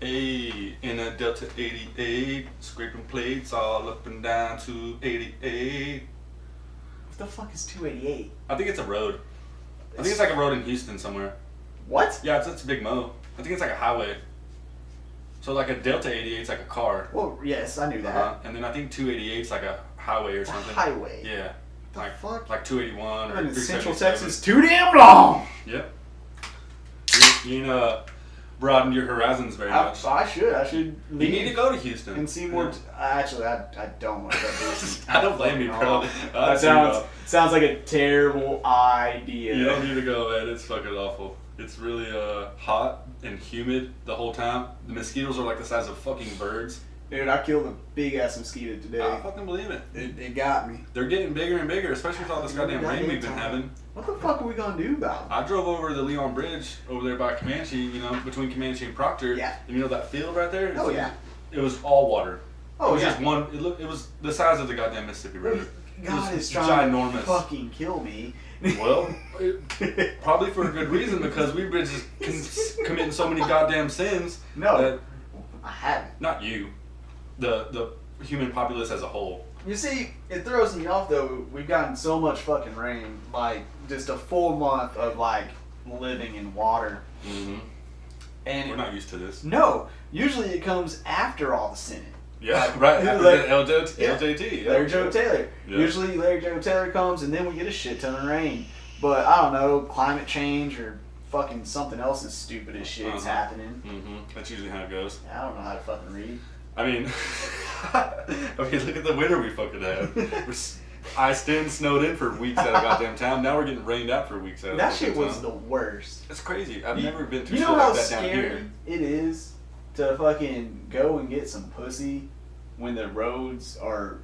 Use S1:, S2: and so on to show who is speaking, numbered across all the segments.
S1: Hey, in a Delta 88, scraping plates all up and down to 88.
S2: What the fuck is 288?
S1: I think it's a road. I think it's like a road in Houston somewhere.
S2: What?
S1: Yeah, it's, it's a big mo. I think it's like a highway. So like a Delta 88 is like a car.
S2: Well, Oh, yes, I knew that.
S1: Uh-huh. And then I think 288 is like a highway or
S2: It's a
S1: something.
S2: highway.
S1: Yeah.
S2: The
S1: like,
S2: fuck?
S1: Like 281
S2: I've been
S1: or
S2: in
S1: 377.
S2: Central Texas too damn long.
S1: Yep. You, you know, broadened your horizons very
S2: I,
S1: much.
S2: I should. I should
S1: You
S2: leave
S1: need to go to Houston
S2: and see more. T- I- actually, I, I don't want to go to Houston.
S1: I don't blame you, bro.
S2: No.
S1: Oh. I
S2: That
S1: do,
S2: sounds,
S1: though.
S2: sounds like a terrible idea.
S1: You don't need to go, man. It's fucking awful. It's really uh, hot and humid the whole time. The mosquitoes are like the size of fucking birds.
S2: Dude, I killed a big ass mosquito today.
S1: I fucking believe it.
S2: it, it got me.
S1: They're getting bigger and bigger, especially with all this goddamn rain we've been having.
S2: What the fuck are we gonna do about it?
S1: I drove over the Leon Bridge over there by Comanche, you know, between Comanche and Proctor.
S2: Yeah.
S1: And you know that field right there?
S2: Oh yeah.
S1: It was all water. it
S2: Oh
S1: was
S2: yeah.
S1: just one. It looked. It was the size of the goddamn Mississippi River.
S2: God
S1: it was
S2: is trying
S1: ginormous.
S2: to fucking kill me.
S1: Well, it, probably for a good reason because we've been just con- committing so many goddamn sins.
S2: No.
S1: that-
S2: I haven't.
S1: not you, the the human populace as a whole.
S2: You see, it throws me off though. We've gotten so much fucking rain, like just a full month of like living in water.
S1: Mm-hmm.
S2: And
S1: We're not used to this.
S2: no, usually it comes after all the sinning.
S1: Yeah, right.
S2: Yeah,
S1: After
S2: like-
S1: the LJ,
S2: yeah.
S1: LJT. yeah.
S2: Larry Joe Taylor.
S1: Yeah.
S2: Usually Larry Joe Taylor comes, and then we get a shit ton of rain. But I don't know, climate change or fucking something else is stupid as shit's
S1: Uh-huh.
S2: happening.
S1: hmm That's usually how it goes.
S2: I don't know how to fucking read.
S1: I mean, I mean, look at the winter we fucking had. We're s- iced in, snowed in for weeks at a goddamn time. Now we're getting rained out for weeks at a
S2: That
S1: fucking
S2: shit was
S1: time.
S2: the worst.
S1: It's crazy. I've
S2: You-
S1: never been through
S2: You
S1: shit
S2: know how
S1: like that down
S2: scary
S1: here.
S2: it is to fucking go and get some pussy when the roads are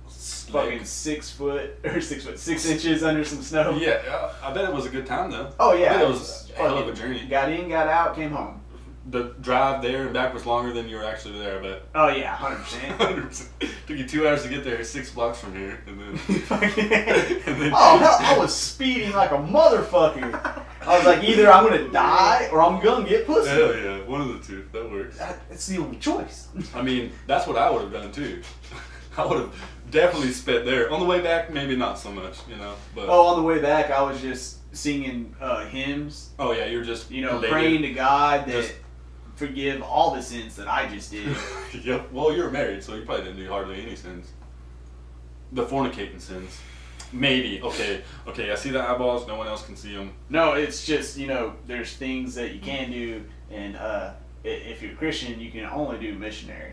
S2: fucking six foot or six foot six inches under some snow.
S1: Yeah, I I bet it was a good time though.
S2: Oh yeah.
S1: I bet it was a hell of a
S2: Fucking
S1: journey.
S2: Got in, got out, came home.
S1: The drive there and back was longer than you were actually there, but
S2: Oh yeah, hundred percent.
S1: 100%. took you two hours to get there, six blocks from here, and then
S2: oh hell, I was speeding like a motherfucker. I was like, either I'm gonna die or I'm gonna get pussy.
S1: hell yeah, one of the two that works.
S2: That- It's the only choice.
S1: I mean, that's what I would have done too. I would have definitely sped there on the way back. Maybe not so much, you know. But oh,
S2: Oh, on the way back, I was just singing uh, hymns
S1: oh, yeah, you're just
S2: you know,
S1: elated.
S2: praying to God that
S1: Just-
S2: forgive all the sins that I just did.
S1: yep. Well, you were married, so you probably didn't do hardly any sins. The fornicating sins, maybe. Okay, okay. I see the eyeballs. No one else can see them.
S2: no, it's just you know, there's things that you can do, and uh, i- if you're Christian, you can only do missionary.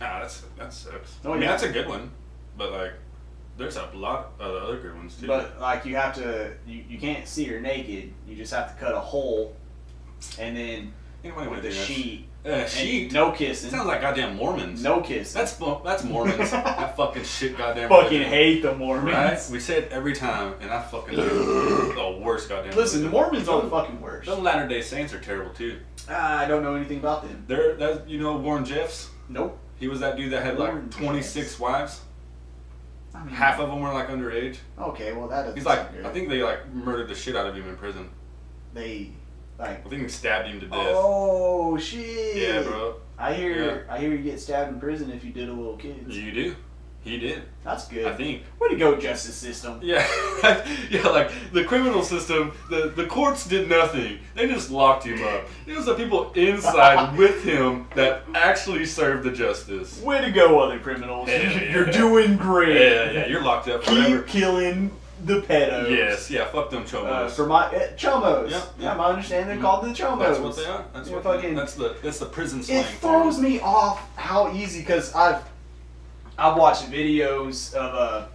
S1: Ah, that's that sucks.
S2: Oh,
S1: I mean,
S2: yeah.
S1: that's a good one, but like, there's a lot of other good ones too.
S2: But like, you have to, you, you can't see her naked. You just have to cut a hole, and then
S1: anyway,
S2: with a sheet,
S1: Uh,
S2: and
S1: she
S2: no kissing,
S1: sounds like goddamn Mormons.
S2: no kissing.
S1: That's mo- that's Mormons. I fucking shit goddamn.
S2: fucking
S1: religion.
S2: hate the Mormons.
S1: Right? We say it every time, and I fucking do. the worst goddamn.
S2: Listen, the
S1: religion.
S2: Mormons are the fucking worst. Ah,
S1: Them Latter Day Saints are terrible too.
S2: I don't know anything about them.
S1: They're that you know Warren Jeffs.
S2: Nope.
S1: He was that dude that had
S2: Warren
S1: like 26
S2: Jeffs. Mm-hmm.
S1: wives.
S2: I mean,
S1: Half of them were like underage.
S2: Okay, well that doesn't.
S1: He's like,
S2: sound good.
S1: I think they like murdered the shit out of him in prison.
S2: they like.
S1: I think they stabbed him to death.
S2: Oh shit!
S1: Yeah, bro.
S2: I hear I hear you get stabbed in prison if you did a little kid.
S1: You do. He did.
S2: That's good.
S1: I think.
S2: Way to go, justice system.
S1: Yeah. yeah, like the criminal system, the, the courts did nothing. They just locked him up. It was the people inside with him that actually served the justice.
S2: Way to go, other criminals.
S1: Yeah,
S2: You're-
S1: yeah,
S2: You're
S1: yeah.
S2: doing great.
S1: Yeah, yeah, you're locked up
S2: Keep
S1: forever.
S2: killing the pedos.
S1: Yes, yeah, fuck them
S2: Uh,
S1: chomos.
S2: for my uh, chomos.
S1: Yeah,
S2: yeah.
S1: yeah. Mm-hmm.
S2: I understand they're called the chomos.
S1: that's what they are. That's
S2: Yeah,
S1: what
S2: fucking-
S1: that's the that's the prison slang.
S2: It throws me off how easy because I've I've watched videos of uh,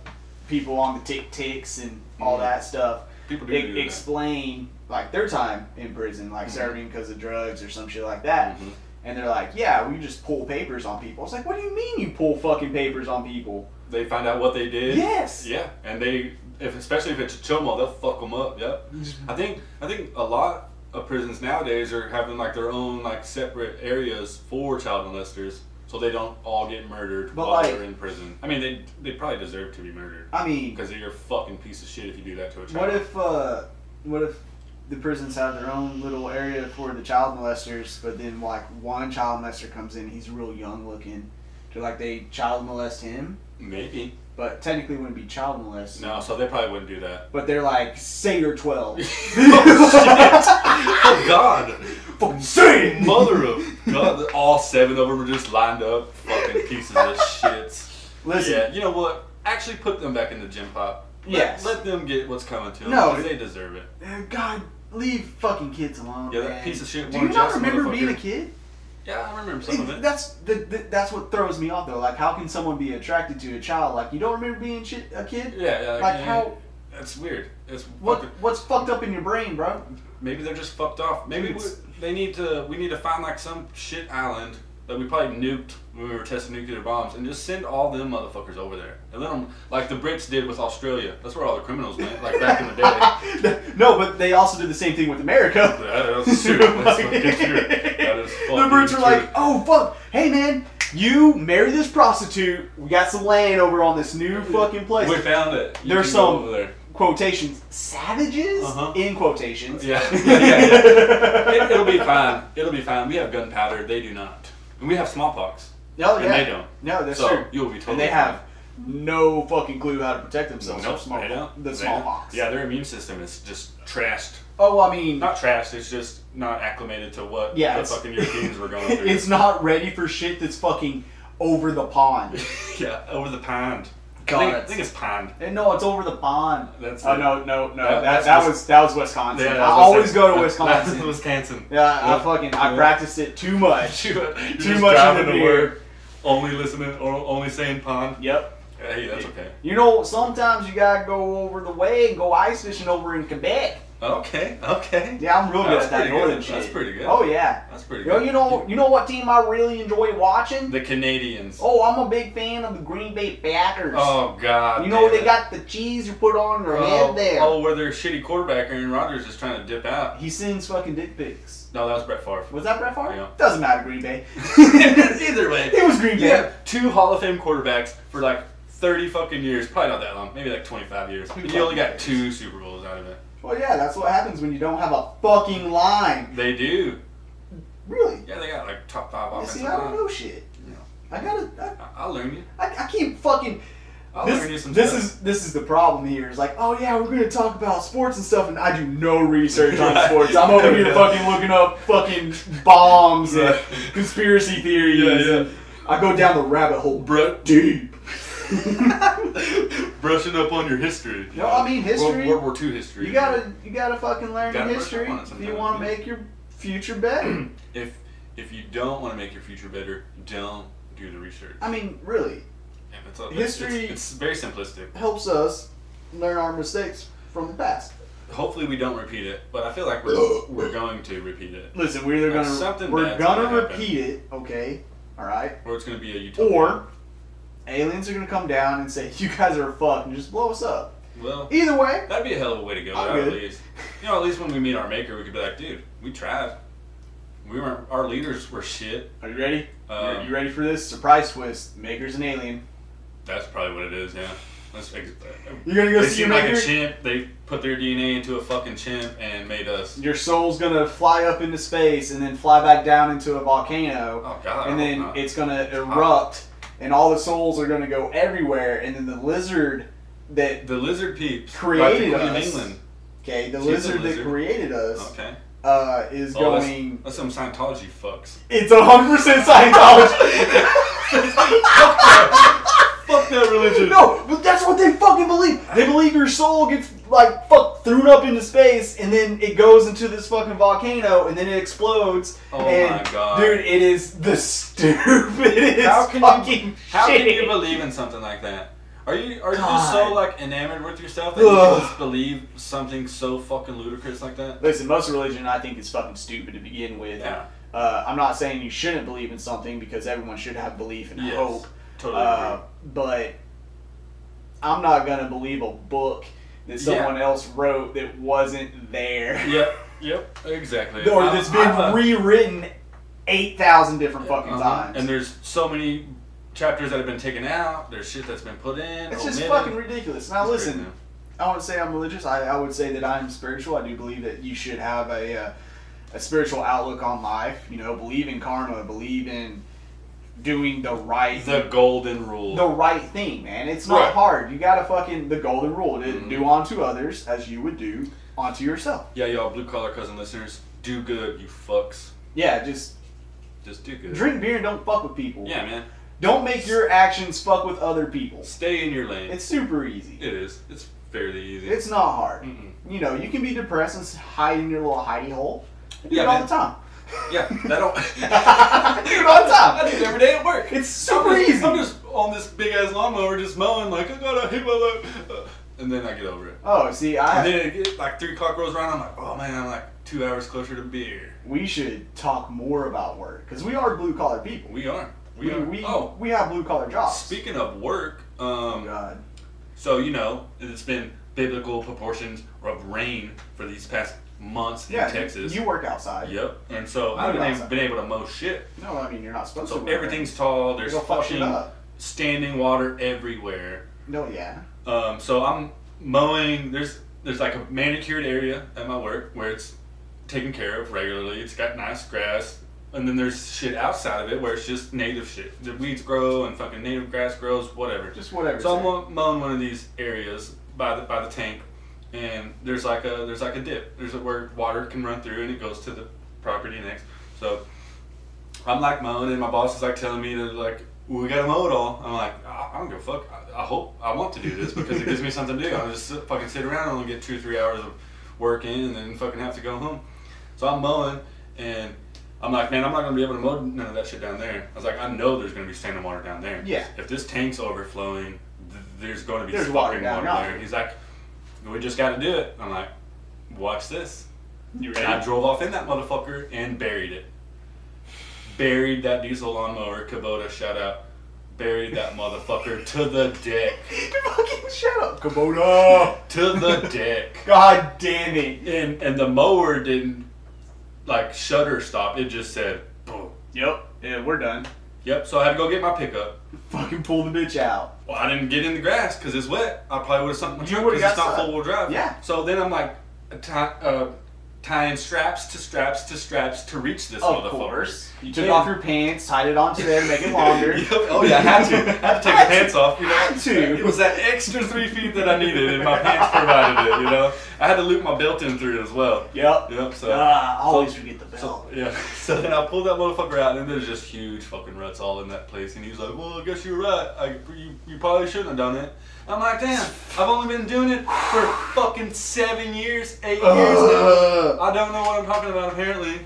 S2: people on the tick ticks and all
S1: Mhm.
S2: that stuff.
S1: People do,
S2: e-
S1: do that.
S2: explain like their time in prison, like
S1: Mhm.
S2: serving because of drugs or some shit like that.
S1: Mhm.
S2: And they're like, "Yeah, we just pull papers on people." It's like, "What do you mean you pull fucking papers on people?"
S1: They find out what they did.
S2: yes.
S1: Yeah, and they, if especially if it's a chomo, they'll fuck them up. Yep.
S2: Mm-hmm.
S1: I think I think a lot of prisons nowadays are having like their own like separate areas for child molesters, so they don't all get murdered
S2: But,
S1: while
S2: like-
S1: they're in prison. I mean, they they probably deserve to be murdered
S2: I mean,
S1: because you're a fucking piece of shit if you do that to a child.
S2: what if uh, what if the prisons have their own little area for the child molesters, but then like one child molester comes in, he's real young looking, to like they child molest him,
S1: Maybe.
S2: but technically wouldn't be child molest.
S1: No, so they probably wouldn't do that.
S2: But they're like say you're twelve.
S1: oh, God.
S2: Fucking say it!
S1: Mother of God. All seven of them are just lined up. Fucking pieces of shit.
S2: Listen,
S1: Yeah, you know what? Actually put them back in the gym pop. Let,
S2: Yes.
S1: Let them get what's coming to them.
S2: No.
S1: they deserve it.
S2: Uh, God, leave fucking kids alone.
S1: Yeah, that
S2: man.
S1: piece of shit
S2: Do you
S1: Warren
S2: not
S1: Jeffs
S2: remember
S1: motherfucker.
S2: being a kid?
S1: Yeah, I remember some of
S2: It-
S1: it.
S2: That's the, the, that's what throws me off though. Like, how can someone be attracted to a child? Like, you don't remember being shit, a kid?
S1: Yeah, yeah.
S2: Like
S1: yeah,
S2: how?
S1: That's weird. It's
S2: What
S1: fucking-
S2: what's fucked up in your brain, bro?
S1: Maybe they're just fucked off. Maybe
S2: Dude,
S1: we,
S2: it's-
S1: they need to. We need to find like some shit island that we probably nuked when we were testing nuclear bombs, and just send all them motherfuckers over there, and let them like the Brits did with Australia. That's where all the criminals went, like back in the day.
S2: no, but they also did the same thing with America.
S1: That is true. That's fucking true. That is
S2: the
S1: fucking
S2: Brits are
S1: true.
S2: like, oh fuck, hey man, you marry this prostitute. We got some land over on this new fucking place.
S1: we found it. You
S2: There's
S1: can go
S2: some-
S1: over there.
S2: quotations, savages
S1: Uh-huh.
S2: in quotations.
S1: Yeah, yeah, yeah. yeah. It, it'll be fine. It'll be fine. We have gunpowder. They do not, and we have smallpox.
S2: No,
S1: And
S2: yeah.
S1: they don't.
S2: No, that's
S1: so
S2: true.
S1: you'll be totally.
S2: and they
S1: fine.
S2: have no fucking clue how to protect themselves
S1: Nope,
S2: from small,
S1: they don't.
S2: the
S1: They
S2: smallpox.
S1: don't. Yeah, their immune system is just trashed.
S2: Oh, I mean,
S1: Not trashed. It's just not acclimated to what
S2: Yeah,
S1: the
S2: it's-
S1: fucking Europeans were going through.
S2: it's not ready for shit that's fucking over the pond.
S1: yeah, over the pond.
S2: God,
S1: I, think, I
S2: that's-
S1: think it's pond.
S2: And no, it's over the pond.
S1: That's
S2: oh
S1: it.
S2: no, no, no.
S1: That-
S2: That,
S1: that's
S2: that,
S1: Wis-
S2: was that was Wisconsin.
S1: Yeah,
S2: I
S1: that's
S2: always
S1: Wisconsin.
S2: go to
S1: That's
S2: Wisconsin.
S1: Wisconsin.
S2: Yeah, I
S1: Yeah.
S2: fucking
S1: Yeah.
S2: I practiced it too much.
S1: Too, you're
S2: Too
S1: just
S2: much in
S1: driving
S2: the
S1: to
S2: beer.
S1: work, Only listening or only saying pond.
S2: Yep.
S1: Hey, that's okay.
S2: You know, sometimes you gotta go over the way and go ice fishing over in Quebec.
S1: Okay, okay.
S2: Yeah, I'm real good
S1: That's
S2: at that
S1: pretty
S2: northern
S1: good.
S2: shit.
S1: That's pretty good.
S2: Oh yeah.
S1: That's pretty
S2: Yo,
S1: good.
S2: you know, you know what team I really enjoy watching?
S1: the Canadians.
S2: Oh, I'm a big fan of the Green Bay Packers.
S1: Oh, God.
S2: you know
S1: damn
S2: they
S1: it.
S2: got the cheese you put on your
S1: Oh,
S2: head there.
S1: oh, where their shitty quarterback Aaron Rodgers is trying to dip out.
S2: He sends fucking dick pics.
S1: No, that was Brett Favre.
S2: Was that Brett Favre?
S1: Yeah.
S2: Doesn't matter, Green Bay.
S1: Either way,
S2: It was Green Bay.
S1: you have two Hall of Fame quarterbacks for like thirty fucking years. Probably not that long. Maybe like twenty five years.
S2: Two
S1: But you only got
S2: fucking
S1: two Super Bowls out of it.
S2: Well, yeah, that's what happens when you don't have a fucking line.
S1: They do.
S2: Really?
S1: Yeah, they got like top five
S2: You
S1: offensive
S2: see, I don't
S1: line.
S2: know shit.
S1: Yeah.
S2: I gotta.
S1: I- I'll learn you.
S2: I, I, I keep fucking.
S1: I'll
S2: this
S1: learn you some.
S2: this
S1: stuff.
S2: is this is the problem here. It's like, oh yeah, we're gonna talk about sports and stuff, and I do no research on
S1: Right.
S2: sports. I'm over here
S1: Yeah.
S2: fucking looking up fucking bombs and
S1: Right.
S2: conspiracy theories.
S1: Yeah, yeah.
S2: and I go down the rabbit hole
S1: Bru-
S2: deep.
S1: brushing up on your history.
S2: No, I mean history.
S1: World, World War II history.
S2: you gotta you gotta fucking learn
S1: Gotta
S2: your
S1: brush up
S2: history
S1: on it
S2: if you
S1: sometimes,
S2: want to
S1: yeah.
S2: make your future better.
S1: If if you don't want to make your future better, don't do the research.
S2: I mean, really,
S1: Yeah, it's a- it's-
S2: History-
S1: It's, it's very simplistic.
S2: helps us learn our mistakes from the past.
S1: Hopefully, we don't repeat it, but I feel like we're we're going to repeat it.
S2: Listen, we're either
S1: Like,
S2: gonna
S1: something
S2: we're
S1: bad's
S2: gonna,
S1: gonna happen.
S2: repeat it, okay? All right,
S1: Or it's going to be a utopia.
S2: or aliens are gonna come down and say you guys are fucked and just blow us up.
S1: well,
S2: Either way,
S1: that'd be a hell of a way to go.
S2: I'm
S1: out, at
S2: good.
S1: least, you know, at least when we meet our maker, we could be like, dude, we tried. We weren't. Our leaders were shit.
S2: are you ready?
S1: Um,
S2: you you ready for this surprise twist? Maker's an alien.
S1: That's probably what it is. Yeah. Let's. Ex- uh,
S2: You're gonna go
S1: they
S2: see your
S1: seem like
S2: maker.
S1: a chimp. They put their DNA into a fucking chimp and made us.
S2: your soul's gonna fly up into space and then fly back down into a volcano.
S1: Oh God. I hope
S2: and then
S1: not.
S2: it's gonna erupt, and all the souls are gonna go everywhere, and then the lizard that
S1: the lizard peeps
S2: Created
S1: like the Queen of
S2: us.
S1: England.
S2: okay, the
S1: She's a
S2: lizard,
S1: lizard.
S2: that created us
S1: Okay.
S2: uh, is
S1: Oh, that's-
S2: going.
S1: That's some Scientology fucks.
S2: It's a hundred percent Scientology.
S1: Fuck that religion.
S2: no, but that's what they fucking believe. They believe your soul gets like fuck thrown up into space, and then it goes into this fucking volcano, and then it explodes.
S1: Oh
S2: and,
S1: my God.
S2: dude, it is the stupidest
S1: How can you-
S2: fucking
S1: How
S2: shit.
S1: can you believe in something like that? Are you are you just
S2: God.
S1: so like enamored with yourself that you
S2: Ugh.
S1: just believe something so fucking ludicrous like that?
S2: Listen, most religion I think is fucking stupid to begin with.
S1: Yeah.
S2: Uh, I'm not saying you shouldn't believe in something because everyone should have belief and
S1: Yes.
S2: hope.
S1: Totally.
S2: Uh,
S1: agree.
S2: but I'm not gonna believe a book that someone else wrote that wasn't there,
S1: Yep. Yep. Exactly.
S2: or
S1: I-
S2: that's been
S1: I- I-
S2: rewritten eight thousand different fucking
S1: Uh-huh.
S2: times.
S1: And there's so many chapters that have been taken out. There's shit that's been put in.
S2: it's just
S1: omitted.
S2: fucking ridiculous. Now
S1: It's
S2: listen,
S1: crazy.
S2: I wouldn't say I'm religious. I, I would say that I'm spiritual. I do believe that you should have a uh, a spiritual outlook on life. You know, believe in karma. Believe in doing the right
S1: The golden rule.
S2: the right thing, man. It's not
S1: Right.
S2: hard. You gotta fucking the golden rule. To
S1: Mhm.
S2: Do unto others as you would do unto yourself.
S1: yeah, y'all blue collar cousin listeners, do good, you fucks.
S2: Yeah, just
S1: Just do good.
S2: drink beer and don't fuck with people.
S1: Yeah, man.
S2: Don't make your actions fuck with other people.
S1: Stay in your lane.
S2: It's super easy.
S1: It is. It's fairly easy.
S2: It's not hard.
S1: Mm-mm.
S2: You know, you can be depressed and s- hide in your little hidey hole. I do
S1: Yeah,
S2: it all
S1: man.
S2: the time.
S1: yeah, that
S2: I
S1: don't.
S2: do it all the time.
S1: I do it every day at work.
S2: It's super
S1: I'm just,
S2: easy.
S1: I'm just on this big ass lawnmower, just mowing like I gotta hit my leg, uh, and then I get over it.
S2: Oh, see, I
S1: And then it gets, like three o'clock rolls around. I'm like, oh man, I'm like two hours closer to beer.
S2: we should talk more about work because we are blue collar people.
S1: We are. We,
S2: We
S1: are.
S2: we,
S1: oh,
S2: we have blue collar jobs.
S1: speaking of work,
S2: oh
S1: um,
S2: God.
S1: so you know it's been biblical proportions of rain for these past months
S2: Yeah,
S1: in Texas.
S2: You work outside.
S1: Yep. And so
S2: Right
S1: I haven't even
S2: outside.
S1: been able to mow shit.
S2: No, I mean you're not supposed to.
S1: So
S2: wear
S1: everything's tall.
S2: it.
S1: There's
S2: It'll fuck shit
S1: fucking
S2: up.
S1: standing water everywhere.
S2: No, yeah.
S1: Um, so I'm mowing. There's there's like a manicured area at my work where it's taken care of regularly. It's got nice grass, and then there's shit outside of it where it's just native shit. The weeds grow and fucking native grass grows, whatever.
S2: Just whatever.
S1: So I'm
S2: sir.
S1: mow- mowing one of these areas by the by the tank, and there's like a there's like a dip. There's a, where water can run through, and it goes to the property next. So I'm like mowing, and my boss is like telling me to like we gotta mow it all. I'm like I, I don't give a fuck. I, I hope I want to do this because it gives me something to do. I'll just sit, fucking sit around and only get two or three hours of work in, and then fucking have to go home. So I'm mowing, and I'm like, man, I'm not gonna be able to mow none of that shit down there. I was like, I know there's gonna be standing water down there.
S2: Yeah.
S1: If this tank's overflowing, th- there's gonna be
S2: There's
S1: fucking
S2: water
S1: water,
S2: down yonder.
S1: there. He's like, we just gotta do it. I'm like, watch this.
S2: You
S1: And I
S2: ready?
S1: drove off in that motherfucker and buried it. Buried that diesel lawnmower, Kubota, shout out. Buried that motherfucker to the deck.
S2: fucking shut up, Kubota.
S1: To the deck.
S2: God damn it.
S1: And and the mower didn't like shutter stop. It just said boom.
S2: Yep. Yeah, we're done.
S1: Yep. So I had to go get my pickup.
S2: Fucking pull the bitch out.
S1: Well, I didn't get in the grass because it's wet. I probably would have something.
S2: You
S1: because
S2: would've
S1: it's
S2: got
S1: not
S2: stuck.
S1: four wheel drive.
S2: Yeah.
S1: So then I'm like, tie, uh, tying straps to straps to straps to reach this motherfucker.
S2: Of course. You took
S1: Yeah.
S2: off your pants, tied it onto there, to make it longer.
S1: Yep. Oh yeah, I had to. I had to take
S2: Had
S1: my pants off. You know,
S2: Had to.
S1: it was that extra three feet that I needed, and my pants provided it. You know, I had to loop my belt in through it as well.
S2: Yep.
S1: Yep. So.
S2: Ah, I always forget the
S1: So,
S2: bell.
S1: yeah. So then I pulled that motherfucker out, and there's just huge fucking ruts all in that place. And he was like, "Well, I guess you're right. I, you, you probably shouldn't have done it." I'm like, "Damn, I've only been doing it for fucking seven years, eight
S2: Uh.
S1: years now.
S2: Ugh.
S1: I don't know what I'm talking about apparently."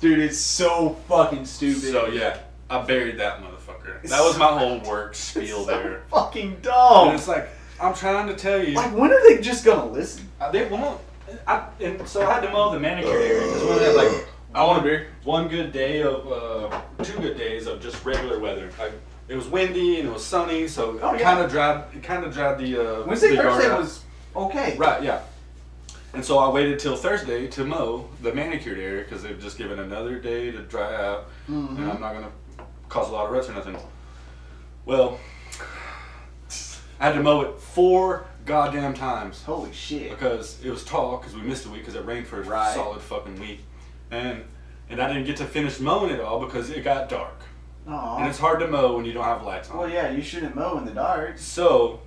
S2: Dude, it's so fucking stupid.
S1: So yeah, I buried that motherfucker. That was my whole work
S2: It's
S1: spiel
S2: so
S1: there.
S2: fucking
S1: And
S2: dumb.
S1: it's like I'm trying to tell you,
S2: Like, when are they just gonna listen?
S1: Uh, they won't. I, and so I had to mow the manicure area because we only had
S2: Uh.
S1: like I want to be one good day of uh, two good days of just regular weather. Like it was windy and it was sunny, so
S2: Oh,
S1: it
S2: yeah.
S1: kind of dried. It kind of dried the uh,
S2: Wednesday,
S1: the yard
S2: Thursday
S1: out.
S2: was okay.
S1: right, yeah. And so I waited till Thursday to mow the manicured area because they've just given another day to dry out,
S2: Mm-hmm.
S1: and I'm not gonna cause a lot of ruts or nothing. Well, I had to mow it four goddamn times
S2: Holy shit.
S1: because it was tall because we missed a week because it rained for a
S2: Right.
S1: solid fucking week, and and I didn't get to finish mowing it all because it got dark and
S2: Aw.
S1: it's hard to mow when you don't have lights on.
S2: Well, yeah, you shouldn't mow in the dark.
S1: So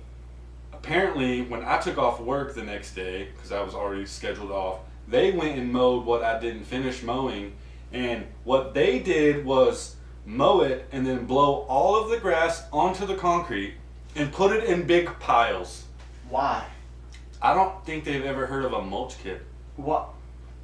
S1: apparently, when I took off work the next day because I was already scheduled off, they went and mowed what I didn't finish mowing, and what they did was mow it and then blow all of the grass onto the concrete and put it in big piles.
S2: Why?
S1: I don't think they've ever heard of a mulch kit.
S2: What?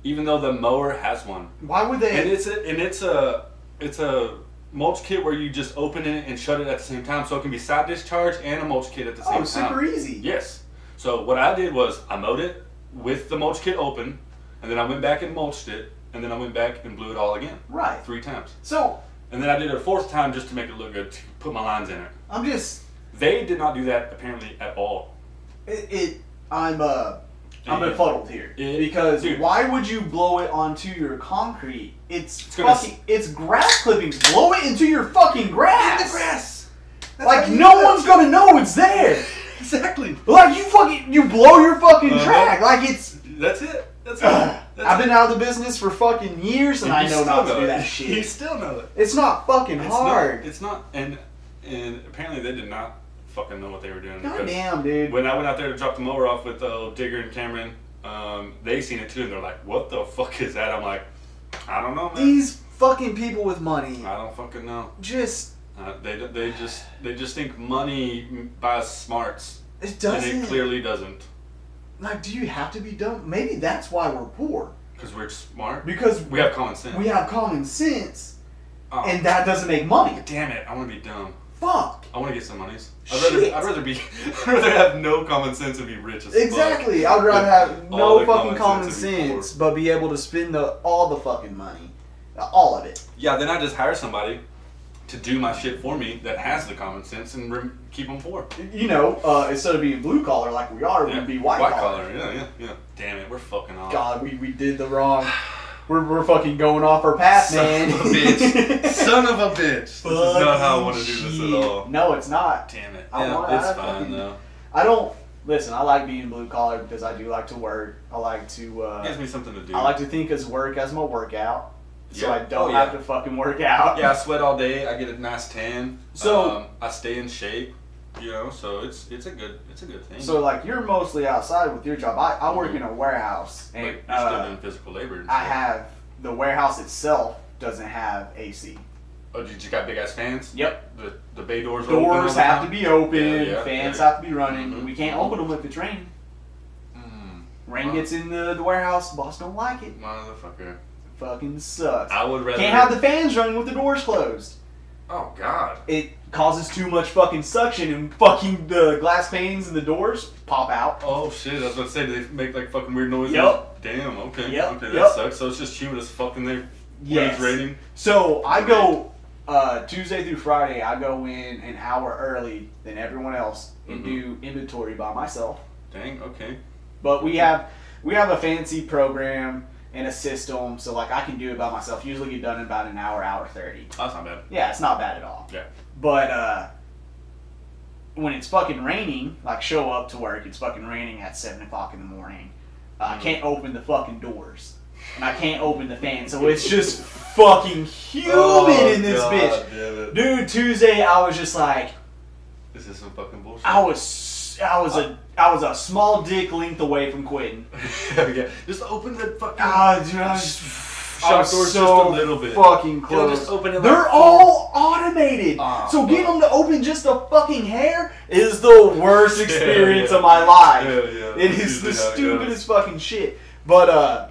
S1: even though the mower has one.
S2: Why would they?
S1: And it's a, and it's a it's a mulch kit where you just open it and shut it at the same time, so it can be side discharge and a mulch kit at the same
S2: oh,
S1: time.
S2: super easy.
S1: Yes. So what I did was I mowed it with the mulch kit open, and then I went back and mulched it, and then I went back and blew it all again
S2: Right.
S1: three times,
S2: So
S1: and then I did it a fourth time just to make it look good, to put my lines in it.
S2: I'm just
S1: They did not do that apparently at all.
S2: it. it I'm uh. I'm
S1: Yeah.
S2: befuddled here
S1: It-
S2: because
S1: dude.
S2: why would you blow it onto your concrete? It's,
S1: It's gonna
S2: fucking it's grass clippings. Blow it into your fucking grass.
S1: grass.
S2: Like no one's gonna know it's there.
S1: Exactly.
S2: Like you fucking you blow your fucking
S1: Uh-huh.
S2: track. Like it's
S1: That's it. That's it. That's
S2: I've
S1: it.
S2: been out of the business for fucking years and
S1: You
S2: I know
S1: still
S2: not to do
S1: it.
S2: that
S1: You
S2: shit.
S1: still know it.
S2: It's not fucking
S1: It's
S2: hard.
S1: Not, it's not. And and apparently they did not fucking know what they were doing.
S2: God
S1: because
S2: damn, dude.
S1: When I went out there to drop the mower off with uh, Digger and Cameron, um, they seen it too, and they're like, "What the fuck is that?" I'm like, "I don't know, man.
S2: These fucking people with money
S1: I don't fucking know.
S2: just
S1: Uh, they they just they just think money buys smarts,
S2: it
S1: and it
S2: doesn't
S1: clearly doesn't.
S2: like do you have to be dumb? Maybe that's why we're poor.
S1: Because we're smart.
S2: Because
S1: We have common sense.
S2: we have common sense
S1: Oh,
S2: and that doesn't make money.
S1: damn it, I want to be dumb.
S2: Fuck.
S1: I want to get some monies. I'd
S2: Shit.
S1: rather, I'd rather be, I'd rather have no common sense and be rich as fuck.
S2: Exactly. I'd rather have
S1: All
S2: no
S1: the
S2: fucking
S1: common
S2: common
S1: sense and be poor.
S2: sense, but be able to spend the all the fucking money, all of it.
S1: Yeah, then I just hire somebody to do my shit for me that has the common sense and rem- keep them poor.
S2: You know, uh, instead of being blue collar like we are, we'd be white, collar.
S1: Yeah, yeah, yeah. Damn it, we're fucking off.
S2: God, we, we did the wrong. We're, we're fucking going off our path,
S1: Son
S2: man.
S1: of a bitch. Son of a bitch. This is not how I want to
S2: Fucking
S1: do this
S2: shit.
S1: at all.
S2: No, it's not.
S1: Damn it.
S2: I
S1: Yeah,
S2: want-
S1: it's
S2: I
S1: fine
S2: fucking-
S1: though.
S2: I don't listen. I like being blue collar because I do like to work. I like to.
S1: It gives
S2: Uh,
S1: me something to do.
S2: I like to think as work as my workout, so
S1: Yeah.
S2: I don't
S1: Oh, yeah.
S2: have to fucking work out.
S1: yeah, I sweat all day. I get a nice tan.
S2: So-
S1: um, I stay in shape. You know, so it's it's a good it's a good thing.
S2: So like you're mostly outside with your job. I, I work in a warehouse
S1: But
S2: and
S1: you're still
S2: uh,
S1: doing physical labor. and
S2: I
S1: shit.
S2: have the warehouse itself doesn't have AC.
S1: Oh, did you got big ass fans?
S2: Yep.
S1: The the bay doors. are open all
S2: Doors
S1: the
S2: have
S1: time?
S2: to be open,
S1: Yeah, yeah,
S2: fans
S1: yeah.
S2: have to be running.
S1: Mhm.
S2: We can't open them if it's raining.
S1: Mm,
S2: Rain
S1: Wow.
S2: gets in the, the warehouse, boss don't like it.
S1: motherfucker.
S2: Fucking sucks.
S1: I would rather.
S2: Can't have the fans running with the doors closed.
S1: Oh God.
S2: It causes too much fucking suction and fucking the glass panes and the doors pop out.
S1: Oh shit! I was about to say, do they make like fucking weird noises?
S2: Yep.
S1: Damn. Okay.
S2: Yep,
S1: Okay, that
S2: yep.
S1: sucks. So it's just humid as fuck in there when
S2: Yes.
S1: it's raining.
S2: So I go uh, Tuesday through Friday. I go in an hour early than everyone else and
S1: Mhm.
S2: do inventory by myself.
S1: Dang. Okay. Oh,
S2: But we have we have a fancy program and a system, so like I can do it by myself. Usually get done in about an hour, hour thirty.
S1: That's not bad.
S2: Yeah, it's not bad at all.
S1: Yeah.
S2: But uh, when it's fucking raining, like show up to work, it's fucking raining at seven o'clock in the morning. Uh, I
S1: Mhm.
S2: can't open the fucking doors. And I can't open the fan, so it's just fucking humid in this
S1: Oh, God
S2: bitch.
S1: Damn it.
S2: Dude, Tuesday I was just like
S1: This is some fucking bullshit.
S2: I was I was a I was a small dick length away from quitting.
S1: yeah. Just open the fucking.
S2: Ah, dude, I was, I
S1: shop
S2: was
S1: doors
S2: so
S1: just a little bit.
S2: fucking
S1: You know,
S2: close.
S1: just open it. like
S2: They're
S1: full-
S2: all automated,
S1: Ah,
S2: so getting
S1: fuck.
S2: them to open just a fucking hair is the worst
S1: Yeah,
S2: experience
S1: yeah.
S2: of my life.
S1: Yeah, yeah.
S2: It
S1: That's
S2: is the
S1: usually how it
S2: stupidest fucking shit. But uh,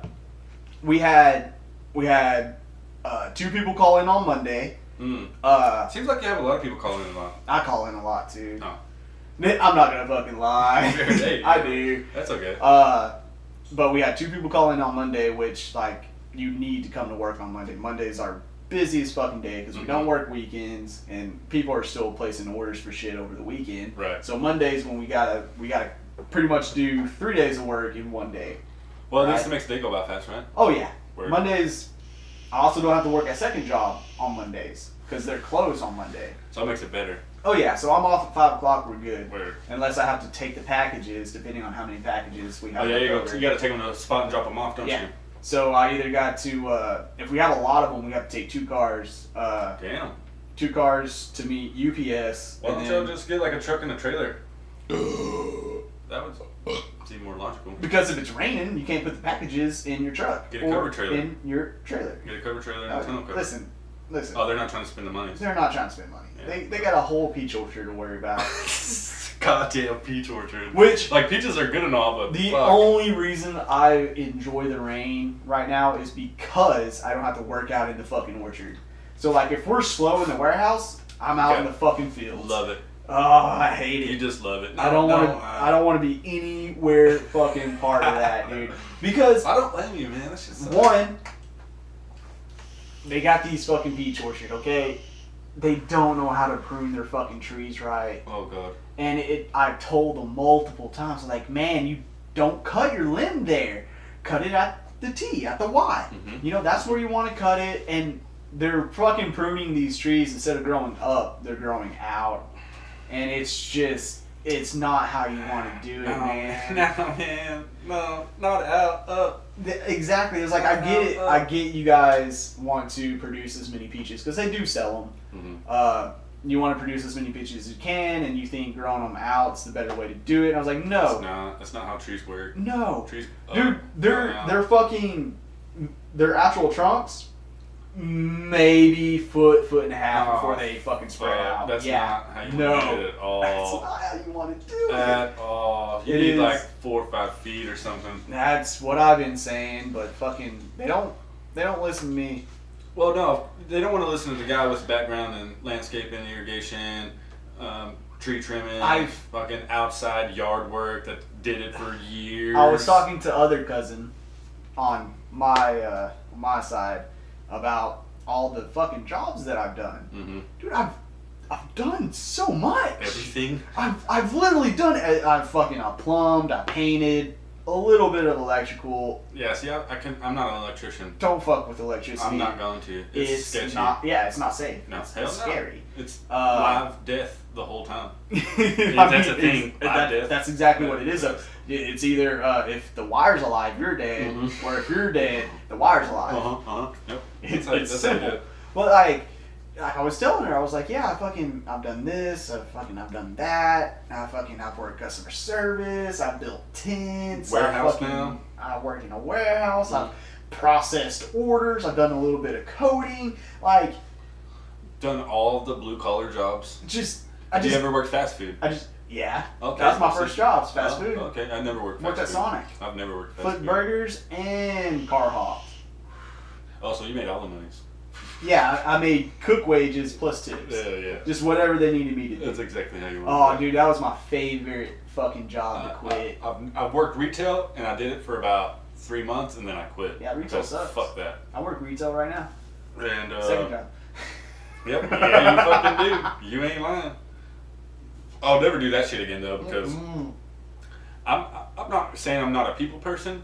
S2: we had we had uh, two people call in on Monday.
S1: goes. Mm.
S2: Uh,
S1: Seems like you have a lot of people calling in a lot.
S2: I call in a lot too.
S1: No.
S2: N- I'm not gonna fucking lie.
S1: Oh. Hey.
S2: I do.
S1: That's okay.
S2: Uh, but we had two people call in on Monday, which like you need to come to work on Monday. Monday's our busiest fucking day because we don't
S1: Mhm.
S2: work weekends, and people are still placing orders for shit over the weekend.
S1: Right.
S2: So Mondays when we gotta we gotta pretty much do three days of work in one day.
S1: Well, at least
S2: Right.
S1: it makes the day go by fast, right?
S2: Oh yeah,
S1: Word.
S2: Mondays. I also don't have to work a second job on Mondays because they're closed on Monday.
S1: So it makes it better.
S2: Oh yeah, so I'm off at five o'clock. We're good.
S1: Where?
S2: Unless I have to take the packages, depending on how many packages we have.
S1: Oh yeah,
S2: left
S1: you, go,
S2: over.
S1: you gotta take them to a spot and drop them off, don't
S2: Yeah.
S1: you?
S2: So I either got to, uh, if we have a lot of them, we have to take two cars, uh,
S1: Damn.
S2: two cars to meet UPS.
S1: Why don't
S2: and
S1: y'all
S2: then-
S1: just get like a truck and a trailer? that would seem more logical.
S2: because if it's raining, you can't put the packages in your truck
S1: Get a
S2: or
S1: cover trailer.
S2: in your trailer.
S1: Get a cover trailer and
S2: Uh,
S1: a tunnel cover.
S2: listen, listen,
S1: Oh, they're not trying to spend the money.
S2: they're not trying to spend money.
S1: Yeah.
S2: They, they got a whole peach orchard to worry about.
S1: Goddamn peach orchard.
S2: Which
S1: Like peaches are good and all, but
S2: the
S1: fuck.
S2: only reason I enjoy the rain right now is because I don't have to work out in the fucking orchard. So like, if we're slow in the warehouse, I'm out in
S1: Okay.
S2: the fucking fields.
S1: love it.
S2: Oh, I hate
S1: You
S2: it.
S1: just love it.
S2: I don't
S1: No, uh,
S2: want to.
S1: no,
S2: I don't want to be anywhere fucking part of that, dude. Because
S1: I don't blame you, man. That's just
S2: one, they got these fucking peach orchard. Okay, they don't know how to prune their fucking trees right,
S1: Oh god.
S2: and it. I've told them multiple times, like, man, you don't cut your limb there. Cut it at the T, at the Y.
S1: Mhm.
S2: You know that's where you want to cut it, and they're fucking pruning these trees instead of growing up, they're growing out, and it's just it's not how you want to do it,
S1: No,
S2: man.
S1: No, man. No, not out. Up.
S2: Th- Exactly. It's like I get it. I get you guys want to produce as many peaches because they do sell them.
S1: Mhm.
S2: Uh, you want to produce as many peaches as you can, and you think growing them out's the better way to do it. And I was like,
S1: That's
S2: no,
S1: not. That's not how trees work.
S2: no,
S1: Trees.
S2: dude,
S1: up,
S2: they're
S1: down.
S2: they're fucking their actual trunks, maybe foot foot and a half
S1: Oh,
S2: before they fucking spread
S1: But
S2: out.
S1: That's
S2: yeah,
S1: not how you
S2: No.
S1: do it at
S2: that's
S1: all.
S2: not how you want to do it.
S1: At all. You
S2: It
S1: need
S2: is-
S1: like four or five feet or something.
S2: That's what I've been saying, but fucking they don't they don't listen to me.
S1: Well, no, they don't want to listen to the guy with a background in landscaping, irrigation, um, tree trimming,
S2: I've-
S1: fucking outside yard work that did it for years.
S2: I was talking to other cousin on my uh, my side about all the fucking jobs that I've done.
S1: hmm
S2: Dude, I've I've done so much.
S1: Everything.
S2: I've I've literally done it. I've fucking I plumbed, I painted, a little bit of electrical.
S1: Yeah. See, I, I can. I'm not an electrician.
S2: Don't fuck with electricity.
S1: I'm not going to. It's,
S2: it's
S1: sketchy.
S2: not yeah, it's not safe.
S1: no,
S2: it's,
S1: hell
S2: it's
S1: no.
S2: scary.
S1: It's
S2: Uh,
S1: live death the whole time.
S2: I
S1: that's a
S2: mean,
S1: thing.
S2: it's-
S1: Live
S2: that-
S1: death.
S2: that's exactly what it is. Uh, It's either uh, if the wire's alive, you're dead,
S1: Mhm.
S2: or if you're dead, the wire's alive.
S1: Uh huh. Uh huh. Yep.
S2: Uh-huh, It's,
S1: how-
S2: it's
S1: how you do
S2: simple.
S1: it.
S2: Well, like, like I was telling her, I was like, yeah, I fucking, I've done this, I fucking, I've done that, I fucking, I've worked customer service, I built tents,
S1: Warehouse
S2: I fucking,
S1: now.
S2: I work in a warehouse, I've processed orders, I've done a little bit of coding, like,
S1: Done all of the blue collar jobs.
S2: just, I
S1: Have
S2: just,
S1: you ever worked fast food?
S2: I just, yeah,
S1: Okay.
S2: that's my
S1: so-
S2: first job, it's fast
S1: Oh,
S2: food.
S1: Okay, I never worked fast
S2: Worked at
S1: food.
S2: Sonic.
S1: I've never worked fast
S2: Foot
S1: food.
S2: burgers and car hop.
S1: Oh, so you made all the monies.
S2: Yeah, I I made cook wages plus tips.
S1: Yeah, yeah.
S2: Just whatever they needed me to do.
S1: That's exactly how you
S2: Oh,
S1: want to do it.
S2: dude, that was my favorite fucking job to
S1: I-
S2: quit.
S1: I, I've, I've worked retail and I did it for about three months and then I quit.
S2: Yeah, retail
S1: Because
S2: sucks.
S1: Fuck that.
S2: I work retail right now.
S1: And uh,
S2: Second job.
S1: Yep. Yeah, you fucking do. You ain't lying. I'll never do that shit again though because
S2: Mm.
S1: I'm I'm not saying I'm not a people person.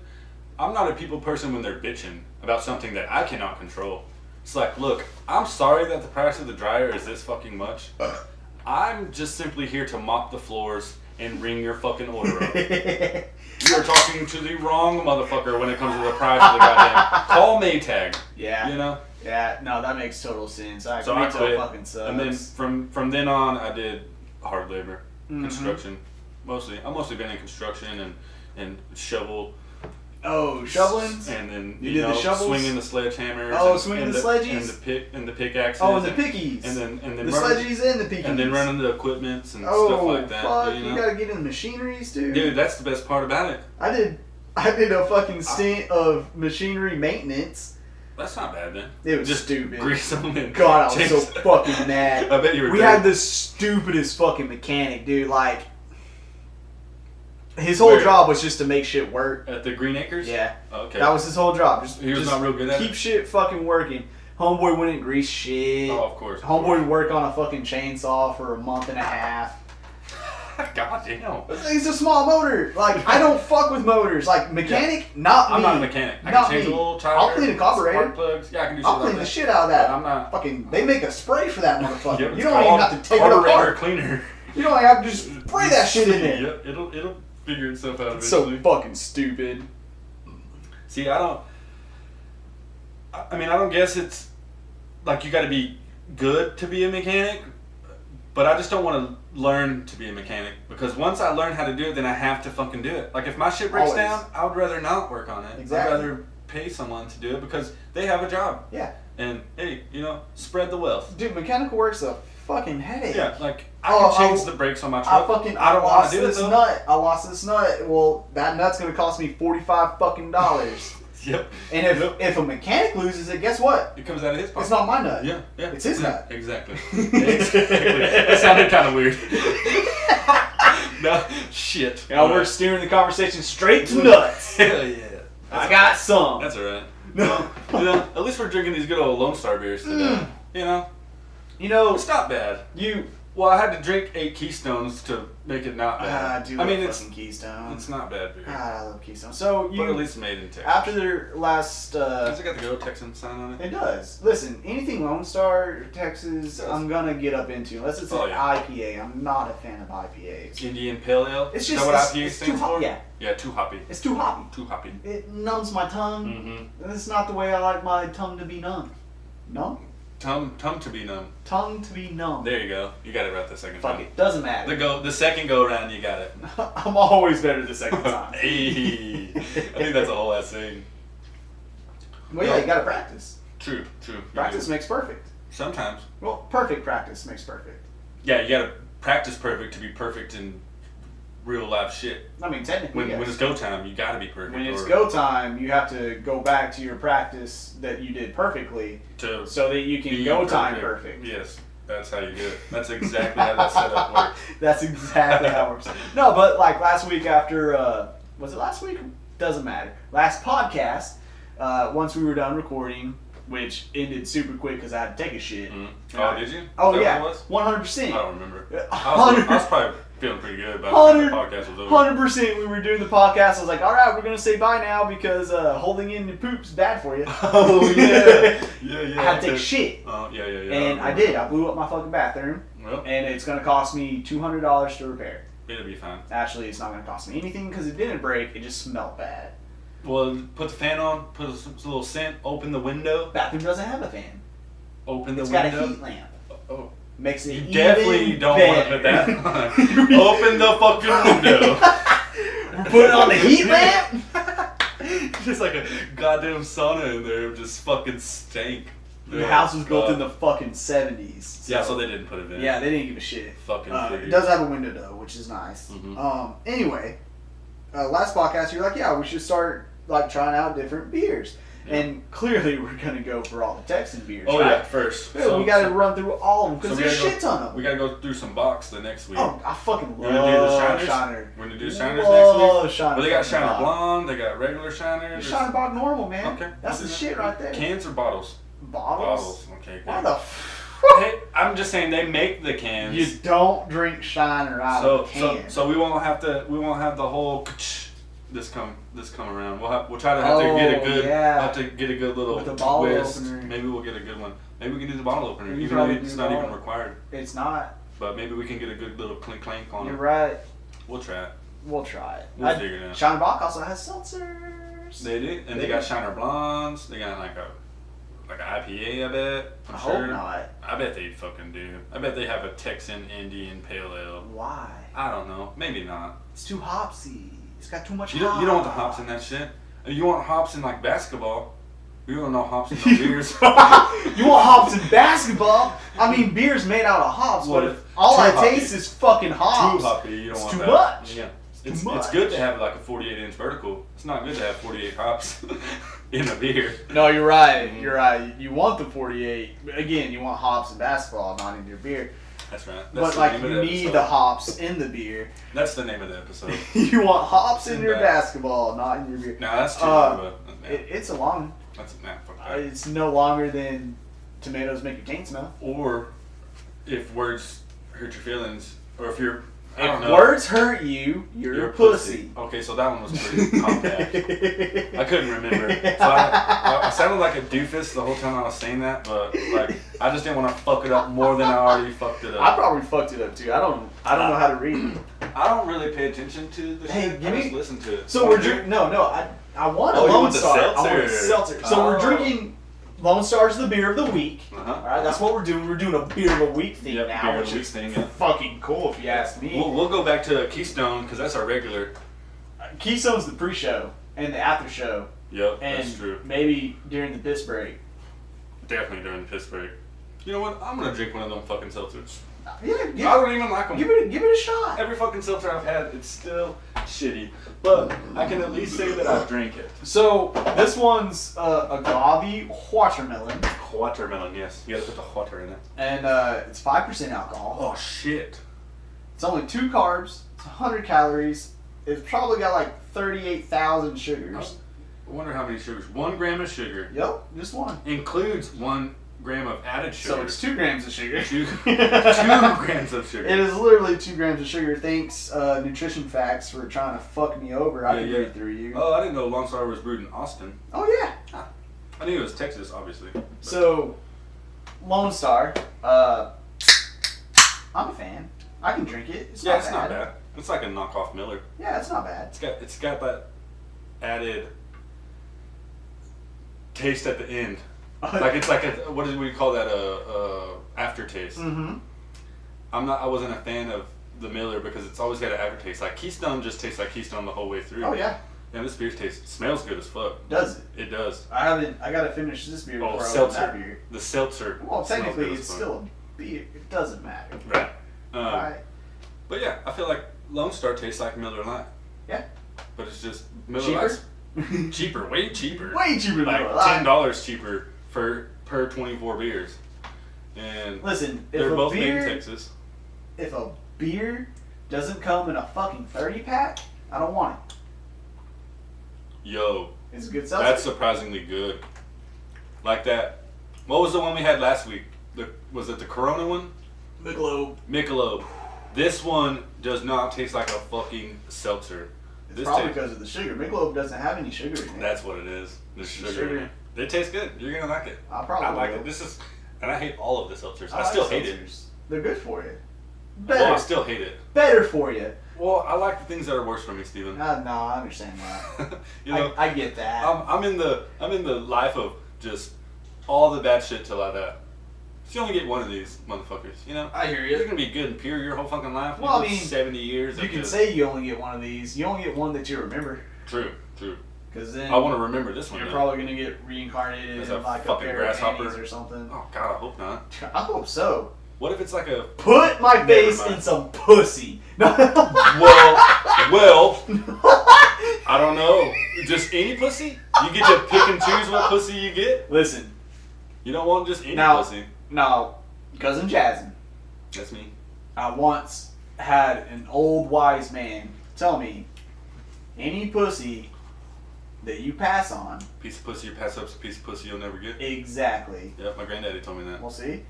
S1: I'm not a people person when they're bitching about something that I cannot control. It's like, look, I'm sorry that the price of the dryer is this fucking much. I'm just simply here to mop the floors and ring your fucking order up. You're talking to the wrong motherfucker when it comes to the price of the goddamn. Call Maytag,
S2: yeah,
S1: you know.
S2: yeah. No, that makes total sense. I,
S1: So I
S2: retail
S1: quit,
S2: fucking sucks.
S1: and then from from then on, I did hard labor,
S2: Mhm.
S1: construction, mostly. I've mostly been in construction and and shoveled
S2: oh, shoveling.
S1: and then
S2: You
S1: you,
S2: did the
S1: know
S2: shovels?
S1: swinging the sledgehammers.
S2: Oh,
S1: and,
S2: swinging
S1: and
S2: the sledges?
S1: and the pick and the pickaxes.
S2: Oh, and the pickies.
S1: and then and then
S2: the
S1: running,
S2: sledgies and the pickies.
S1: and then running the equipments and
S2: Oh,
S1: stuff like that.
S2: fuck!
S1: you
S2: You,
S1: know?
S2: gotta get in the machineries, dude.
S1: Dude, that's the best part about it.
S2: I did. I did a fucking stint of machinery maintenance.
S1: That's not bad then.
S2: It was
S1: Just
S2: stupid.
S1: Grease them and
S2: God, I was so
S1: James-
S2: fucking mad.
S1: I bet you were.
S2: We
S1: dead.
S2: had the stupidest fucking mechanic, dude. Like, his whole
S1: Where?
S2: job was just to make shit work.
S1: at the Green Acres. Oh,
S2: Yeah,
S1: Okay.
S2: that was his whole job. Just,
S1: He was
S2: just
S1: not real good at
S2: keep
S1: it.
S2: shit fucking working. Homeboy wouldn't grease shit.
S1: Oh, of course.
S2: Homeboy would work on a fucking chainsaw for a month and a half.
S1: God damn.
S2: It's a small motor. Like I don't fuck with motors. Like mechanic, not me.
S1: I'm not a mechanic. I
S2: Not
S1: can change
S2: me.
S1: a little tire.
S2: I'll clean a carburetor.
S1: Spark plugs. Yeah, I can do shit
S2: I'll
S1: like
S2: clean the
S1: that.
S2: shit out of
S1: But
S2: that.
S1: I'm not.
S2: Fucking, they make a spray for that motherfucker.
S1: Yep,
S2: you
S1: it's
S2: don't even
S1: called
S2: have to take it
S1: carburetor
S2: apart.
S1: cleaner.
S2: You don't have to just spray that shit in there.
S1: Yep, it'll it'll figure itself out
S2: so
S1: eventually.
S2: fucking stupid.
S1: See, I don't. I I mean, I don't guess it's like you got to be good to be a mechanic, but I just don't want to learn to be a mechanic because once I learn how to do it, then I have to fucking do it. Like if my shit breaks
S2: Always.
S1: down, I would rather not work on it.
S2: Exactly.
S1: I'd rather pay someone to do it because they have a job.
S2: Yeah.
S1: And hey, you know, spread the wealth.
S2: Dude, mechanical work's a fucking headache.
S1: Yeah, like I
S2: Oh,
S1: can change
S2: I-
S1: the brakes on my
S2: I
S1: truck.
S2: fucking
S1: I don't want
S2: lost
S1: to do it
S2: this
S1: though.
S2: nut. I lost this nut. Well, that nut's gonna cost me forty five fucking dollars.
S1: Yep.
S2: and if
S1: Yep.
S2: if a mechanic loses it, guess what?
S1: it comes out of his pocket.
S2: It's not my nut.
S1: Yeah, yeah.
S2: It's his
S1: yeah,
S2: nut.
S1: Exactly. exactly. That sounded kind of weird. no, shit.
S2: Now we're steering the conversation straight to nuts.
S1: Hell yeah.
S2: I got some.
S1: That's alright. No. you know, at
S2: Mm.
S1: least we're drinking these good old Lone Star beers today. You know,
S2: You know,
S1: it's Oh, not bad.
S2: you
S1: Well, I had to drink eight Keystones to make it not
S2: Ah,
S1: bad.
S2: dude,
S1: I mean,
S2: love
S1: it's
S2: fucking Ah. Keystone.
S1: it's not bad beer,
S2: God, I love Keystone. So
S1: but at
S2: you
S1: least made in Texas.
S2: after their last. Uh,
S1: Has it got the Go Texan sign on it?
S2: It does. Listen, anything Lone Star, Texas,
S1: It does.
S2: I'm gonna get up into unless it's
S1: Oh,
S2: an
S1: yeah.
S2: IPA. I'm not a fan of IPAs.
S1: Indian Pale Ale.
S2: It's
S1: Is that
S2: just-
S1: what
S2: it's-
S1: IPA
S2: it's
S1: stands
S2: too hot-
S1: for?
S2: yeah.
S1: Yeah, too hoppy.
S2: It's too hoppy.
S1: Too hoppy.
S2: It numbs my tongue.
S1: Mm-hmm.
S2: and It's not the way I like my tongue to be numb. Numb?
S1: Tum tum to be numb.
S2: Tongue to be numb.
S1: There you go. You got it right the second
S2: Fuck
S1: time.
S2: it. Doesn't
S1: The
S2: matter.
S1: go the second go around you got it.
S2: I'm always better the second time.
S1: hey, I think that's a whole ass thing.
S2: Well, yeah, you gotta practice.
S1: True, true. you do.
S2: Practice makes perfect.
S1: Sometimes.
S2: Well, perfect practice makes perfect.
S1: Yeah, you gotta practice perfect to be perfect in real life shit.
S2: I mean, technically,
S1: When
S2: yes.
S1: when it's go time, you gotta be perfect.
S2: When it's
S1: or
S2: go time, you have to go back to your practice that you did perfectly
S1: to
S2: so that you can
S1: be
S2: go time perfect.
S1: Yes, that's how you do it. That's exactly how that setup works.
S2: That's exactly how it works. No, but like last week after, uh, was it last week? Doesn't matter. Last podcast, uh, once we were done recording, which ended super quick because I had to take a shit.
S1: Mhm.
S2: Yeah.
S1: Oh, did you? Is that
S2: Oh,
S1: what
S2: yeah.
S1: it was?
S2: 100%.
S1: I don't remember.
S2: Yeah,
S1: I was, I was
S2: 100%.
S1: probably feeling pretty good about the time the podcast was over.
S2: 100% we were doing the podcast. I was like, all right, we're going to say bye now because uh, holding in your poop's bad for you.
S1: Oh yeah, yeah, yeah.
S2: I had to
S1: okay.
S2: take shit.
S1: Oh yeah, yeah, yeah.
S2: And I
S1: remember.
S2: did. I blew up my fucking bathroom.
S1: Well,
S2: And it's going to cost me $200 to repair.
S1: it'll be fine.
S2: Actually, it's not going to cost me anything because it didn't break. It just smelled bad.
S1: Well, put the fan on. Put a, s- s- little scent. Open the window.
S2: Bathroom doesn't have a fan.
S1: Open the
S2: It's got
S1: window.
S2: a heat lamp.
S1: Oh,
S2: Makes it
S1: you
S2: even
S1: definitely don't want to put that.
S2: better.
S1: on. Open the fucking window.
S2: We're putting on the heat lamp.
S1: just like a goddamn sauna in there, just fucking stank.
S2: the
S1: Yeah,
S2: house was built
S1: Oh, God.
S2: in the fucking seventies.
S1: Yeah, so they didn't put it in.
S2: yeah, they didn't give a shit.
S1: Fucking.
S2: Uh, it
S1: figures.
S2: does have a window though, which is nice.
S1: Mhm.
S2: Um, anyway, uh, last podcast you were like, yeah, we should start like trying out different beers,
S1: Yeah.
S2: and clearly we're gonna go for all the Texan beers.
S1: Oh
S2: right?
S1: yeah, first.
S2: Dude,
S1: So-
S2: we got to
S1: so-
S2: run through all of them
S1: so
S2: because
S1: we
S2: there's
S1: gotta go-
S2: shit ton of
S1: We
S2: them.
S1: gotta go through some box the next week.
S2: Oh, I fucking
S1: We're
S2: love
S1: gonna do the Shiners?
S2: Shiner.
S1: We're gonna do Shiners next
S2: Love
S1: week.
S2: Shiner
S1: Well, they got
S2: fucking
S1: Shiner
S2: Bob.
S1: Blonde, they got regular Shiners.
S2: Just Shiner Bog normal, man.
S1: Okay.
S2: That's the
S1: I'll do
S2: shit
S1: that.
S2: right there.
S1: Cans or bottles?
S2: Bottles?
S1: Okay.
S2: Why
S1: good.
S2: the f-
S1: Hey, I'm just saying they make the cans.
S2: You don't drink Shiner out
S1: so
S2: of a
S1: so
S2: can.
S1: so we won't have to we won't have the whole this come this come around. We'll have, we'll try to have to get
S2: Oh,
S1: a good
S2: yeah.
S1: have to get a good little
S2: With the bottle
S1: twist.
S2: opener.
S1: Maybe we'll get a good one. Maybe we can do the bottle opener.
S2: We
S1: even though
S2: probably
S1: it's
S2: do
S1: not even
S2: bottle.
S1: required,
S2: it's not.
S1: but maybe we can get a good little clink clank on
S2: You're
S1: it.
S2: right.
S1: We'll try it.
S2: We'll try it.
S1: We'll figure it out.
S2: Shiner Bach also has seltzers.
S1: They do, and they got Shiner Blondes. They got like a like an IPA. I bet. I'm
S2: I hope
S1: sure.
S2: not.
S1: I bet they fucking do. I bet they have a Texan Indian Pale Ale.
S2: Why?
S1: I don't know. Maybe not.
S2: It's too hopsy. It's got too much
S1: You don't, you don't want the hops in that shit. You want hops in like basketball. You don't know hops in no beers.
S2: you want hops in basketball? I mean, beer's made out of hops, but
S1: Well,
S2: if all
S1: too
S2: I
S1: hoppy.
S2: taste is fucking hops.
S1: Too hoppy. You don't
S2: It's
S1: want
S2: too
S1: that.
S2: much.
S1: Yeah.
S2: too
S1: It's, it's
S2: much.
S1: good to have like a 48 inch vertical. It's not good to have 48 hops in a beer.
S2: No, you're right. You're right. You want the 48. Again, you want hops in basketball, not in your beer.
S1: That's right. That's
S2: but
S1: the
S2: like,
S1: name of
S2: you need
S1: episode.
S2: the hops in the beer.
S1: That's the name of the episode.
S2: you want hops in
S1: In
S2: your
S1: that.
S2: basketball, not in your beer.
S1: No, that's true.
S2: Uh,
S1: but, nah,
S2: It, it's a long.
S1: that's nah, fuck
S2: uh,
S1: that.
S2: It's no longer than tomatoes make your cane smell.
S1: Or if words hurt your feelings, or if you're I don't
S2: If
S1: know,
S2: words hurt you, you're,
S1: you're
S2: a pussy.
S1: Okay, so that one was pretty compact. I couldn't remember. So I, I, I sounded like a doofus the whole time I was saying that, but like I just didn't want to fuck it up more than I already fucked it
S2: I
S1: up.
S2: probably fucked it up too. I don't. I don't know how to read.
S1: I don't really pay attention to the
S2: Hey,
S1: shit.
S2: give
S1: I
S2: me-
S1: just listen to it.
S2: So we're drinking. No, no. I I want a
S1: Oh, you
S2: Lone
S1: want the
S2: Star. I want a
S1: seltzer.
S2: seltzer. So we're
S1: Oh.
S2: drinking. Lone Star's the beer of the week. All
S1: Uh-huh.
S2: right, that's what we're doing. We're doing a beer of the week thing
S1: Yep,
S2: now,
S1: beer of
S2: which
S1: the
S2: is
S1: week thing, yeah.
S2: fucking cool if you ask me.
S1: We'll, we'll go back to Keystone because that's our regular.
S2: Keystone's the pre-show and the after show,
S1: Yep,
S2: and
S1: that's true.
S2: maybe during the piss break.
S1: Definitely during the piss break. You know what? I'm gonna drink one of them fucking seltzers.
S2: Yeah,
S1: I
S2: yeah.
S1: don't even like them.
S2: Give it, a, give it a shot.
S1: Every fucking seltzer I've had, it's still shitty. But I can at least say that I drank it.
S2: So this one's uh, agave watermelon,
S1: Watermelon, yes. You gotta put the water in it.
S2: and uh, it's five percent alcohol.
S1: Oh shit.
S2: It's only two carbs. It's 100 calories. It's probably got like 38,000 sugars.
S1: Oh. I wonder how many sugars. One gram of sugar
S2: Yep, just one.
S1: includes one gram of added sugar.
S2: So it's two grams of sugar.
S1: Two- two grams of sugar.
S2: It is literally two grams of sugar. Thanks, uh, Nutrition Facts, for trying to fuck me over. I
S1: Yeah,
S2: can
S1: yeah.
S2: read through you.
S1: Oh, I didn't know Lone Star was brewed in Austin.
S2: oh yeah.
S1: I knew it was Texas, obviously. but-
S2: So, Lone Star. Uh, I'm a fan. I can drink it. It's
S1: yeah,
S2: not
S1: it's
S2: bad.
S1: not bad. It's like a knockoff Miller.
S2: Yeah, it's not bad.
S1: It's got it's got that added taste at the end. Like it's like a what do we call that? A, a aftertaste.
S2: mm-hmm.
S1: I'm not. I wasn't a fan of the Miller because it's always got an aftertaste. Like Keystone just tastes like Keystone the whole way through.
S2: Oh yeah,
S1: And this beer tastes smells good as fuck.
S2: does it?
S1: It does.
S2: I haven't. I gotta finish this beer
S1: Oh,
S2: before I open that
S1: seltzer.
S2: beer.
S1: The seltzer.
S2: Well,
S1: smells
S2: technically,
S1: good as
S2: it's
S1: fuck.
S2: still a beer. It doesn't matter.
S1: right. Um,
S2: All right.
S1: But yeah, I feel like Lone Star tastes like Miller Lite,
S2: Yeah.
S1: but it's just Miller
S2: Cheaper?
S1: Lite's cheaper, way cheaper.
S2: Way cheaper than Miller
S1: like
S2: Lite.
S1: ten dollars cheaper for per twenty four beers, and
S2: Listen, if
S1: they're
S2: a
S1: both made
S2: beer,
S1: in Texas.
S2: if a beer doesn't come in a fucking thirty pack, I don't want it.
S1: Yo,
S2: It's a good seltzer.
S1: that's surprisingly good. Like that. What was the one we had last week? The, was it the Corona one?
S2: the globe.
S1: Michelob. This one does not taste like a fucking seltzer.
S2: It's
S1: This
S2: probably
S1: tastes-
S2: because of the sugar. Michelob doesn't have any sugar in it.
S1: That's what it is. The sugar.
S2: Sugar.
S1: It tastes good. You're gonna like it.
S2: I probably
S1: I like
S2: will.
S1: it. This is, and I hate all of the seltzers. I,
S2: like
S1: still hate it.
S2: seltzers. They're good for you. Better,
S1: Well, I still hate it.
S2: better for you.
S1: Well, I like the things that are worse for me, Steven.
S2: Uh, no, I understand that.
S1: you know,
S2: I, I get that.
S1: I'm, I'm in the I'm in the life of just all the bad shit till I die. So You only get one of these motherfuckers, you know.
S2: I hear
S1: You're gonna be good and pure your whole fucking life.
S2: Well, I
S1: You live
S2: mean,
S1: seventy years.
S2: You
S1: of
S2: can
S1: just-
S2: say you only get one of these. You only get one that you remember,
S1: true, true.
S2: because then
S1: I want to remember this one.
S2: you're
S1: though.
S2: probably gonna get reincarnated
S1: As
S2: in
S1: a
S2: like a
S1: fucking
S2: pair
S1: grasshopper.
S2: of panties or something.
S1: oh God, I hope not.
S2: I hope so.
S1: What if it's like a
S2: Put my
S1: Never
S2: face
S1: mind.
S2: in some pussy. No.
S1: well, well. I don't know. Just any pussy? You get to pick and choose what pussy you get?
S2: Listen,
S1: You don't want just any
S2: Now-
S1: pussy.
S2: no, cousin Jasmine.
S1: That's me.
S2: I once had an old wise man tell me, any pussy that you pass on,
S1: Piece of pussy you pass up's a piece of pussy you'll never get.
S2: exactly.
S1: Yep, my granddaddy told me that.
S2: We'll see.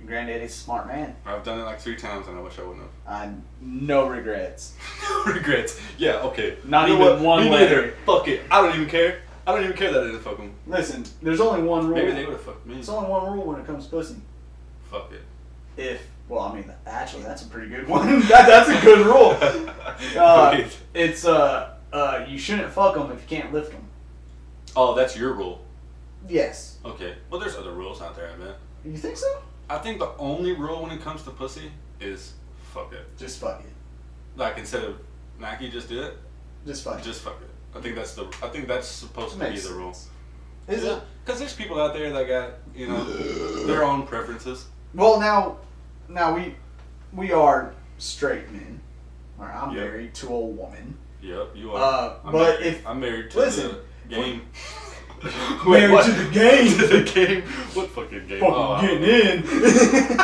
S2: Your granddaddy's a smart man.
S1: I've done it like three times and I wish I wouldn't
S2: I no regrets.
S1: have. Regrets. Yeah, okay.
S2: Not
S1: You know
S2: even
S1: what?
S2: one
S1: Me
S2: letter.
S1: neither. Fuck it. I don't even care. I don't even care that I didn't fuck him.
S2: Listen, there's only one rule.
S1: Maybe they would have fucked me.
S2: There's only one rule when it comes to pussy.
S1: Fuck it.
S2: If well, I mean, actually, that's a pretty good one. that, that's a good rule. Uh,
S1: Wait.
S2: it's uh, uh, you shouldn't fuck them if you can't lift them.
S1: Oh, that's your rule.
S2: Yes.
S1: Okay. Well, there's other rules out there, I bet.
S2: You think so?
S1: I think the only rule when it comes to pussy is fuck it.
S2: Just fuck it.
S1: Like instead of Nike, just do it.
S2: Just fuck it.
S1: Just fuck it. I think that's the. I think that's supposed to be
S2: Makes
S1: the rule.
S2: Is it?
S1: Because there's people out there that got you know their own preferences.
S2: Well, now, now we we are straight men. All right, I'm
S1: Yep.
S2: married to a woman.
S1: Yep, you are.
S2: Uh,
S1: I'm
S2: but
S1: married,
S2: if-
S1: I'm married to
S2: listen.
S1: the game.
S2: Married
S1: what?
S2: to the game.
S1: to the game. What fucking game?
S2: Fucking
S1: Oh, I don't
S2: getting in.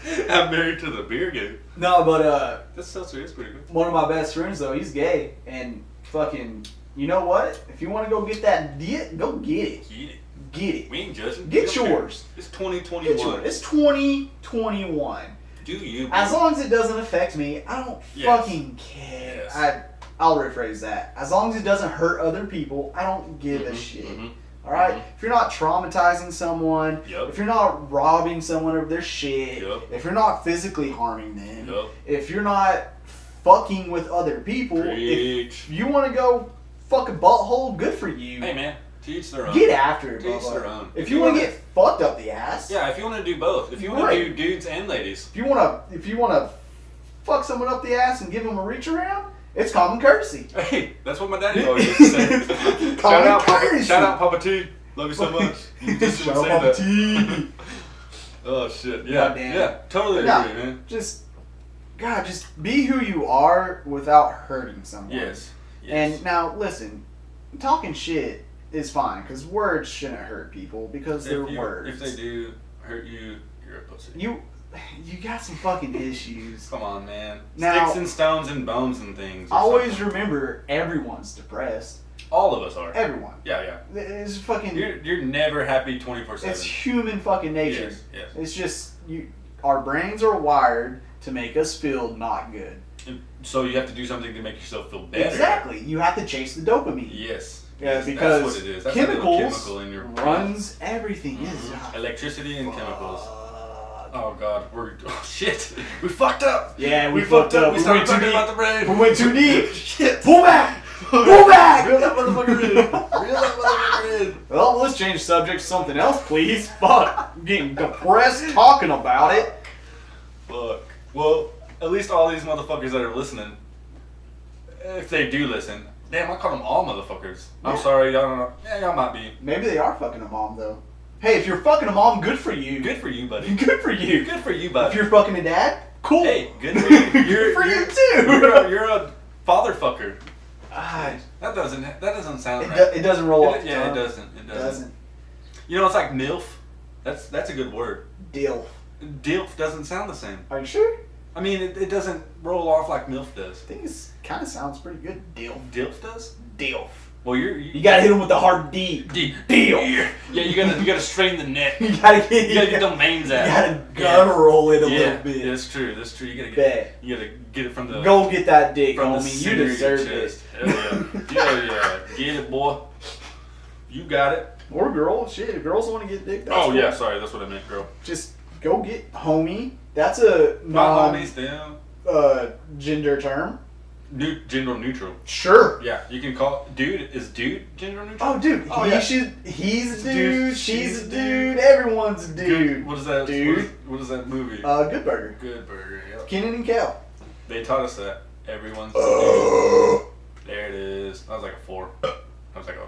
S1: know. I'm married to the beer game.
S2: no, but uh,
S1: This seltzer is pretty good.
S2: one of my best friends though, he's gay, and fucking, you know what? If you want to go get that dick, go get it.
S1: Get it.
S2: Get it.
S1: We ain't judging.
S2: Get
S1: We don't care.
S2: yours.
S1: It's
S2: Get
S1: 2021.
S2: yours. It's 2021.
S1: Do you?
S2: As long as it doesn't affect me, I don't
S1: Yes.
S2: fucking care.
S1: Yes.
S2: I I'll rephrase that. As long as it doesn't hurt other people, I don't give a
S1: Mhm,
S2: shit.
S1: mhm.
S2: All right? If you're not traumatizing someone,
S1: Yup.
S2: if you're not robbing someone of their shit,
S1: Yup.
S2: if you're not physically harming them,
S1: Yup.
S2: if you're not fucking with other people, if
S1: Preach.
S2: you want to go fuck a butthole, good for you.
S1: Hey man, to each their own.
S2: Get after it,
S1: To each
S2: bubba.
S1: their own.
S2: If you want to get fucked up the ass,
S1: Yeah, if you want to do both, if you want
S2: Right.
S1: to do dudes and ladies,
S2: If you want to, if you want to fuck someone up the ass and give them a reach around, it's common courtesy.
S1: hey, that's what my daddy always used to say. shout out, Papa,
S2: Curtis.
S1: shout out, Papa T. Love you so much. You just
S2: Shout
S1: should say
S2: out Papa
S1: that.
S2: T.
S1: oh shit, yeah,
S2: Goddamn.
S1: yeah, totally agree,
S2: Nah.
S1: man.
S2: Just, God, just be who you are without hurting someone.
S1: Yes. yes.
S2: And now, listen, talking shit is fine because words shouldn't hurt people because
S1: if,
S2: they're
S1: you-
S2: words.
S1: if they do hurt you, you're a pussy.
S2: you, you got some fucking issues.
S1: Come on, man.
S2: Now-
S1: Sticks and stones and bones and things. or
S2: Always
S1: something.
S2: remember, everyone's depressed.
S1: All of us are.
S2: Everyone.
S1: Yeah, yeah.
S2: It's fucking.
S1: You're, you're never happy 24 7.
S2: It's human fucking nature.
S1: Yes, yes.
S2: It's just you. Our brains are wired to make us feel not good.
S1: And So you have to do something to make yourself feel better.
S2: Exactly. You have to chase the dopamine.
S1: Yes.
S2: Yeah,
S1: Yes,
S2: because
S1: that's what it is. That's a
S2: chemicals
S1: little chemical in your
S2: runs everything.
S1: Mhm.
S2: It's- ah,
S1: Electricity and chemicals.
S2: fuck.
S1: Oh god, we're oh, shit. We fucked up.
S2: Yeah,
S1: we
S2: we,
S1: fucked up. We
S2: We
S1: started
S2: went too
S1: talking
S2: deep.
S1: about the brain.
S2: We went too deep.
S1: shit.
S2: Pull back. Pull back.
S1: Reel that motherfucker in. Reel that motherfucker in.
S2: Well, let's change subject to something else, please. Fuck. I'm getting depressed talking about it.
S1: Look, well, at least all these motherfuckers that are listening, if they do listen, damn, I call them all motherfuckers. I'm
S2: Yeah.
S1: sorry, y'all don't know. Yeah, y'all might be.
S2: Maybe they are fucking a mom though. Hey, if you're fucking a mom, good for you.
S1: Good for you, buddy.
S2: Good for you.
S1: Good for you,
S2: If
S1: buddy.
S2: you're fucking a dad, cool.
S1: Hey, good for you. You're-
S2: good for
S1: you're-
S2: you too.
S1: You're a, you're a father fucker.
S2: Ah, it,
S1: That doesn't that doesn't sound right.
S2: do, it doesn't roll off.
S1: It-
S2: the
S1: yeah, it
S2: tongue.
S1: doesn't. It doesn't.
S2: It doesn't.
S1: You know, it's like milf. That's that's a good word.
S2: Deal.
S1: Dilf doesn't sound the same.
S2: Are you sure?
S1: I mean, it, it doesn't roll off like milf does.
S2: I think it's kind of sounds pretty good. Deal.
S1: Dilf does.
S2: Deal.
S1: Well, you're
S2: You gotta hit him with the hard D.
S1: D-
S2: Deal.
S1: Yeah, you gotta you gotta strain the neck.
S2: You gotta get.
S1: You gotta get the veins
S2: you
S1: out.
S2: gotta gun roll it a
S1: yeah.
S2: little bit.
S1: That's true. That's true. You gotta get
S2: Bet.
S1: you gotta get it from the
S2: Go get that dick,
S1: from the
S2: homie. You
S1: center of your
S2: deserve
S1: chest.
S2: it.
S1: Hell yeah. yeah, yeah. Get it, boy. You got it.
S2: Or girl, shit. If girls want to get dick, that's
S1: oh
S2: cool.
S1: yeah, sorry, that's what I meant, girl.
S2: Just go get homie. That's a
S1: My
S2: non
S1: homies, damn.
S2: uh, gender term.
S1: New, gender neutral.
S2: Sure.
S1: Yeah, you can call dude is dude gender neutral.
S2: Oh, dude.
S1: Oh,
S2: he
S1: yeah.
S2: should. He's a dude.
S1: Dude,
S2: she's
S1: she's
S2: a
S1: a
S2: dude. Everyone's a
S1: Good-
S2: dude.
S1: What is that?
S2: Dude.
S1: What is, what is that movie?
S2: Uh, Good Burger.
S1: Good Burger. Yep.
S2: Kenan and Kel.
S1: They taught us that. Everyone's.
S2: Uh.
S1: There it is. That was like a four. That was like a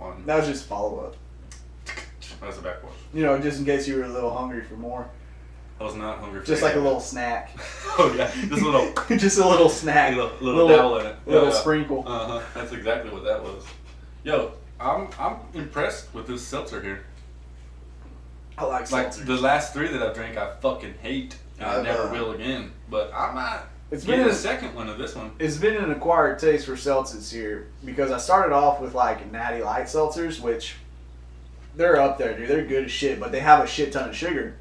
S1: one.
S2: That was just follow up.
S1: That was a back one.
S2: You know, just in case you were a little hungry for more.
S1: I was not hungry. For
S2: Just like a
S1: anything.
S2: little snack.
S1: oh yeah, just a little,
S2: just a little snack.
S1: little, little,
S2: Little-
S1: dabble in it.
S2: little
S1: yeah.
S2: sprinkle.
S1: Uh huh. That's exactly what that was. Yo, I'm I'm impressed with this seltzer here.
S2: I like
S1: Like
S2: seltzer.
S1: the last three that I've drank, I fucking hate, and I
S2: I've,
S1: never
S2: uh,
S1: will again. But I might
S2: It's
S1: get
S2: been
S1: a
S2: a
S1: second one of this one.
S2: it's been an acquired taste for seltzers here because I started off with like natty light seltzers, which they're up there, dude. They're good as shit, but they have a shit ton of sugar.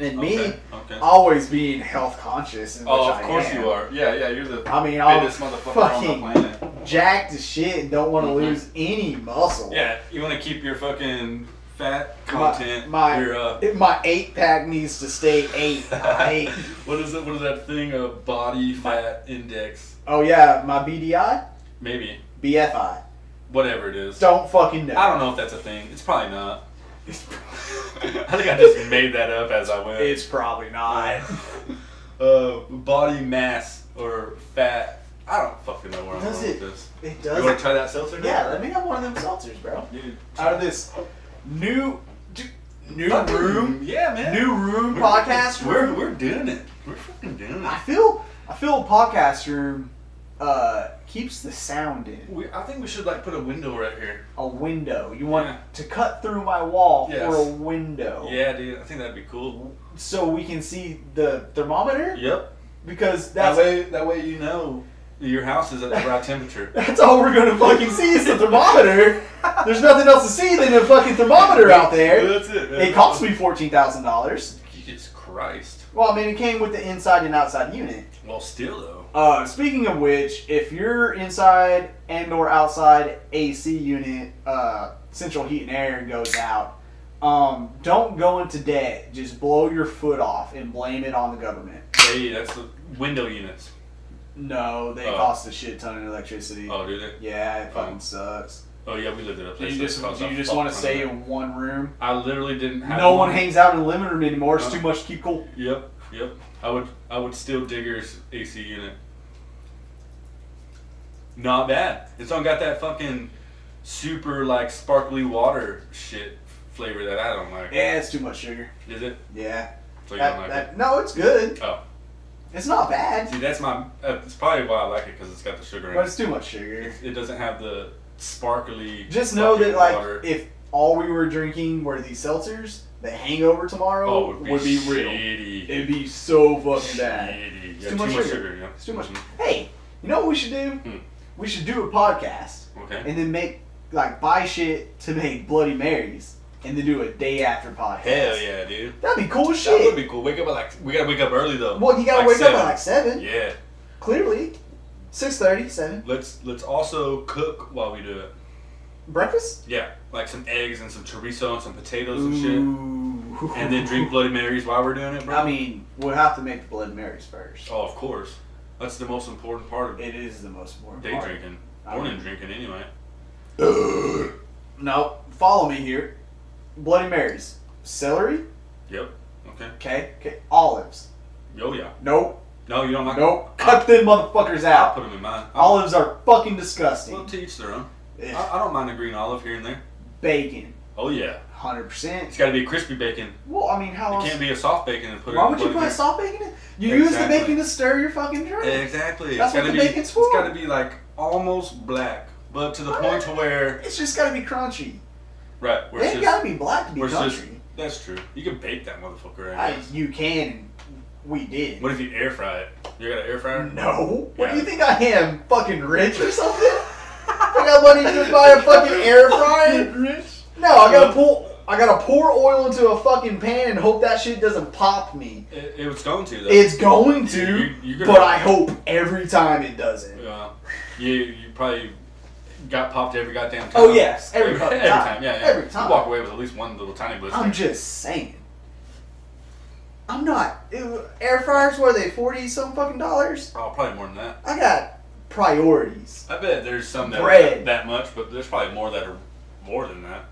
S2: And me, Oh,
S1: Okay. okay.
S2: always being health conscious, and
S1: Oh, of
S2: which I
S1: course
S2: am,
S1: you are. Yeah, yeah. You're the
S2: I mean, I'm
S1: biggest motherfucker on the
S2: fucking-
S1: planet.
S2: jacked as shit and don't want to
S1: Mhm.
S2: lose any muscle.
S1: Yeah, you want to keep your fucking fat
S2: My-
S1: content.
S2: my-
S1: your uh,
S2: If my eight pack needs to stay eight. I eight.
S1: what is it? What is that thing of body fat index?
S2: Oh yeah, my BDI,
S1: Maybe
S2: BFI.
S1: whatever it is.
S2: Don't fucking know.
S1: I don't know if that's a thing. It's probably not. I think I just made that up as I went.
S2: It's probably not.
S1: uh, body mass or fat. I don't fucking know where I'm
S2: Does
S1: going
S2: it-
S1: with this.
S2: It
S1: You want
S2: does.
S1: to try that seltzer?
S2: Yeah, let me have one of them seltzers, bro.
S1: Dude,
S2: out of this new dude, new
S1: fucking-
S2: room,
S1: Yeah, man.
S2: new room
S1: We're-
S2: podcast
S1: We're,
S2: room.
S1: we're doing it. We're fucking doing
S2: I
S1: it.
S2: feel I feel podcast room uh, keeps the sound in.
S1: We, I think we should like put a window right here.
S2: A window. You want
S1: Yeah.
S2: to cut through my wall
S1: Yes.
S2: for a window,
S1: Yeah, dude. I think that'd be cool.
S2: so we can see the thermometer
S1: Yep.
S2: because
S1: That
S2: that's
S1: way, that way you know your house is at the right temperature.
S2: that's all we're gonna fucking see is the thermometer. There's nothing else to see than a fucking thermometer out there.
S1: That's it.
S2: It cost me fourteen thousand dollars.
S1: Jesus Christ.
S2: Well, I mean, it came with the inside and outside unit.
S1: Well, still though.
S2: Uh, speaking of which, if you're inside and or outside AC unit, uh, central heat and air goes out. Um, don't go into debt. Just blow your foot off and blame it on the government.
S1: Hey, that's the window units.
S2: No, they
S1: Oh.
S2: cost a shit ton of electricity.
S1: Oh, do they?
S2: Yeah, it fucking
S1: Oh.
S2: sucks.
S1: Oh yeah, we lived in a
S2: Do
S1: place.
S2: you
S1: that
S2: just
S1: cost
S2: do
S1: a
S2: you just
S1: fuck
S2: want to
S1: ton of
S2: stay
S1: money.
S2: in one room?
S1: I literally didn't have.
S2: No one hangs out in the living room anymore. It's
S1: No.
S2: too much to keep cool.
S1: Yep, yep. I would, I would steal Digger's AC unit. Not bad. It's don't got that fucking super like sparkly water shit flavor that I don't like.
S2: Yeah, it's too much sugar.
S1: Is it?
S2: Yeah.
S1: So you don't
S2: That-
S1: like
S2: that- no, it's good.
S1: it? Oh,
S2: It's not bad,
S1: see, that's my. That's probably why I like it because it's got the sugar in
S2: but
S1: it.
S2: it's too much sugar.
S1: It doesn't have the sparkly.
S2: Just know
S1: fucking
S2: that, like,
S1: water.
S2: if all we were drinking were these seltzers, the hangover tomorrow
S1: oh,
S2: would, be real.
S1: shitty.
S2: It'd be so fucking bad.
S1: Shitty.
S2: It's
S1: Yeah,
S2: too much sugar.
S1: yeah.
S2: It's too much.
S1: Mhm.
S2: Hey, you know what we should do?
S1: Hmm.
S2: We should do a podcast.
S1: Well, Okay.
S2: and then make like buy shit to make Bloody Marys and then do a day after podcast.
S1: Hell yeah, dude.
S2: That'd be cool
S1: That
S2: shit.
S1: would be cool. Wake up at like we gotta wake up early though.
S2: well, you gotta
S1: Like
S2: wake
S1: seven.
S2: up at like seven.
S1: Yeah.
S2: Clearly, six thirty, seven.
S1: Let's let's also cook while we do it.
S2: Breakfast.
S1: Yeah. Like some eggs and some chorizo and some potatoes and
S2: Ooh.
S1: shit. And then drink Bloody Marys while we're doing it, bro.
S2: I mean, we'll have to make the Bloody Marys first.
S1: Oh, of course. That's the most important part of it.
S2: It is the most important.
S1: Day
S2: part.
S1: drinking.
S2: I
S1: Morning drinking anyway.
S2: No, follow me here. Bloody Marys, celery,
S1: Yep. Okay.
S2: okay, okay, olives.
S1: Yo yeah.
S2: Nope,
S1: No, you don't like
S2: nope.
S1: I,
S2: Cut them motherfuckers
S1: I
S2: out.
S1: put them in mine. I-
S2: Olives are fucking
S1: We'll
S2: disgusting.
S1: teach their own. I,
S2: Ugh.
S1: I don't mind a green olive here and there.
S2: Bacon,
S1: Oh yeah.
S2: hundred percent.
S1: It's gotta be crispy bacon.
S2: Well, I mean, how
S1: It
S2: else?
S1: can't be a soft bacon and put it
S2: Why
S1: in
S2: would you put
S1: Bloody
S2: a soft bacon in? You use the
S1: Exactly.
S2: bacon to stir your fucking drink.
S1: Mary. Exactly.
S2: That's
S1: it's
S2: what
S1: gotta
S2: the
S1: be
S2: bacon's
S1: it's
S2: for.
S1: gotta be like almost black, but to the point to where
S2: It's just gotta be crunchy.
S1: right, where
S2: It
S1: it's
S2: ain't
S1: just
S2: gotta be black to be
S1: where it's just
S2: country.
S1: that's true. You can bake that motherfucker I
S2: I,
S1: guess.
S2: you can. We did.
S1: What if you air fry it? You got an air fryer?
S2: No. What do you
S1: Yeah.
S2: think I am? Fucking rich or something? I got money to buy a fucking air fryer?
S1: Rich?
S2: No, I gotta pull. I gotta pour oil into a fucking pan and hope that shit doesn't pop me.
S1: It, it was going to though.
S2: It's going
S1: You-
S2: to,
S1: you- you're gonna-
S2: but I hope every time it doesn't.
S1: Yeah. You you probably got popped every goddamn time.
S2: Oh, yes, every fucking
S1: every
S2: time.
S1: time. Yeah, yeah.
S2: Every time.
S1: You walk away with at least one little tiny blister.
S2: I'm just saying. I'm not. It, air fryers, what are they, 40 some fucking dollars?
S1: oh, probably more than that.
S2: I got priorities.
S1: I bet there's some that
S2: Bread.
S1: are that much, but there's probably more that are more than that.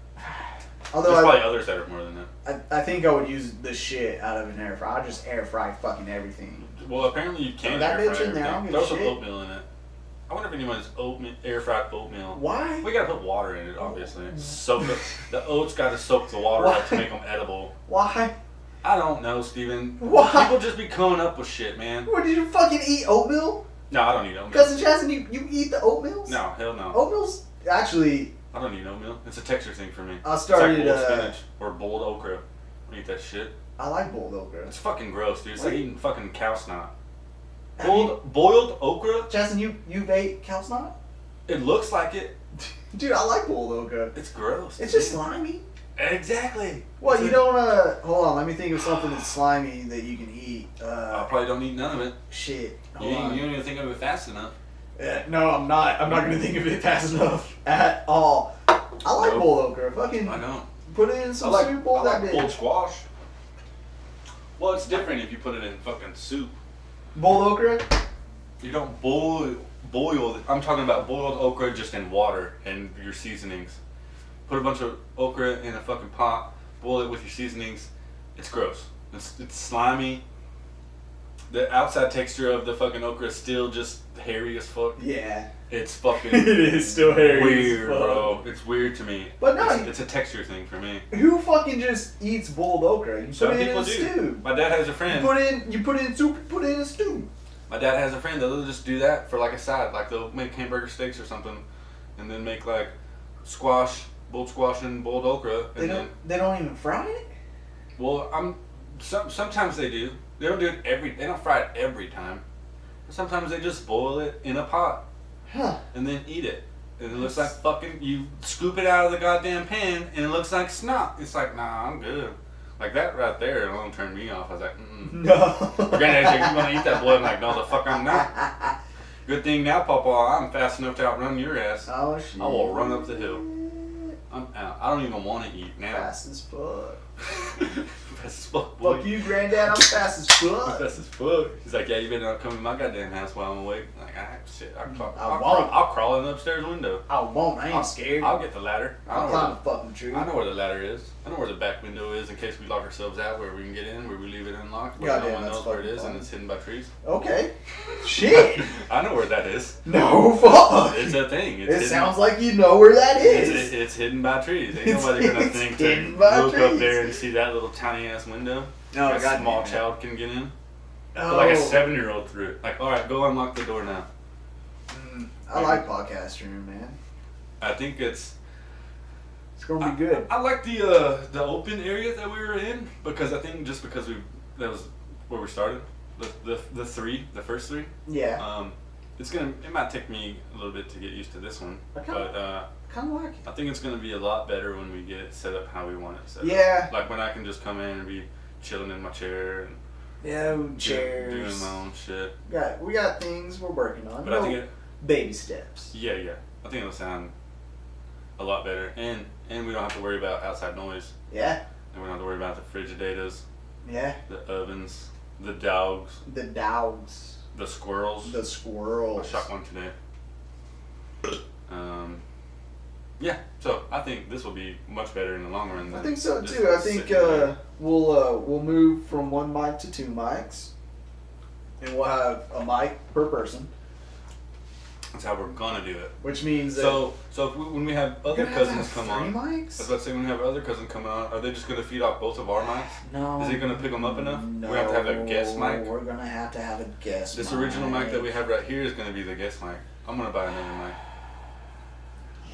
S2: Although
S1: There's
S2: I,
S1: probably others that are more than that.
S2: I, I think I would use the shit out of an air fryer. I just air fry fucking everything.
S1: Well, apparently you can
S2: That
S1: air
S2: bitch
S1: fry
S2: in there, I don't
S1: everything.
S2: give a
S1: Throw some
S2: shit.
S1: oatmeal in it. I wonder if anyone's oatmeal air fried oatmeal.
S2: Why?
S1: We gotta put water in it, obviously. Soak up. the oats gotta soak the water up to
S2: Why?
S1: make them edible.
S2: Why?
S1: I don't know, Steven.
S2: Why?
S1: People just be coming up with shit, man.
S2: What did you fucking eat oatmeal?
S1: No, I don't need oatmeal.
S2: Cousin Chasson, you, you eat the oatmeals?
S1: No, hell no.
S2: Oatmeals actually
S1: I don't need oatmeal. It's a texture thing for me.
S2: I started,
S1: it's like boiled
S2: uh,
S1: spinach or boiled okra. I don't eat that shit.
S2: I like boiled okra.
S1: It's fucking gross, dude. It's
S2: What
S1: like
S2: do you-
S1: eating fucking cow snot.
S2: Have
S1: Boiled
S2: you-
S1: boiled okra?
S2: Chasson, you you've ate cow's not?
S1: It looks like it.
S2: Dude, I like boiled okra.
S1: It's gross.
S2: It's
S1: dude.
S2: just slimy.
S1: exactly.
S2: Well,
S1: It's
S2: you
S1: a-
S2: don't uh hold on, let me think of something that's slimy that you can eat.
S1: I
S2: Uh
S1: probably don't eat none of it.
S2: shit.
S1: Oh. You,
S2: Hold
S1: ain't,
S2: on.
S1: you don't even think of it fast enough.
S2: Uh, no, I'm not. I'm not gonna think of it fast enough at all. I like
S1: Nope.
S2: boiled okra. Fucking
S1: I know.
S2: put it in some
S1: I like,
S2: soup, boil
S1: I
S2: that
S1: like
S2: bitch.
S1: boiled squash. Well, it's different if you put it in fucking soup.
S2: Boiled okra?
S1: You don't boil boiled. I'm talking about boiled okra just in water and your seasonings. Put a bunch of okra in a fucking pot, boil it with your seasonings. It's gross. It's, it's slimy. The outside texture of the fucking okra is still just hairy as fuck.
S2: Yeah.
S1: It's fucking
S2: is still
S1: weird, bro. It's weird to me.
S2: But no,
S1: it's,
S2: you-
S1: it's a texture thing for me.
S2: Who fucking just eats boiled okra? You put
S1: Some
S2: it in
S1: people
S2: a
S1: do.
S2: stew.
S1: My dad has a
S2: You
S1: friend.
S2: put it in you put it in soup, you put it in a stew.
S1: My dad has a friend that'll just do that for like a side. Like they'll make hamburger steaks or something, and then make like squash, boiled squash, and boiled okra. And
S2: They
S1: then,
S2: don't they don't even fry it?
S1: well, I'm some, sometimes they do. They don't do it every. They don't fry it every time. Sometimes they just boil it in a pot
S2: Huh.
S1: and then eat it. And it looks like fucking. You scoop it out of the goddamn pan, and it looks like snot. It's like, nah, I'm good. Like that right there alone turned me off. I was like, mm.
S2: No.
S1: Your granddad's like, you gonna eat that boy? I'm like, no, the fuck I'm not. Good thing now, Papa, I'm fast enough to outrun your ass.
S2: Oh shit.
S1: I will run up the hill. I'm out. I don't even want to eat now.
S2: Fast as fuck.
S1: fast as fuck, boy.
S2: Fuck you, granddad, I'm fast as
S1: I'm
S2: fuck.
S1: Fast as fuck. He's like, yeah, you better not come in my goddamn house while I'm awake. I'm like, ah, shit, I'll, crawl-
S2: I
S1: I'll,
S2: won't.
S1: crawl, I'll crawl in the upstairs window.
S2: I won't, I
S1: I'll-
S2: ain't scared.
S1: I'll get the ladder. I
S2: I'll
S1: know,
S2: climb a
S1: where
S2: fucking tree.
S1: the, I know where the ladder is. I know where the back window is in case we lock ourselves out, where we can get in, where we leave it unlocked, where
S2: Goddamn,
S1: no one
S2: that's
S1: knows where it
S2: fucking
S1: is,
S2: fun.
S1: and it's hidden by trees.
S2: Okay. Shit.
S1: I know where that is.
S2: No fuck.
S1: It's a thing. It's
S2: It
S1: hidden.
S2: sounds like you know where that
S1: It's,
S2: is.
S1: it's hidden by trees. Ain't
S2: It's-
S1: nobody gonna
S2: it's
S1: think to
S2: hidden by
S1: look up
S2: trees.
S1: there and see that little tiny ass window.
S2: No,
S1: a
S2: God
S1: small
S2: damn it.
S1: child can get in.
S2: Oh,
S1: Like a seven year old through it. Like, all right, go unlock the door now.
S2: mm, I like podcast room, man.
S1: I think it's
S2: It's gonna be good.
S1: I, I like the uh, the open area that we were in because I think just because we that was where we started the the, the three the first three
S2: Yeah.
S1: um It's gonna. It might take me a little bit to get used to this one,
S2: Okay.
S1: but uh,
S2: Kind of like it.
S1: I think it's gonna be a lot better when we get it set up how we want it set up.
S2: Yeah.
S1: Like when I can just come in and be chilling in my chair and
S2: No
S1: do-
S2: chairs.
S1: doing my own shit.
S2: Got we got things we're working on.
S1: But
S2: no
S1: I think it,
S2: baby steps.
S1: yeah, yeah, I think it'll sound a lot better, and and we don't have to worry about outside noise,
S2: Yeah,
S1: and we don't have to worry about the frigidators,
S2: yeah.
S1: the ovens, the dogs,
S2: The dogs,
S1: the squirrels.
S2: the
S1: I
S2: squirrels.
S1: shot one today. Um, yeah, so I think this will be much better in the long run.
S2: I
S1: Than
S2: think so
S1: just
S2: too. I think
S1: sitting there.
S2: uh, we'll uh, we'll move from one mic to two mics, and we'll have a mic per person,
S1: that's how we're gonna do it.
S2: which means that
S1: So, so if we, when we have
S2: You're
S1: other
S2: gonna have to
S1: cousins
S2: have
S1: come
S2: three
S1: on, I was
S2: mics.
S1: about to say when we have other cousins coming on, are they just gonna feed off both of our mics?
S2: No.
S1: Is it gonna pick 'em up enough?
S2: No.
S1: We have to have a guest mic?
S2: We're gonna have to have a guest.
S1: This original mic that we have right here is gonna be the guest mic. I'm gonna buy another mic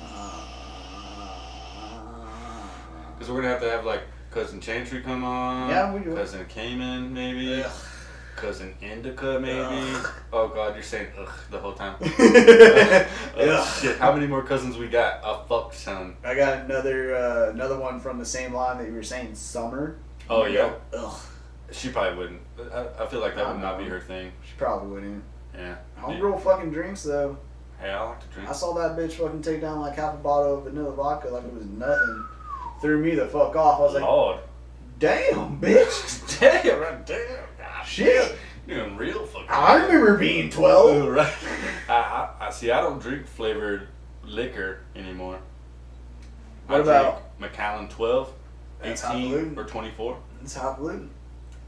S2: Uh,
S1: because we're gonna have to have like cousin Chantry come on.
S2: Yeah, we do.
S1: Cousin Cayman maybe.
S2: Ugh.
S1: Cousin Indica maybe.
S2: Ugh.
S1: Oh God, you're saying ugh the whole time.
S2: Ugh.
S1: Oh, shit. How many more cousins we got? A fuck son.
S2: I got another uh, another one from the same line that you were saying, Summer.
S1: Oh, yeah?
S2: Ugh.
S1: She probably wouldn't. I, I feel like that would not be her thing.
S2: She probably wouldn't.
S1: Yeah.
S2: Homegirl fucking drinks though.
S1: Hey, I like to drink.
S2: I saw that bitch fucking take down like half a bottle of vanilla vodka like it was nothing. Threw me the fuck off. I was like,
S1: Lord.
S2: damn, bitch.
S1: damn, right, damn. God,
S2: Shit.
S1: You're in real fucking.
S2: I remember being 12.
S1: Oh, right. I, I, I see. I don't drink flavored liquor anymore.
S2: What about-
S1: drink Macallan 12,
S2: That's hot
S1: 18,
S2: gluten.
S1: or 24?
S2: It's hot gluten.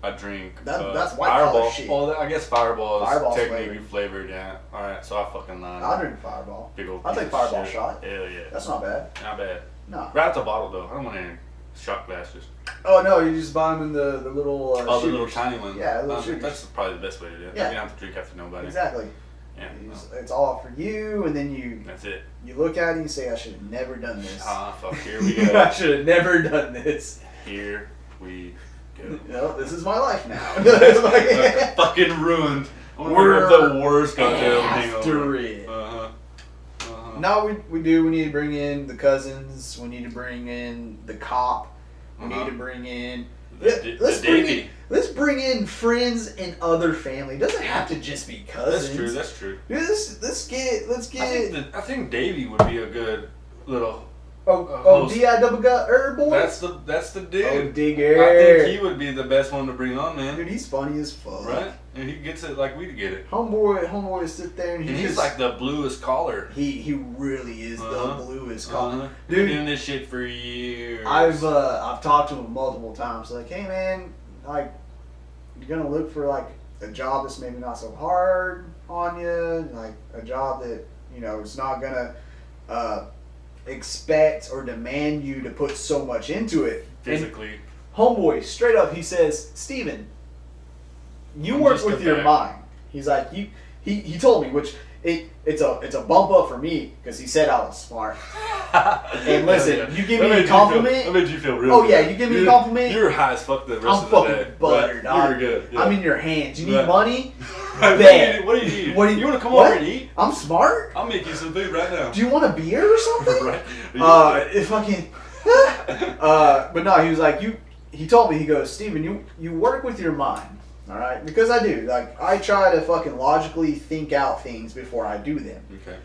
S1: I drink.
S2: That-
S1: uh,
S2: that's white collar
S1: Fireball.
S2: shit.
S1: Well, I guess Fireball is
S2: Fireball's
S1: technically flavored. Yeah. All right. So I fucking lied.
S2: I drink fireball.
S1: Big old
S2: I'll take
S1: piece of
S2: Fireball
S1: shit.
S2: shot.
S1: Hell yeah.
S2: That's not bad.
S1: Not bad.
S2: No.
S1: Right out the bottle though. I don't want any shot glasses.
S2: Oh no, you just buy them in the, the little. Uh,
S1: Oh, the
S2: shooters.
S1: little tiny ones. Uh,
S2: Yeah, little shooters.
S1: that's probably the best way to do it.
S2: Yeah.
S1: You don't have to drink after nobody.
S2: Exactly.
S1: Yeah.
S2: You
S1: well,
S2: just- it's all for you, and then you
S1: That's it.
S2: you look at it and you say, "I should have never done this.
S1: Ah, fuck. Here we go.
S2: should have never done this.
S1: Here we go.
S2: No, this is my life now. It's like-
S1: fucking ruined.
S2: We're
S1: We're the worst cocktail
S2: after
S1: hangover.
S2: it.
S1: Uh-huh. Uh-huh.
S2: No, we, we do. We need to bring in the cousins. We need to bring in the cop. We
S1: Uh-huh.
S2: need to bring in.
S1: The,
S2: Yeah,
S1: d-
S2: let's
S1: the
S2: bring
S1: Davy.
S2: in let's bring in friends and other family. It doesn't have to just be cousins.
S1: That's true. That's true.
S2: Dude, let's, let's get let's
S1: I think,
S2: get
S1: the, I think Davy would be a good little.
S2: oh
S1: uh,
S2: oh
S1: host.
S2: di double gut herb boy.
S1: That's the that's the dude.
S2: oh
S1: I
S2: digger.
S1: think he would be the best one to bring on, man.
S2: Dude, he's funny as fuck.
S1: Right? And he gets it like we get it.
S2: Homeboy, homeboy would sit there and,
S1: And
S2: he
S1: he's
S2: just-
S1: like the bluest caller.
S2: he he really is
S1: Uh-huh.
S2: the bluest cop.
S1: Uh-huh.
S2: Dude.
S1: Been doing this shit for years.
S2: I've uh, I've talked to him multiple times. Like, hey man, like you're gonna look for like a job that's maybe not so hard on you, like a job that you know is not gonna uh, expect or demand you to put so much into it. And
S1: physically.
S2: homeboy, straight up, he says, Steven, you
S1: I'm
S2: work
S1: just a
S2: with your
S1: bag."
S2: mind. He's like, you. He, he told me, which it, it's a it's a bump up for me because he said I was smart.
S1: and
S2: listen, you give me a compliment-
S1: that made you feel real.
S2: Oh,
S1: good.
S2: yeah, you give me a
S1: You're-
S2: compliment,
S1: You're high as fuck the rest
S2: I'm
S1: of the day.
S2: fucking buttered,
S1: right?
S2: dog.
S1: You're good. yeah.
S2: I'm in your hands. You need
S1: Right.
S2: money?
S1: Right,
S2: bed.
S1: What do you need? What do you, need?
S2: What do you-
S1: you want to come
S2: what?
S1: over and eat?
S2: I'm smart.
S1: I'll make you some food right now.
S2: Do you want a beer or something?
S1: right?
S2: Uh, it fucking. uh, but no, he was like, you. He told me he goes, Steven, you you work with your mind, all right? Because I do. Like I try to fucking logically think out things before I do them.
S1: okay.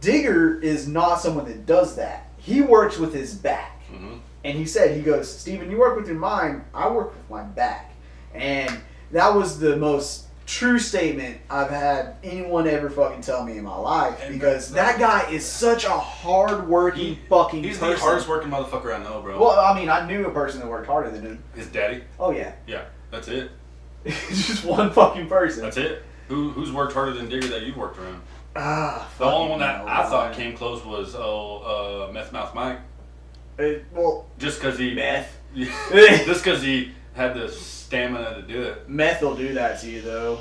S2: Digger is not someone that does that. He works with his back.
S1: Mhm.
S2: And he said, he goes, Steven, you work with your mind, I work with my back. And that was the most true statement I've had anyone ever fucking tell me in my life
S1: And
S2: because
S1: that's-
S2: that guy is such a hard working
S1: He-
S2: fucking
S1: He's the
S2: person.
S1: hardest working motherfucker I know, bro.
S2: well, I mean, I knew a person that worked harder than him.
S1: His daddy.
S2: Oh, yeah.
S1: Yeah, that's it.
S2: Just one fucking person.
S1: That's it. Who who's worked harder than Digger that you've worked around?
S2: ah,
S1: The
S2: fucking
S1: only one that
S2: no,
S1: I thought
S2: man.
S1: came close was oh uh, meth mouth Mike,
S2: It, well,
S1: just because he
S2: meth.
S1: just because he had the stamina to do it.
S2: Meth will do that to you, though.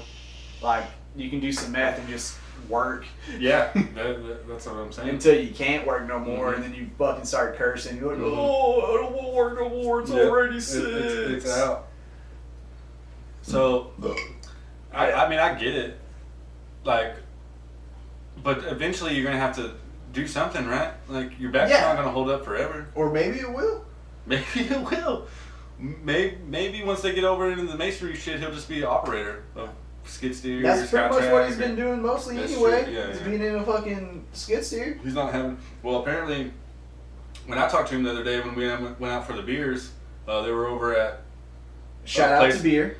S2: Like, you can do some meth and just work.
S1: Yeah, that, that- that's what I'm saying.
S2: until you can't work no more,
S1: Mhm.
S2: and then you fucking start cursing. You're like,
S1: Mhm.
S2: oh, I don't want to work no more. It's
S1: Yeah,
S2: already
S1: it's-
S2: six.
S1: it's- it's out. So, I, I mean, I get it. like, but eventually you're gonna have to do something, right? Like your back's
S2: Yeah.
S1: not gonna hold up forever.
S2: Or maybe it will.
S1: Maybe it will. Maybe maybe once they get over into the masonry shit, he'll just be an operator of skid steer.
S2: That's pretty much what
S1: Skytrack,
S2: he's been
S1: or-
S2: doing mostly
S1: That's
S2: anyway.
S1: true, yeah,
S2: he's
S1: yeah.
S2: being in a fucking skid steer.
S1: He's not having. Well, apparently, when I talked to him the other day when we went out for the beers, uh, they were over at
S2: Shout
S1: Oh,
S2: out
S1: place-
S2: to beer.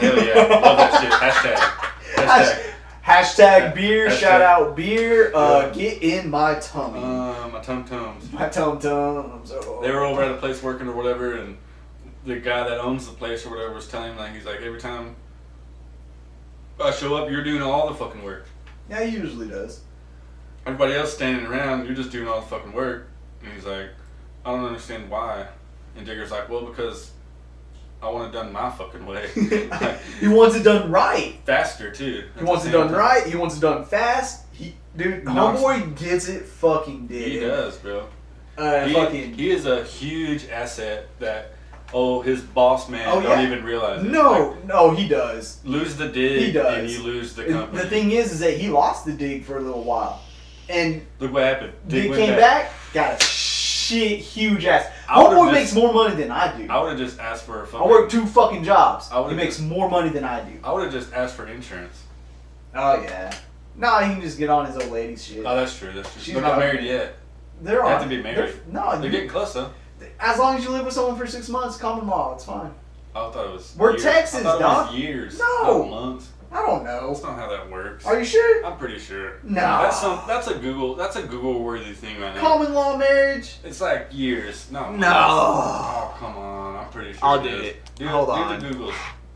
S1: Hell yeah. Love that shit. Hashtag. Hashtag.
S2: Hashtag beer,
S1: Hashtag.
S2: shout out beer. Uh,
S1: Yeah.
S2: Get in my tummy.
S1: uh, my tum tums.
S2: my tum tums. Oh.
S1: They were over at a place working or whatever, and the guy that owns the place or whatever was telling him like he's like every time I show up, you're doing all the fucking work.
S2: Yeah, he usually does.
S1: Everybody else standing around, you're just doing all the fucking work. And he's like, I don't understand why. And Digger's like, well, because I want it done my fucking way. Like,
S2: he wants it done right.
S1: faster too.
S2: He wants it done right. He wants it done fast. He, dude,
S1: Knocks-
S2: homeboy gets it fucking dead.
S1: He does, bro.
S2: Uh,
S1: he,
S2: fucking
S1: he is a huge asset that oh his boss man
S2: Oh,
S1: don't
S2: yeah.
S1: even realize it.
S2: no,
S1: Like,
S2: no, he does.
S1: lose the dig
S2: He does.
S1: and you lose the
S2: And
S1: company
S2: The thing is, is that he lost the dig for a little while, and
S1: look what happened
S2: dig,
S1: went
S2: came back. got a shit huge ass.
S1: I would've
S2: Homeboy
S1: just-
S2: makes more money than I do.
S1: I would have just asked for a
S2: I
S1: fucking
S2: work two fucking jobs.
S1: I would've
S2: He makes
S1: just-
S2: more money than I do.
S1: I would have just asked for insurance
S2: Oh yeah. Nah, he can just get on his old lady's shit.
S1: oh that's true that's true
S2: She's
S1: they're not
S2: not-
S1: married yet
S2: they're
S1: they
S2: on.
S1: have to be married.
S2: they're- No,
S1: they're
S2: you-
S1: getting close though
S2: as long as you live with someone for six months, common law, it's fine.
S1: Oh, I thought it was
S2: We're
S1: years.
S2: Texas,
S1: I thought
S2: dog.
S1: it was years
S2: No.
S1: not months
S2: I don't
S1: that's
S2: know.
S1: not how that works
S2: Are you sure?
S1: I'm pretty sure
S2: Nah.
S1: that's some that's a Google that's a Google worthy thing right now
S2: Common law marriage.
S1: It's like years, not
S2: No.
S1: months. Oh come on! I'm pretty sure.
S2: I'll do
S1: is.
S2: it.
S1: Do
S2: Hold
S1: do
S2: on.
S1: the Googles.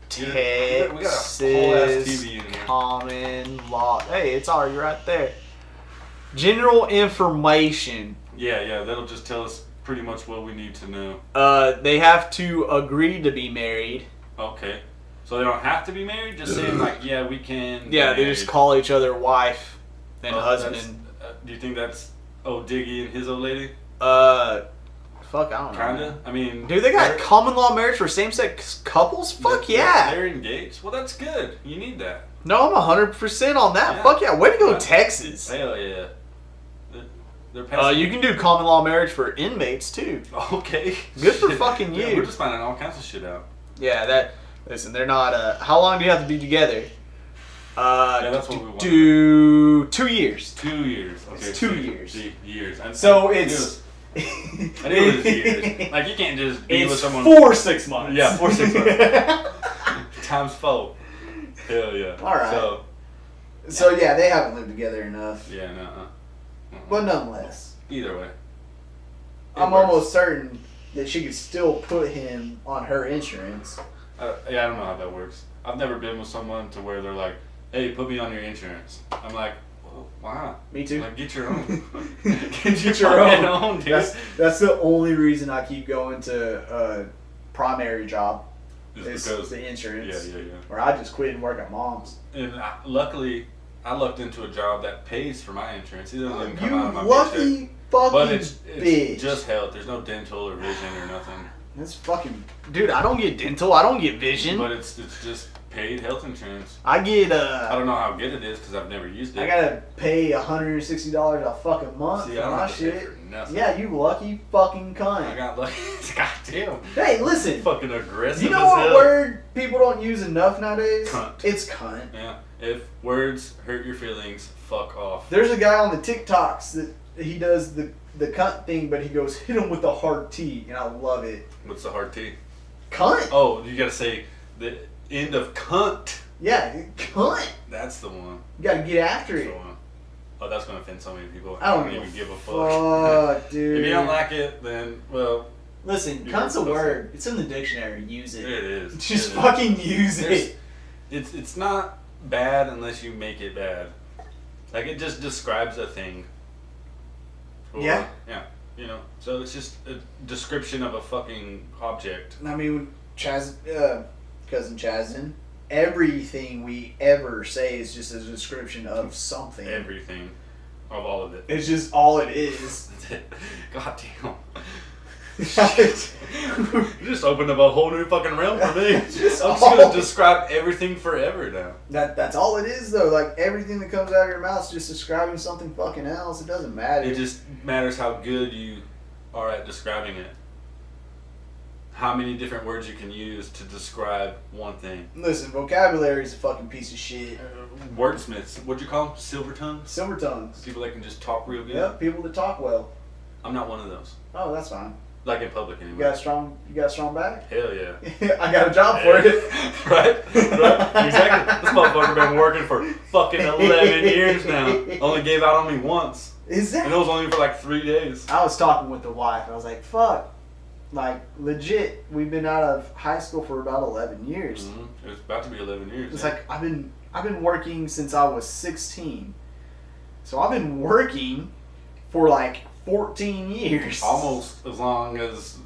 S1: Do it. We got a whole ass TV in here.
S2: common law. Hey, it's already right there. General information.
S1: Yeah, yeah. That'll just tell us pretty much what we need to know.
S2: Uh, they have to agree to be married.
S1: Okay. So they don't have to be married. Just saying like, yeah, we can. be
S2: Yeah, they just
S1: married.
S2: call each other wife and
S1: Oh,
S2: husband.
S1: that's- uh, do you think that's oh Diggy and his old lady?
S2: Uh, fuck, I don't know.
S1: Kinda. I mean,
S2: Dude, they got
S1: they're-
S2: common law marriage for same sex couples? Fuck
S1: they're-
S2: yeah.
S1: They're engaged. Well, that's good. You need that.
S2: No, I'm 100% on that.
S1: Yeah.
S2: Fuck yeah. Way to go,
S1: Yeah.
S2: Texas.
S1: Hell yeah. They're, they're
S2: Uh,
S1: passing.
S2: you can do common law marriage for inmates too.
S1: Okay.
S2: Good for
S1: Shit.
S2: fucking
S1: Yeah,
S2: you.
S1: we're just finding all kinds of shit out.
S2: Yeah, that. Listen, they're not. Uh, how long do you have to be together? Uh,
S1: Yeah, that's what we want.
S2: Do two years.
S1: Two years. Okay.
S2: It's two
S1: see,
S2: years.
S1: see, years. And
S2: So
S1: I knew
S2: it's-
S1: it was- I knew it was years. Like you can't just be with
S2: it's
S1: someone
S2: four six months.
S1: Yeah, four six times four. Hell yeah.
S2: All right.
S1: So
S2: so yeah, they haven't lived together enough.
S1: yeah, no. Uh,
S2: But nonetheless,
S1: either way. It
S2: I'm
S1: works.
S2: almost certain that she could still put him on her insurance.
S1: Uh, yeah, I don't know how that works. I've never been with someone to where they're like, "Hey, put me on your insurance." I'm like, well, "Why?"
S2: Me too.
S1: Like, get your own.
S2: Get your
S1: fucking
S2: own.
S1: dude.
S2: That's that's the only reason I keep going to uh, primary job
S1: Just
S2: is
S1: because.
S2: the insurance.
S1: Yeah, yeah, yeah.
S2: Or I just quit and work at mom's.
S1: And I, luckily, I lucked into a job that pays for my insurance. It doesn't even come
S2: you
S1: out of my paycheck.
S2: lucky fucking
S1: But it's,
S2: bitch.
S1: it's just health. There's no dental or vision or nothing.
S2: That's fucking dude. I don't get dental. I don't get vision.
S1: But it's it's just paid health insurance.
S2: I get
S1: I
S2: uh.
S1: don't know how good it is because I've never used it.
S2: I, gotta pay hundred and sixty dollars a fucking month
S1: See,
S2: for
S1: I don't
S2: my
S1: have to pay
S2: shit.
S1: for nothing.
S2: Yeah, you lucky fucking
S1: I
S2: cunt.
S1: got lucky. Goddamn.
S2: Hey, listen.
S1: Fucking aggressive.
S2: You know
S1: as
S2: what
S1: hell.
S2: word people don't use enough nowadays?
S1: Cunt.
S2: It's cunt.
S1: Yeah. If words hurt your feelings, fuck off.
S2: There's a guy on the TikToks that he does the the cunt thing, but he goes hit him with a hard T, and I love it.
S1: What's the hard T?
S2: Cunt.
S1: Oh, you gotta say the end of cunt.
S2: Yeah, cunt.
S1: That's the one.
S2: You gotta get after
S1: That's the
S2: it.
S1: one. Oh, that's gonna offend so many people.
S2: I don't,
S1: even give a fuck.
S2: fuck, dude.
S1: if you don't like it, then well,
S2: Listen,
S1: Dude,
S2: cunt's a
S1: listen.
S2: word. It's in the dictionary. Use
S1: it
S2: it.
S1: is.
S2: Just
S1: It is.
S2: fucking use
S1: There's-
S2: it.
S1: It's it's not bad unless you make it bad. Like it just describes a thing.
S2: Yeah.
S1: Yeah. You know, so it's just a description of a fucking object.
S2: I mean, Chaz, uh, cousin Chazin, everything we ever say is just a description of something.
S1: Everything, of all of it.
S2: It's just all it is.
S1: God damn. You just opened up a whole new fucking realm for me. I'm
S2: Just
S1: just gonna
S2: all-
S1: describe everything forever now.
S2: that that's all it is though. Like everything that comes out of your mouth is just describing something fucking else. It doesn't matter.
S1: It just matters how good you are at describing it. How many different words you can use to describe one thing.
S2: Listen, vocabulary is a fucking piece of shit.
S1: Wordsmiths, what'd you call them? Silver tongues?
S2: Silver tongues.
S1: People that can just talk real good.
S2: Yep, people that talk well.
S1: I'm not one of those.
S2: Oh, that's fine.
S1: Like in public
S2: You
S1: anyway.
S2: got a strong. You got a strong back.
S1: Hell yeah.
S2: I got a job for it.
S1: right? Right? Exactly. This motherfucker been working for fucking 11 years now. Only gave out on me once.
S2: Is
S1: And
S2: that?
S1: it was only for like three days.
S2: I was talking with the wife. I was like, "Fuck." Like legit, we've been out of high school for about eleven years.
S1: Mhm. It was about to be 11 years.
S2: Mm-hmm. It's
S1: yeah.
S2: like I've been I've been working since I was 16. So I've been working for like 14 years.
S1: almost as long as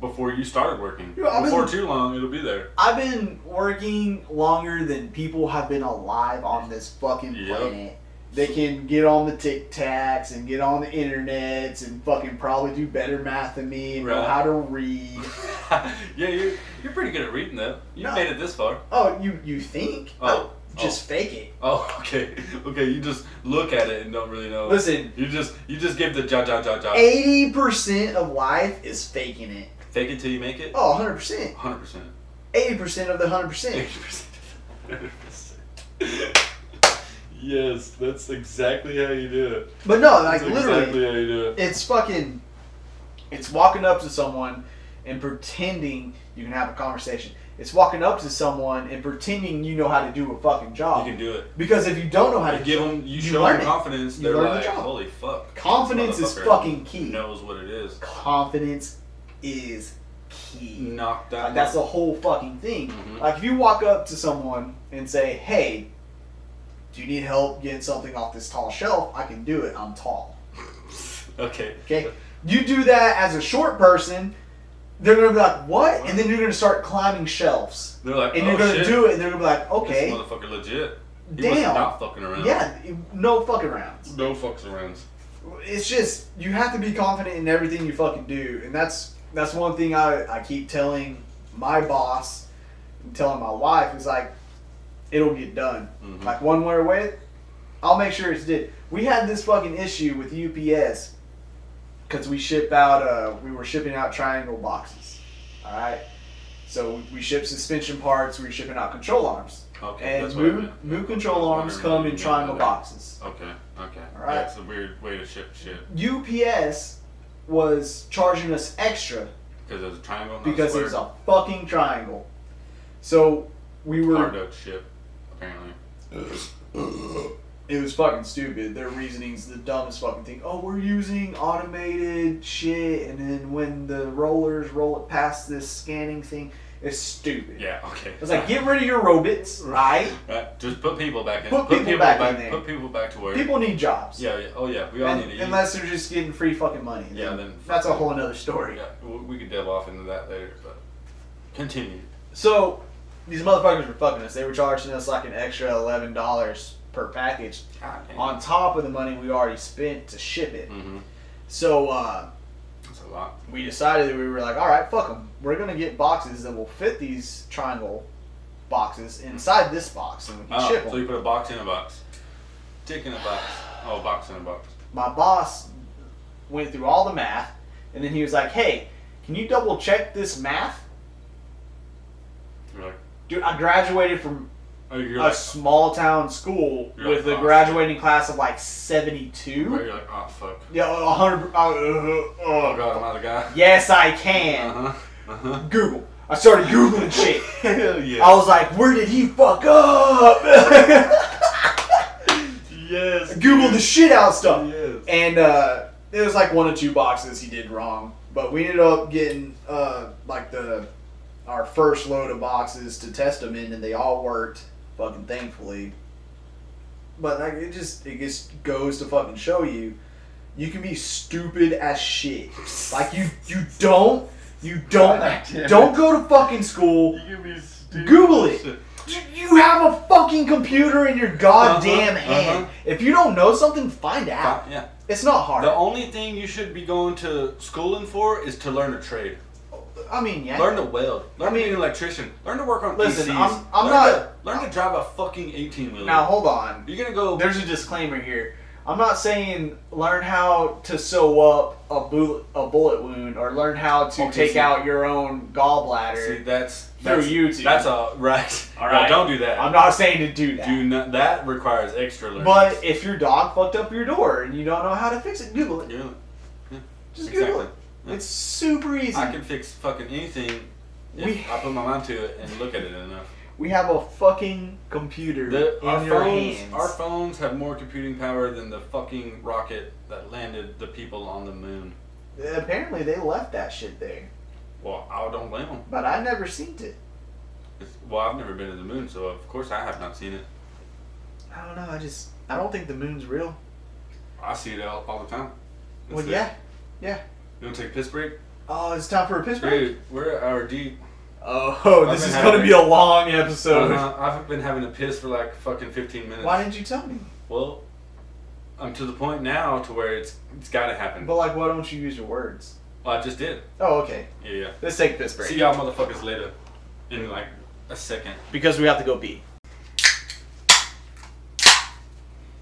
S1: before you started working.
S2: Yeah, I mean-
S1: before too long, it'll be there.
S2: I've been working longer than people have been alive on this fucking
S1: Yep.
S2: planet. They can get on the Tic Tacs and get on the internets and fucking probably do better math than me and know
S1: Right.
S2: how to read.
S1: yeah, you're, you're pretty good at reading though. You
S2: No.
S1: made it this far.
S2: Oh, you you think?
S1: Oh,
S2: Just fake it.
S1: oh, okay, okay. You just look at it and don't really know.
S2: Listen,
S1: You just you just give the ja ja ja ja.
S2: 80% of life is faking it.
S1: Fake it till you make it.
S2: Oh, 100%.
S1: Hundred percent.
S2: 80% of the 100%.
S1: Eighty percent. Hundred percent. Yes, that's exactly how you do it.
S2: But no, like literally,
S1: how you do it.
S2: it's fucking. It's walking up to someone and pretending you can have a conversation. It's walking up to someone and pretending you know how to do a fucking job.
S1: You can do it.
S2: because if you don't know how to
S1: You give
S2: do
S1: them. You,
S2: you
S1: show
S2: learn
S1: them
S2: it.
S1: confidence.
S2: You
S1: They're
S2: learn the
S1: like,
S2: job.
S1: holy fuck. this
S2: confidence is
S1: motherfucker
S2: fucking key.
S1: Knows what it is.
S2: confidence is key.
S1: knocked out.
S2: Like, that's the whole fucking thing.
S1: Mhm.
S2: Like if you walk up to someone and say, "Hey, do you need help getting something off this tall shelf? I can do it. I'm tall."
S1: okay.
S2: Okay, you do that as a short person, they're gonna be like, "What?" And then you're gonna start climbing shelves,
S1: They're like,
S2: and
S1: oh,
S2: you're gonna
S1: shit.
S2: do it, and they're gonna be like,
S1: This
S2: "Okay,
S1: motherfucker legit. He was
S2: damn,
S1: not fucking around.
S2: yeah, no fucking rounds."
S1: No fucks around.
S2: It's just you have to be confident in everything you fucking do, and that's that's one thing I I keep telling my boss, and telling my wife is like, it'll get done.
S1: Mhm.
S2: Like one way or way, I'll make sure it's did. We had this fucking issue with UPS because we ship out. Uh, we were shipping out triangle boxes. All right, so we ship suspension parts. We were shipping out control arms,
S1: Okay.
S2: and
S1: Oh, that's what I
S2: new,
S1: meant.
S2: new control arms come in triangle boxes.
S1: Okay. Okay.
S2: Alright.
S1: That's a weird way to ship shit
S2: UPS was charging us extra
S1: because it was a triangle. not
S2: because it
S1: square.
S2: was a fucking triangle. So we were
S1: hard to ship. Apparently.
S2: it was fucking stupid. Their reasoning's the dumbest fucking thing. Oh, we're using automated shit, and then when the rollers roll it past this scanning thing, it's stupid.
S1: Yeah. Okay.
S2: It's like get rid of your robots, right?
S1: Right, Just put people back in.
S2: Put people back in there.
S1: Put people back to work.
S2: People need jobs.
S1: Yeah, yeah. Oh yeah. We all
S2: And-
S1: need to eat.
S2: unless they're just getting free fucking money.
S1: yeah. Then.
S2: That's a whole another story.
S1: Yeah. We we could delve off into that later, but continue.
S2: So these motherfuckers were fucking us. They were charging us like an extra eleven dollars per package
S1: God damn.
S2: on top of the money we already spent to ship it.
S1: Mm-hmm.
S2: So uh,
S1: That's a lot.
S2: we decided that we were like, all right, fuck them. We're gonna get boxes that will fit these triangle boxes inside this box, and we can
S1: Oh,
S2: ship
S1: so
S2: them.
S1: you put a box in a box, dick in a box. Oh, box in a box.
S2: My boss went through all the math, and then he was like, hey, can you double check this math?
S1: You're like,
S2: Dude, I graduated from
S1: oh, you're
S2: a
S1: like,
S2: small town school
S1: You're
S2: with
S1: like,
S2: a
S1: "Oh,
S2: graduating class of like
S1: oh,
S2: 72.
S1: you're like, oh fuck.
S2: Yeah, a 100. Uh, uh,
S1: Oh god, I'm out of guy.
S2: Yes, I can.
S1: Uh huh.
S2: Uh-huh.
S1: Uh huh.
S2: Google. I started Googling shit.
S1: Hell yeah.
S2: I was like, where did he fuck up?
S1: yes.
S2: Google the shit out of stuff.
S1: Yes.
S2: And uh, it was like one or two boxes he did wrong. But we ended up getting uh, like the our first load of boxes to test them in, and they all worked. Fucking thankfully. But like it just it just goes to fucking show you, you can be stupid as shit. Like you you don't you don't
S1: God damn it.
S2: don't go to fucking school.
S1: You can be stupid.
S2: Google it. You- You have a fucking computer in your goddamn
S1: Uh-huh,
S2: hand.
S1: uh-huh.
S2: If you don't know something, find out.
S1: Fi- Uh, Yeah.
S2: It's not hard.
S1: The only thing you should be going to schooling for is to learn a trade.
S2: I mean, yeah.
S1: Learn to weld. Learn
S2: I
S1: to be
S2: mean-
S1: an electrician. Learn to work on
S2: Listen,
S1: PCs.
S2: I'm- I'm
S1: learn
S2: not-
S1: To, learn to drive a fucking eighteen wheeler.
S2: now hold on.
S1: You're gonna go.
S2: There's a disclaimer here. I'm not saying learn how to sew up a bullet a bullet wound or learn how to
S1: Okay,
S2: take
S1: see.
S2: out your own
S1: See,
S2: gallbladder.
S1: that's
S2: Through
S1: that's,
S2: YouTube.
S1: That's a right.
S2: All right.
S1: No, don't do that.
S2: I'm not saying to do that.
S1: Do not. That requires extra learning.
S2: but if your dog fucked up your door and you don't know how to fix it, Google it.
S1: Yeah,
S2: Just Google
S1: exactly.
S2: it. It's super easy.
S1: I can fix fucking anything if
S2: We-
S1: I put my mind to it and look at it enough.
S2: we have a fucking computer
S1: The,
S2: in
S1: our
S2: your
S1: phones,
S2: hands.
S1: our phones have more computing power than the fucking rocket that landed the people on the moon.
S2: Apparently, they left that shit there,
S1: Well, I don't blame them.
S2: but I never seen it.
S1: well, I've never been to the moon, so of course I have not seen it.
S2: I don't know. I just I don't think the moon's real.
S1: I see it all, all the time. That's
S2: well,
S1: it.
S2: yeah, yeah.
S1: You want to take a piss break?
S2: Oh, it's time for a piss break.
S1: Dude, we're at our deep.
S2: Oh, this
S1: I've been
S2: is
S1: having
S2: gonna
S1: a-
S2: be a long episode.
S1: Uh, I've been having a piss for like fucking 15 minutes.
S2: Why didn't you tell me?
S1: Well, I'm to the point now to where it's it's got to happen.
S2: But like, why don't you use your words?
S1: Well, I just did.
S2: Oh, okay.
S1: Yeah, yeah.
S2: Let's take a piss break
S1: See y'all motherfuckers later in like a second.
S2: because we have to go pee.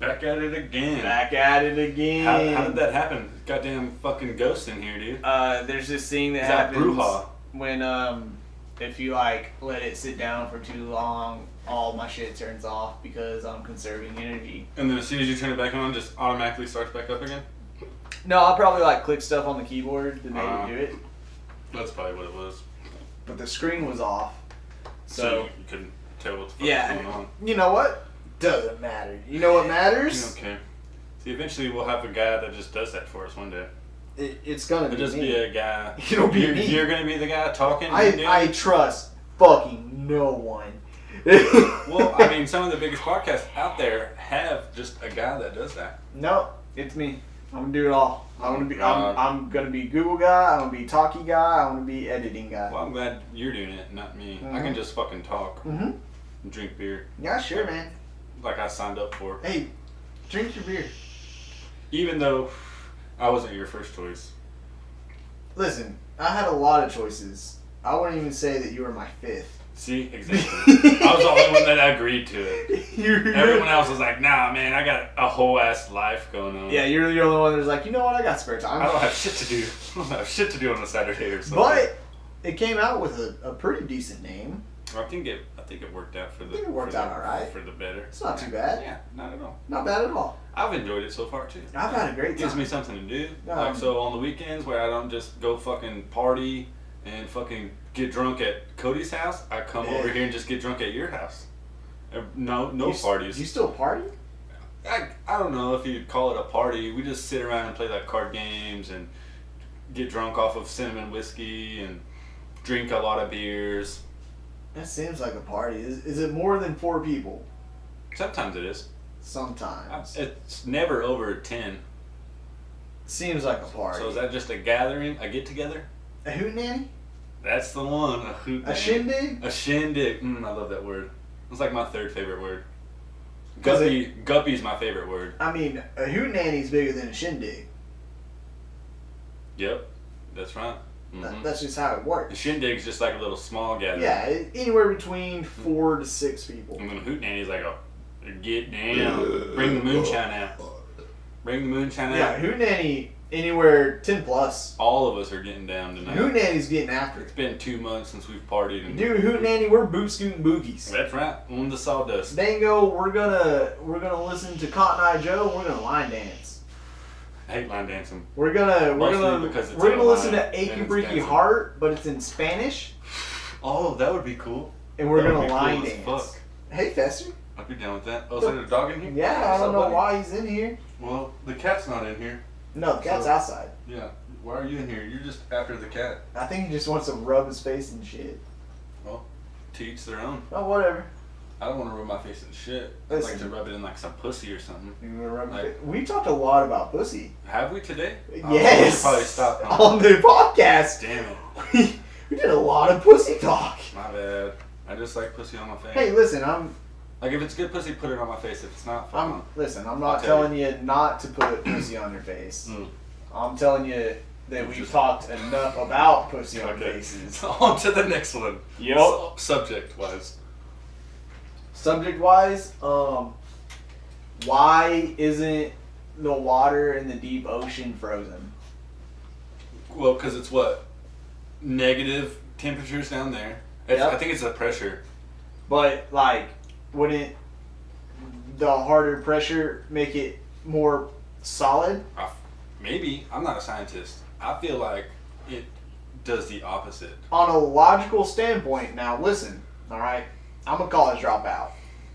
S1: Back at it again.
S2: Back at it again.
S1: How, how did that happen? Goddamn fucking ghost in here, dude.
S2: Uh, there's this thing that
S1: Is that
S2: happens
S1: brouhaha?
S2: when um, if you like let it sit down for too long, all my shit turns off because I'm conserving energy.
S1: And then as soon as you turn it back on, it just automatically starts back up again.
S2: No, I'll probably like click stuff on the keyboard to maybe
S1: Uh.
S2: do it.
S1: That's probably what it was.
S2: But the screen was off.
S1: So,
S2: So,
S1: you couldn't tell what the fuck
S2: yeah.
S1: was going on.
S2: you know what? Doesn't matter. You know what matters?
S1: Okay. See, eventually we'll have a guy that just does that for us one day.
S2: It, it's gonna
S1: It'll
S2: be
S1: just
S2: me.
S1: be a guy.
S2: It'll be
S1: you're,
S2: me.
S1: You're gonna be the guy talking. and doing-
S2: I, I trust fucking no one.
S1: well, I mean, some of the biggest podcasts out there have just a guy that does that.
S2: no, it's me. I'm gonna do it all. I'm gonna be. I'm,
S1: Uh,
S2: I'm gonna be Google guy. I'm gonna be talkie guy. I'm gonna be editing guy.
S1: Well, I'm glad you're doing it, not me. I
S2: Mhm.
S1: can just fucking talk,
S2: Mm-hmm.
S1: and drink beer,
S2: Yeah, sure, man.
S1: like I signed up for.
S2: Hey, drink your beer.
S1: Even though I wasn't your first choice.
S2: Listen, I had a lot of choices. I wouldn't even say that you were my fifth.
S1: See, exactly. I was the only one that agreed to it.
S2: You're,
S1: Everyone else was like, "Nah, man, I got a whole ass life going on.
S2: Yeah, you're the only one that's like, you know what? I got spare
S1: I don't
S2: time.
S1: have shit to do. I don't have shit to do on a Saturday or something."
S2: But it came out with a, a pretty decent name.
S1: I think it, I think it worked out for the.
S2: think it worked
S1: for the-
S2: out all right.
S1: For the better.
S2: It's not too bad.
S1: Yeah, not at all.
S2: Not bad at all.
S1: I've enjoyed it so far too.
S2: I've had a great
S1: It gives
S2: time.
S1: me something to do.
S2: Um,
S1: like so on the weekends where I don't just go fucking party and fucking get drunk at Cody's house, I come
S2: Yeah.
S1: over here and just get drunk at your house. Uh, No, no
S2: you, s-
S1: parties.
S2: You still party?
S1: I, I don't know if you'd call it a party. We just sit around and play like card games and get drunk off of cinnamon whiskey and drink a lot of beers.
S2: That seems like a party. Is, is it more than four people?
S1: Sometimes it is.
S2: Sometimes.
S1: It's never over ten.
S2: seems like a party.
S1: So is that just a gathering, a get together?
S2: a hootenanny?
S1: That's the one. A, hoot
S2: A
S1: nanny.
S2: shindig?
S1: A shindig. Mm, I love that word. It's like my third favorite word.
S2: Does
S1: Guppy.
S2: it-
S1: Guppy's my favorite word.
S2: I mean, a hootenanny's bigger than a shindig.
S1: Yep, that's right.
S2: That-
S1: Mhm.
S2: that's just how it
S1: A
S2: works.
S1: shindig's just like a little small gathering.
S2: Yeah, a- anywhere between four to six people.
S1: And then hoot nanny's like, oh, get down, bring the moonshine out, bring the moonshine
S2: Yeah,
S1: out.
S2: hootenanny anywhere ten plus.
S1: All of us are getting down tonight.
S2: Hootenanny's getting after it.
S1: It's been two months since we've partied. And
S2: Dude, hootenanny, we're boot scooting boogies.
S1: That's right. On the sawdust.
S2: Dango, we're gonna we're gonna listen to Cotton Eye Joe. and We're gonna line dance.
S1: I hate line dancing.
S2: We're gonna we're
S1: Mostly
S2: gonna
S1: because it's
S2: we're gonna
S1: online
S2: listen to
S1: and
S2: Achy
S1: it's
S2: Breaky
S1: dancing.
S2: Heart, but it's in Spanish,
S1: Oh, that would be cool.
S2: and we're
S1: That would
S2: gonna
S1: be cool
S2: line
S1: as
S2: dance.
S1: fuck.
S2: Hey Fester.
S1: I'd be down with that. Oh, is there a dog in here?
S2: Yeah, I don't know
S1: Somebody.
S2: why he's in here.
S1: Well, the cat's not in here.
S2: No, the cat's
S1: So-
S2: outside.
S1: Yeah. Why are you in here? You're just after the cat.
S2: I think he just wants to rub his face and shit.
S1: To each their own.
S2: Oh, whatever.
S1: I don't want to rub my face in shit. I'd like to
S2: Listen.
S1: rub it in like some pussy or something.
S2: You wanna rub your
S1: Like-
S2: face? We talked a lot about pussy.
S1: Have we today? Oh, we
S2: Yes. Oh.
S1: should probably stop. now.
S2: on the podcast.
S1: Damn it.
S2: We, we did a lot of pussy talk.
S1: My bad. I just like pussy on my face.
S2: Hey, listen, I'm
S1: Like if it's good pussy, put it on my face. If it's not, fuck
S2: I'm,
S1: no.
S2: listen, I'm not
S1: I'll tell
S2: telling you. not to put pussy on your face.
S1: Mm.
S2: I'm telling you that we've talked enough about pussy on faces.
S1: So on to the next one.
S3: Yep.
S1: subject wise.
S2: Subject wise, um, why isn't the water in the deep ocean frozen?
S1: Well, because it's what negative temperatures down there. It's,
S2: Yep.
S1: I think it's the pressure.
S2: But like, wouldn't the harder pressure make it more solid?
S1: I f maybe I'm not a scientist. I feel like it does the opposite.
S2: On a logical standpoint, now listen, all right, I'm a college dropout.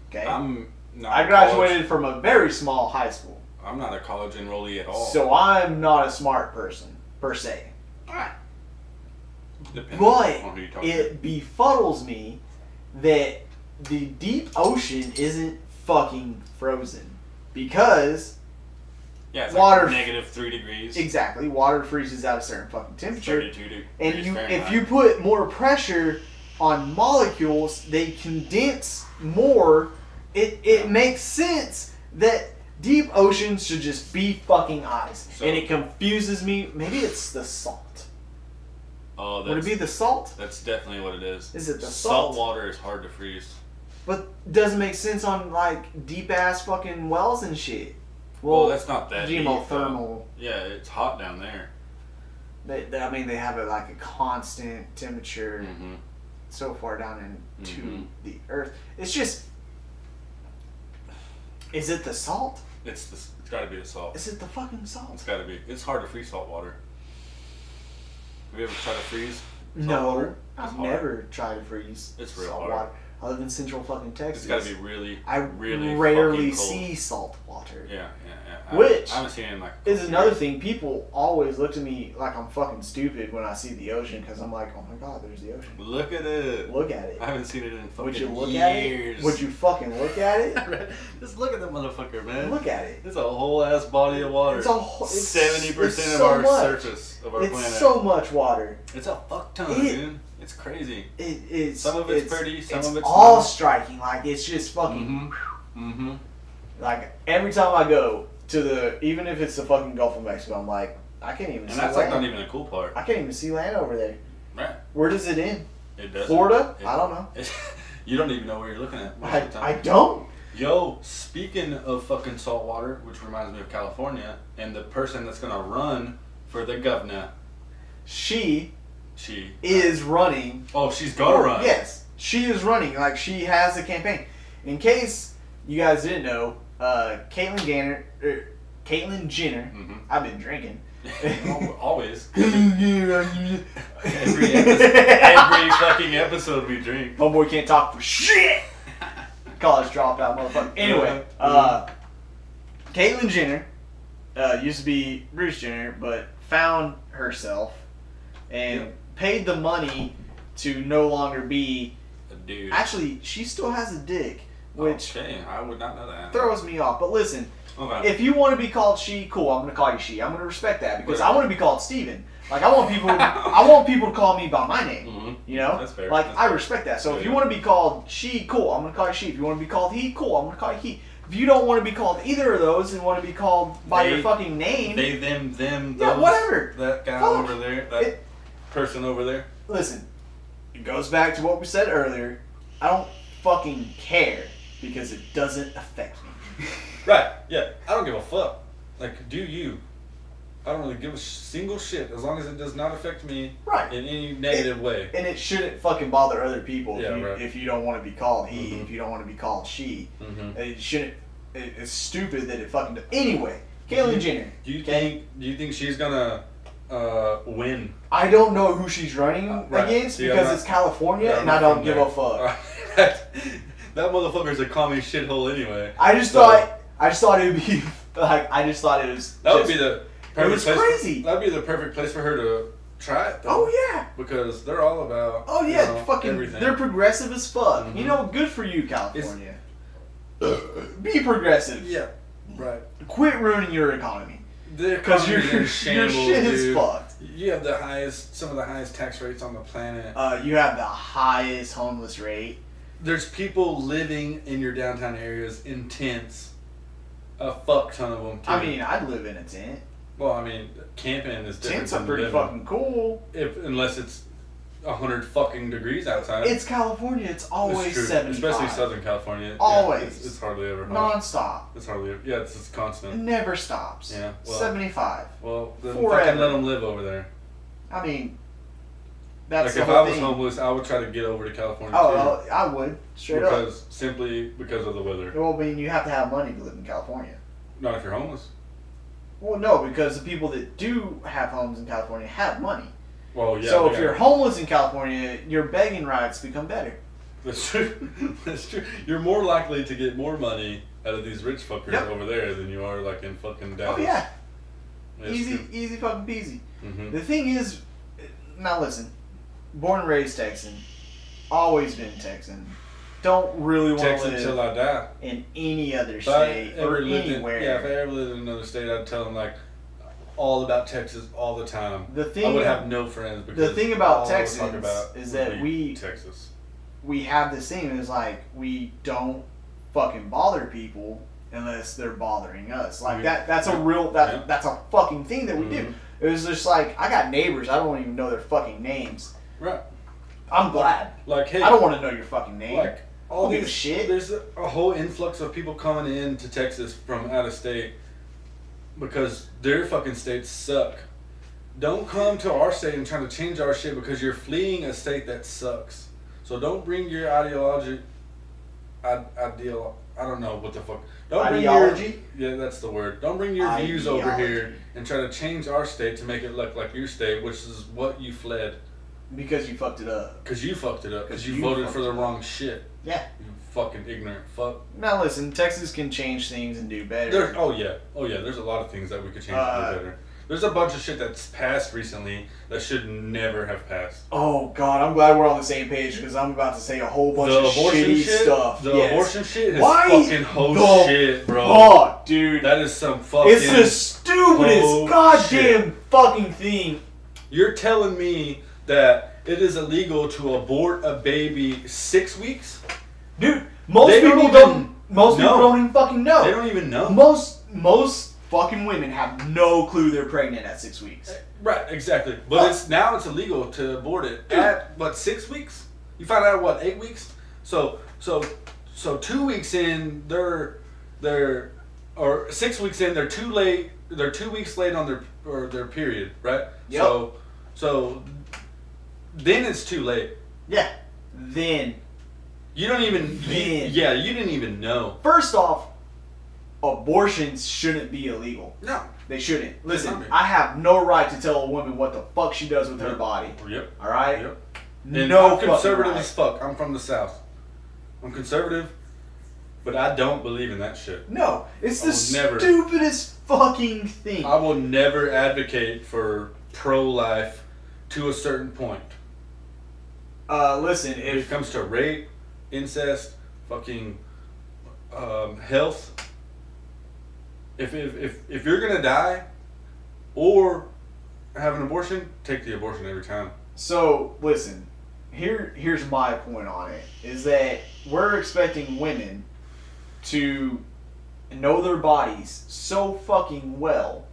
S2: Okay,
S1: I'm not.
S2: I
S1: a college-
S2: graduated from a very small high school,
S1: I'm not a college enrollee at all.
S2: so I'm not a smart person per se.
S1: Depends
S2: But
S1: on who you talk Oh, to.
S2: it befuddles me that the deep ocean isn't fucking frozen because
S1: Yeah, it's
S2: water-
S1: like negative three degrees.
S2: exactly water freezes at a certain fucking temperature.
S1: 32 degrees
S2: And you, if
S1: Fahrenheit.
S2: you put more pressure on molecules, they condense more. It it makes sense that deep oceans should just be fucking ice,
S1: So-
S2: and it confuses me. Maybe it's the salt.
S1: oh,
S2: Would it
S1: that's,
S2: be the salt?
S1: that's definitely what it is.
S2: Is it the
S1: salt?
S2: salt?
S1: water is hard to freeze.
S2: But doesn't make sense on like deep ass fucking wells and shit.
S1: Well,
S2: Well,
S1: that's not that. deep, though.
S2: geothermal.
S1: Yeah, it's hot down there.
S2: They, they- I mean, they have it like a constant temperature.
S1: Mm-hmm.
S2: so far down into
S1: Mhm.
S2: the earth. It's just. Is it the salt?
S1: It's the, it's got to be the salt.
S2: Is it the fucking salt?
S1: It's got to be. It's hard to freeze salt water. Have you ever tried to freeze?
S2: no,
S1: water?
S2: I've
S1: It's hard.
S2: never tried to freeze
S1: It's real
S2: salt
S1: hard.
S2: water. I live in central fucking Texas.
S1: It's got to be really.
S2: I
S1: really
S2: rarely
S1: fucking cold.
S2: see salt water.
S1: Yeah, yeah, yeah. I-
S2: Which
S1: I haven't seen it in like.
S2: It's another thing. People always look at me like I'm fucking stupid when I see the ocean because I'm like, oh my god, there's the ocean.
S1: Look at it.
S2: Look at it.
S1: I haven't seen it in fucking
S2: Would you look
S1: years.
S2: at it? Would you fucking look at it?
S1: Just look at that motherfucker, man.
S2: look at it.
S1: It's a whole ass body of water.
S2: It's a whole- it's-
S1: seventy
S2: it's
S1: percent of
S2: so
S1: our
S2: much.
S1: surface of our
S2: It's
S1: planet.
S2: so much water.
S1: it's a fuck ton,
S2: It-
S1: dude. It's crazy.
S2: It, it's
S1: Some of it's pretty, some of it's
S2: all
S1: not.
S2: striking. Like it's just
S1: Mhm.
S2: fucking
S1: Mm-hmm.
S2: like every time I go to the even if it's the fucking Gulf of Mexico, I'm like I can't even
S1: And
S2: see
S1: that's like
S2: land.
S1: not even the cool part,
S2: I can't even see land over there.
S1: right?
S2: Where does it end?
S1: It does.
S2: Florida?
S1: It-
S2: I don't know.
S1: you don't even know where you're looking at. most of
S2: I,
S1: the time.
S2: I don't.
S1: Yo, speaking of fucking salt water, which reminds me of California, and the person that's gonna run for the governor,
S2: She
S1: she
S2: is running.
S1: Oh, she's gonna run.
S2: Yes, she is running. Like she has a campaign. In case you guys didn't know, uh, Caitlyn Jenner. Er, Caitlyn Jenner.
S1: Mhm.
S2: I've been drinking.
S1: Al- Mm-hmm. Always.
S2: Every
S1: Every, episode, every fucking episode we drink.
S2: Homeboy can't talk for shit. College dropout, motherfucker. Anyway, uh, Caitlyn Jenner uh, used to be Bruce Jenner, but found herself and
S1: Yep.
S2: paid the money to no longer be.
S1: Dude.
S2: Actually, she still has a dick,
S1: Oh.
S2: which
S1: Okay, I would not know that. Oh,
S2: throws me off. But listen,
S1: Okay.
S2: if you want to be called she, cool. I'm gonna call you she. I'm gonna respect that because
S1: Right.
S2: I want to be called Steven. Like I want people, I want people to call me by my name.
S1: hmm
S2: You know,
S1: That's fair.
S2: Like
S1: That's
S2: I
S1: fair.
S2: respect that. So
S1: Yeah.
S2: if you want to be called she, cool. I'm gonna call you she. If you want to be called he, cool. I'm gonna call you he. If you don't want to be called either of those and want to be called by
S1: They-
S2: your fucking name,
S1: They, them, them,
S2: Yeah,
S1: those,
S2: whatever.
S1: That guy
S2: Fuck.
S1: over there, that
S2: It-
S1: person over there.
S2: listen. It goes back to what we said earlier. I don't fucking care because it doesn't affect me.
S1: Right. Yeah. I don't give a fuck. Like, do you? I don't really give a sh- single shit as long as it does not affect me
S2: Right.
S1: in any negative way.
S2: And it shouldn't fucking bother other people
S1: Yeah,
S2: if, you,
S1: right.
S2: if you don't want to be called he,
S1: Mhm.
S2: if you don't want to be called she.
S1: Mm-hmm.
S2: It shouldn't. It, it's stupid that it fucking. Do- anyway,
S1: Mm-hmm.
S2: Caitlyn Jenner.
S1: Do you
S2: Okay.
S1: think? Do you think she's gonna uh, win?
S2: I don't know who she's running
S1: Uh, right.
S2: against
S1: See, I'm
S2: because
S1: not-
S2: it's California and I
S1: I'm not
S2: don't
S1: from
S2: give
S1: there.
S2: a fuck.
S1: that motherfucker's a commie shithole anyway.
S2: I just
S1: So-
S2: thought I just thought it would be like I just thought it was
S1: That would
S2: just-
S1: be the
S2: It
S1: perfect
S2: was
S1: place.
S2: crazy.
S1: That'd be the perfect place for her to try it. Though,
S2: Oh yeah.
S1: Because they're all about.
S2: Oh
S1: you
S2: yeah,
S1: know,
S2: fucking
S1: everything.
S2: they're progressive as fuck. You
S1: Mhm.
S2: know, good for you, California. be progressive.
S1: yeah. Right.
S2: Quit ruining your economy.
S1: Because
S2: Because your your shit is fucked.
S1: You have the highest, some of the highest tax rates on the planet.
S2: Uh, you have the highest homeless rate.
S1: there's people living in your downtown areas in tents. A fuck ton of them. Too.
S2: I mean, I'd live in a tent.
S1: well, I mean, camping is different
S2: Tents are
S1: than
S2: pretty
S1: living.
S2: fucking cool.
S1: If unless it's hundred fucking degrees outside.
S2: It's California. It's
S1: It's
S2: always
S1: true,
S2: seventy-five,
S1: Especially Southern California. Yeah,
S2: Always.
S1: it's, it's hardly ever hot.
S2: nonstop.
S1: It's hardly ever. Yeah, it's just
S2: It
S1: constant.
S2: never stops.
S1: Yeah, well-
S2: seventy-five.
S1: Well, then
S2: Forever.
S1: fucking let them live over there.
S2: I mean, that's
S1: like
S2: the
S1: if
S2: whole
S1: I was
S2: thing.
S1: homeless, I would try to get over to California
S2: oh,
S1: too.
S2: well, I would straight up.
S1: because simply because of the weather.
S2: Well, I mean, you have to have money to live in California.
S1: Not if you're homeless.
S2: Well, no, because the people that do have homes in California have money.
S1: Well, yeah.
S2: so
S1: they
S2: if
S1: got-
S2: you're homeless in California, your begging rights become better.
S1: That's true. That's true. You're more likely to get more money out of these rich fuckers
S2: Yep.
S1: over there than you are like in fucking Dallas.
S2: Oh yeah, easy, easy fucking peasy.
S1: hmm
S2: The thing is, now listen, born and raised Texan, always been Texan. Don't really want to
S1: Texas
S2: live
S1: till I die.
S2: in any other
S1: If I
S2: state
S1: ever
S2: or
S1: lived in,
S2: anywhere.
S1: yeah, if I ever lived in another state, I'd tell them like all about Texas all the time.
S2: the
S1: I
S2: thing
S1: would have no friends because
S2: the thing about
S1: all I would talk
S2: Texans
S1: about
S2: is
S1: would be
S2: that we-
S1: Texas.
S2: we have this thing is like we don't fucking bother people unless they're bothering us. Like
S1: We-
S2: that that's a real that
S1: Mm-hmm. Yeah.
S2: that's a fucking thing that we do.
S1: Mhm.
S2: It was just like I got neighbors, I don't even know their fucking names.
S1: Right.
S2: I'm glad.
S1: Like hey,
S2: I don't want to know your fucking name.
S1: like all
S2: Don't give a
S1: these
S2: shit.
S1: There's a, a whole influx of people coming in to Texas from out of state because their fucking states suck. Don't come to our state and try to change our shit because you're fleeing a state that sucks. So don't bring your ideology, I, ideal. I don't know what the fuck. Don't
S2: Ideology?
S1: bring your yeah, that's the word. Don't bring your views over
S2: Ideology.
S1: here and try to change our state to make it look like your state, which is what you fled
S2: because you fucked it up.
S1: because you fucked it up because
S2: 'Cause
S1: you,
S2: you
S1: voted
S2: fucked
S1: for the
S2: it up.
S1: wrong shit.
S2: Yeah.
S1: You fucking ignorant fuck.
S2: Now listen, Texas can change things and do better.
S1: There, oh yeah, oh yeah. There's a lot of things that we could change
S2: Uh,
S1: to do better. There's a bunch of shit that's passed recently that should never have passed.
S2: oh god, I'm glad we're on the same page because I'm about to say a whole bunch
S1: the
S2: of shitty
S1: shit,
S2: stuff.
S1: the
S2: Yes.
S1: abortion shit is
S2: Why
S1: fucking whole
S2: the
S1: shit, bro.
S2: Oh, dude.
S1: That is some fucking.
S2: It's the stupidest
S1: Oh,
S2: goddamn fucking thing.
S1: You're telling me that it is illegal to abort a baby six weeks?
S2: Dude, most
S1: They don't
S2: people
S1: even
S2: don't most
S1: know.
S2: people don't even fucking know.
S1: They don't even know.
S2: most most fucking women have no clue they're pregnant at six weeks.
S1: Right, exactly. But it's now it's illegal to abort it
S2: Dude.
S1: at what six weeks? You find out what eight weeks? So so so two weeks in they're they're or six weeks in they're too late. They're two weeks late on their or their period, right?
S2: Yep.
S1: So so then it's too late.
S2: Yeah. Then
S1: You don't even you-
S2: Then.
S1: yeah you didn't even know.
S2: first off, abortions shouldn't be illegal.
S1: No.
S2: They shouldn't. Listen,
S1: Shouldn't be.
S2: I have no right to tell a woman what the fuck she does with her
S1: Yep.
S2: body.
S1: Yep.
S2: All right.
S1: Yep. And
S2: No
S1: I'm
S2: fucking
S1: conservative
S2: right.
S1: as fuck. I'm from the south. I'm conservative, but I don't believe in that shit.
S2: No, it's
S1: I
S2: the
S1: would never-
S2: stupidest fucking thing.
S1: I will never advocate for pro life to a certain point.
S2: Uh, listen,
S1: If it
S2: if
S1: comes to rape, incest, fucking um, health, if, if, if, if you're gonna die or have an abortion, take the abortion every time.
S2: So listen, here here's my point on it is that we're expecting women to know their bodies so fucking well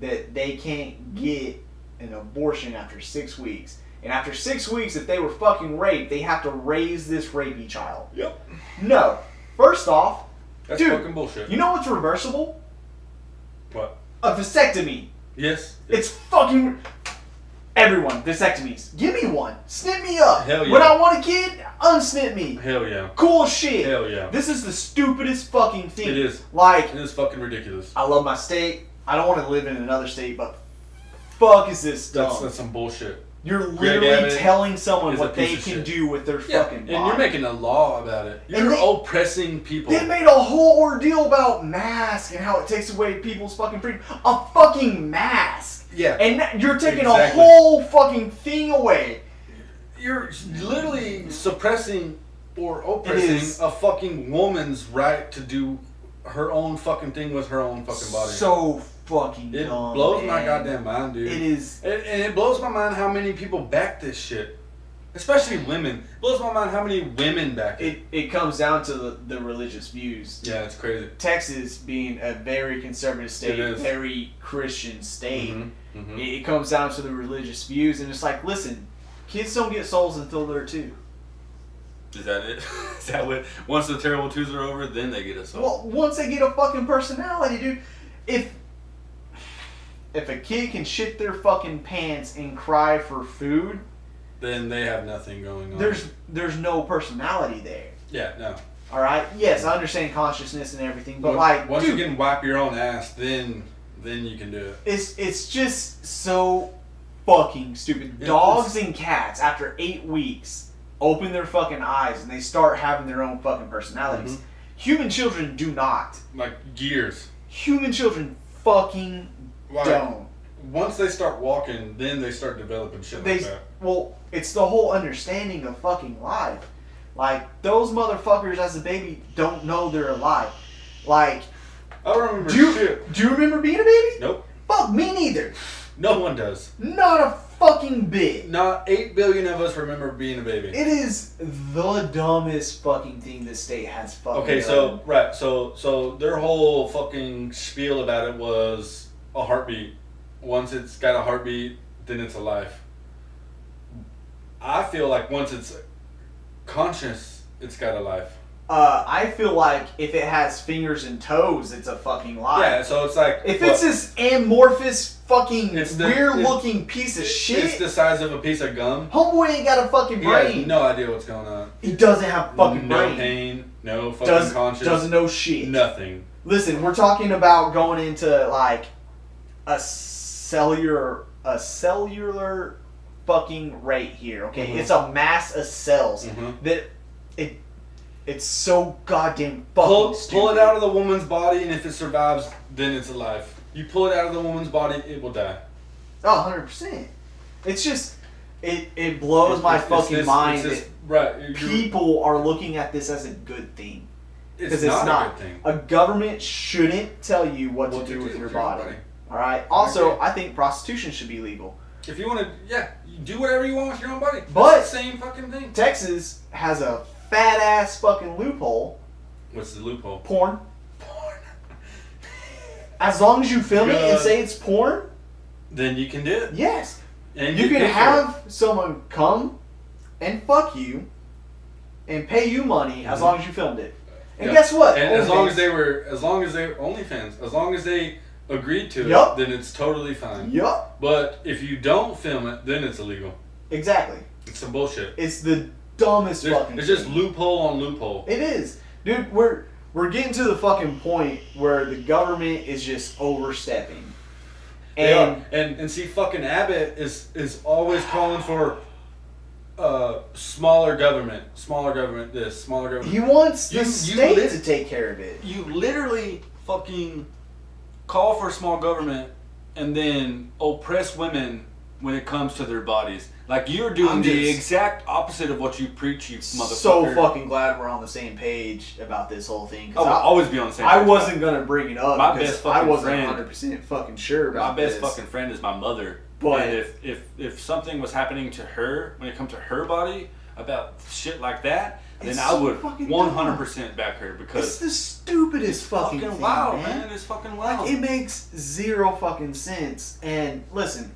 S2: that they can't get an abortion after six weeks. And after six weeks, if they were fucking raped, they have to raise this rapey child.
S1: Yep.
S2: No. First off,
S1: That's
S2: Dude,
S1: fucking bullshit.
S2: you know what's reversible?
S1: What?
S2: A vasectomy.
S1: Yes.
S2: It's fucking everyone vasectomies. Give me one. Snip me up.
S1: Hell yeah.
S2: When I want a kid, unsnip me.
S1: Hell yeah.
S2: Cool shit.
S1: Hell yeah.
S2: This is the stupidest fucking thing.
S1: It is.
S2: Like,
S1: It is fucking ridiculous.
S2: I love my state. I don't want to live in another state, but fuck is this dumb?
S1: That's, that's some bullshit.
S2: you're
S1: Greg
S2: literally
S1: Abbott
S2: telling someone
S1: is a
S2: what they
S1: piece of
S2: can
S1: shit.
S2: do with their fucking
S1: and
S2: body.
S1: you're making a law about it.
S2: And
S1: You're
S2: they-
S1: oppressing people.
S2: They made a whole ordeal about masks and how it takes away people's fucking freedom. A fucking mask.
S1: Yeah.
S2: And you're taking a
S1: Exactly.
S2: whole fucking thing away.
S1: You're literally suppressing or
S2: It
S1: oppressing
S2: is-
S1: a fucking woman's right to do her own fucking thing with her own fucking body.
S2: So fucking
S1: it
S2: dumb,
S1: blows my
S2: man.
S1: goddamn mind, dude.
S2: It is
S1: And, and it blows my mind how many people back this shit. especially women. Blows my mind how many women back.
S2: It, it comes down to the, the religious views.
S1: yeah, it's crazy.
S2: Texas being a very conservative
S1: It
S2: state,
S1: is.
S2: very Christian state,
S1: Mhm, mhm.
S2: it, it comes down to the religious views. And it's like, listen, kids don't get souls until they're two.
S1: Is that it? Is that what? Once the terrible twos are over, then they get us. all.
S2: Well, once they get a fucking personality, dude, if if a kid can shit their fucking pants and cry for food,
S1: then they have nothing going on.
S2: there's there's no personality there.
S1: yeah no.
S2: All right. Yes, I understand consciousness and everything, but
S1: Once-
S2: like,
S1: once
S2: dude,
S1: you can wipe your own ass, then then you can do it.
S2: it's it's just so fucking stupid.
S1: Yeah,
S2: Dogs and cats after eight weeks open their fucking eyes and they start having their own fucking personalities.
S1: Mm-hmm.
S2: Human children do not.
S1: Like years.
S2: Human children fucking
S1: Like,
S2: don't.
S1: Once they start walking, then they start developing shit
S2: they
S1: like that.
S2: well, it's the whole understanding of fucking life. Like those motherfuckers as a baby don't know they're alive. Like,
S1: I don't remember
S2: do you,
S1: shit.
S2: do you remember being a baby?
S1: Nope.
S2: Fuck me neither.
S1: No one does.
S2: Not a fucking bit.
S1: Not eight billion of us remember being a baby.
S2: It is the dumbest fucking thing this state has fucking.
S1: Okay,
S2: done.
S1: so right, so so their whole fucking spiel about it was a heartbeat. Once it's got a heartbeat, then it's alive. I feel like once it's conscious, it's got a life.
S2: uh, I feel like if it has fingers and toes, it's a fucking lie.
S1: Yeah, so it's like
S2: If it's this amorphous fucking
S1: It's the-
S2: weird-looking piece of
S1: it's
S2: shit,
S1: the size of a piece of gum.
S2: homeboy ain't got a fucking
S1: He has
S2: brain.
S1: no idea what's going on.
S2: He doesn't have fucking
S1: no
S2: brain.
S1: pain, no fucking
S2: Does,
S1: conscious,
S2: doesn't know shit.
S1: nothing.
S2: Listen, we're talking about going into like a cellular a cellular fucking rate here. Okay,
S1: Mhm.
S2: it's a mass of cells
S1: Mhm.
S2: that it it's so goddamn fucking
S1: Pull,
S2: stupid.
S1: pull it out of the woman's body, and if it survives, then it's alive. You pull it out of the woman's body, it will die.
S2: Oh, 100 percent. It's just it it blows my
S1: It's- it's
S2: fucking
S1: this-
S2: mind
S1: it's this-
S2: that
S1: right. you-
S2: people are looking at this as a good thing.
S1: it's,
S2: Because it's
S1: not,
S2: not.
S1: a good thing.
S2: A government shouldn't tell you what,
S1: What
S2: to
S1: to
S2: do
S1: do
S2: with your
S1: with your
S2: body.
S1: body.
S2: All right. Also,
S1: agree.
S2: I think prostitution should be legal.
S1: If you want to, yeah, you do whatever you want with your own body. It's
S2: But-
S1: the same fucking thing.
S2: Texas has a fat ass fucking loophole.
S1: What's the loophole?
S2: Porn.
S1: Porn.
S2: As long as you film it and
S1: Good.
S2: say it's porn,
S1: Then you can do it.
S2: yes,
S1: And
S2: you
S1: pay
S2: can
S1: for it.
S2: have someone come and fuck you and pay you money as
S1: Mhm.
S2: long as you filmed it. And
S1: Yeah.
S2: guess what?
S1: And as long
S2: OnlyFans-
S1: as they were, as long as they were OnlyFans, as long as they agreed to
S2: Yup.
S1: it, then it's totally fine.
S2: Yup.
S1: But if you don't film it, then it's illegal.
S2: Exactly.
S1: It's some bullshit.
S2: It's the dumbest
S1: There's-
S2: fucking.
S1: it's just
S2: thing.
S1: loophole on loophole.
S2: It is, dude. We're we're getting to the fucking point where the government is just overstepping.
S1: They are.
S2: And
S1: and and see, fucking Abbott is is always calling for uh, smaller government, smaller government, this, smaller government.
S2: he wants the
S1: You- you
S2: state
S1: lit-
S2: to take care of it.
S1: You literally fucking call for small government and then oppress women when it comes to their bodies. Like you're doing
S2: I'm
S1: the
S2: just-
S1: exact opposite of what you preach, you motherfucker.
S2: So fucking glad we're on the same page about this whole thing.
S1: I
S2: 'cause
S1: will always be on the same.
S2: Oh, I, I
S1: page.
S2: wasn't gonna bring it up.
S1: My
S2: 'cause
S1: best
S2: I
S1: fucking
S2: wasn't
S1: friend-
S2: 100 percent fucking sure
S1: My
S2: about
S1: best
S2: this.
S1: fucking friend is my mother.
S2: But-
S1: and if, if if something was happening to her when it comes to her body about shit like that, then
S2: It's
S1: I
S2: so
S1: would
S2: fucking
S1: one hundred percent back her because
S2: It's the stupidest fucking,
S1: fucking
S2: thing,
S1: wild,
S2: man.
S1: man. It's fucking wild.
S2: It makes zero fucking sense. And listen,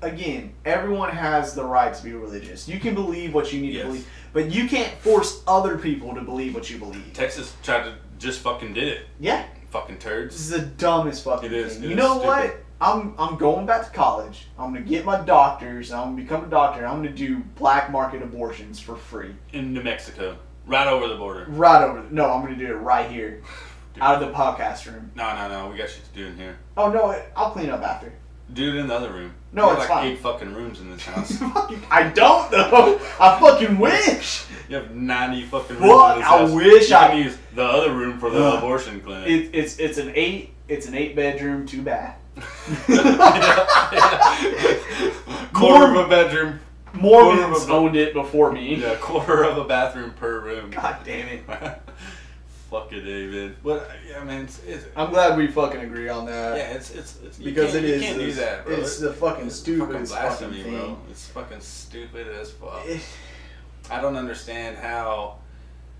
S2: again, everyone has the right to be religious. You can believe what you need
S1: Yes.
S2: to believe, but you can't force other people to believe what you believe.
S1: Texas tried to just fucking did it.
S2: Yeah,
S1: Fucking
S2: this
S1: turds.
S2: is the dumbest fucking
S1: It is.
S2: thing.
S1: It
S2: you
S1: is
S2: know
S1: stupid.
S2: what? I'm I'm going back to college. I'm gonna get my doctors. I'm gonna become a doctor. I'm gonna do black market abortions for free.
S1: in New Mexico, right over the border.
S2: Right over. No, I'm gonna do it right here,
S1: Dude.
S2: out of the podcast room.
S1: No, no, no. We got shit to do in here.
S2: Oh no, I'll clean up after.
S1: Dude, in the other room.
S2: No,
S1: We have
S2: it's
S1: like
S2: fine.
S1: eight fucking rooms in this house.
S2: Fucking- I don't though. I fucking wish.
S1: you have ninety fucking rooms.
S2: Fuck,
S1: in this
S2: I
S1: house.
S2: wish
S1: you
S2: I-
S1: can use the other room for the
S2: Ugh.
S1: abortion clinic.
S2: It, it's it's an eight it's an eight bedroom two bath.
S1: quarter
S2: More-
S1: of a bedroom.
S2: Mormons owned it before me.
S1: Yeah, quarter of a bathroom per room.
S2: God damn it!
S1: Fuck it, David. But yeah, man, it's, it's
S4: I'm glad we fucking agree on that.
S1: yeah, it's it's, it's you
S4: Because
S1: can't,
S4: it
S1: you
S4: is
S1: can't do
S4: it's-
S1: that, bro.
S4: It's the fucking
S1: It's
S4: stupidest fucking
S1: blasphemy,
S4: thing.
S1: bro. It's fucking stupid as fuck.
S4: Eh,
S1: I don't understand how.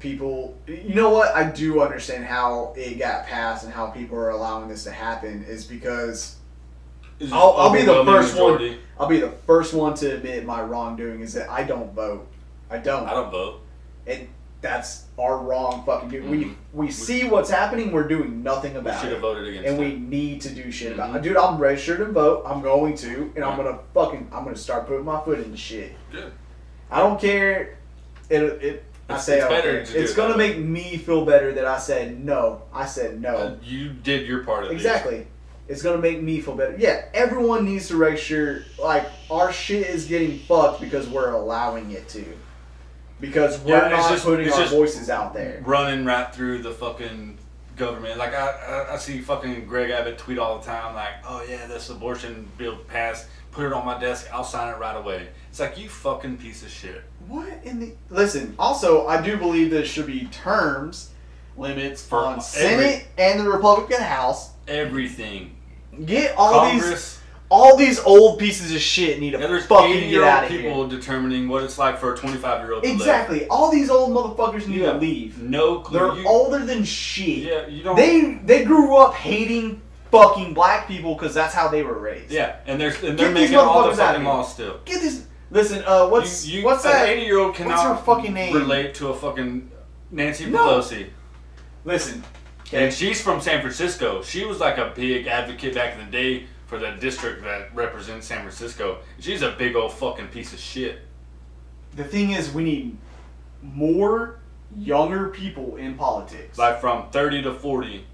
S4: People, you know what? I do understand how it got passed and how people are allowing this to happen is because
S1: it's just
S4: I'll- I'll be the
S1: overwhelming
S4: first one.
S1: majority.
S4: I'll be the first one to admit my wrongdoing is that I don't vote. I don't.
S1: I don't vote.
S4: And that's our wrong fucking dude.
S1: Mhm.
S4: We we see what's happening. We're doing nothing
S1: We
S4: about
S1: should have
S4: it.
S1: voted against.
S4: And
S1: it.
S4: we need to do shit about
S1: Mhm.
S4: it. Dude, I'm registered to vote. I'm going to, and I'm
S1: Yeah.
S4: gonna fucking, I'm gonna start putting my foot in the shit.
S1: Good.
S4: I don't care. It, it. I
S1: It's-
S4: say
S1: it's
S4: I don't
S1: better
S4: care.
S1: to do
S4: it's
S1: it
S4: gonna
S1: that
S4: make me feel better that I said no. I said no.
S1: Uh, you did your part of it.
S4: Exactly. It's gonna make me feel better. Yeah, everyone needs to register. Like our shit is getting fucked because we're allowing it to, because we're
S1: Yeah, it's
S4: not
S1: just-
S4: putting
S1: it's
S4: our
S1: just-
S4: voices out there.
S1: running right through the fucking government. Like I, I, I see fucking Greg Abbott tweet all the time, like, "Oh yeah, this abortion bill passed. Put it on my desk. I'll sign it right away." It's like you fucking piece of shit.
S4: What in the?
S2: Listen, also, I do believe there should be terms limits
S1: For
S2: on
S1: every-
S2: Senate and the Republican House.
S1: Everything.
S2: Get all these
S1: Congress.
S2: all these old pieces of shit need to
S1: yeah, there's
S2: fucking get
S1: eighty-year-old
S2: out of here.
S1: people determining what it's like for a twenty-five-year-old.
S2: Exactly. All these old motherfuckers need
S1: Yeah.
S2: to
S1: To
S2: leave.
S1: live. No clue.
S2: They're
S1: you,
S2: older than shit.
S1: Yeah, you don't.
S2: They they grew up hating fucking black people because that's how they were raised.
S1: yeah, and they're and they're
S2: Get these
S1: making all the
S2: motherfuckers outta
S1: fucking
S2: here.
S1: laws still.
S2: Get this. Listen, uh, what's
S1: you, you,
S2: what's
S1: an
S2: that?
S1: Eighty-year-old cannot
S2: her fucking name?
S1: relate to a fucking Nancy
S2: No.
S1: Pelosi.
S2: Listen,
S1: And she's from San Francisco. She was like a big advocate back in the day for that district that represents San Francisco. She's a big old fucking piece of shit.
S2: the thing is, we need more younger people in politics.
S1: Like from 30 to 40.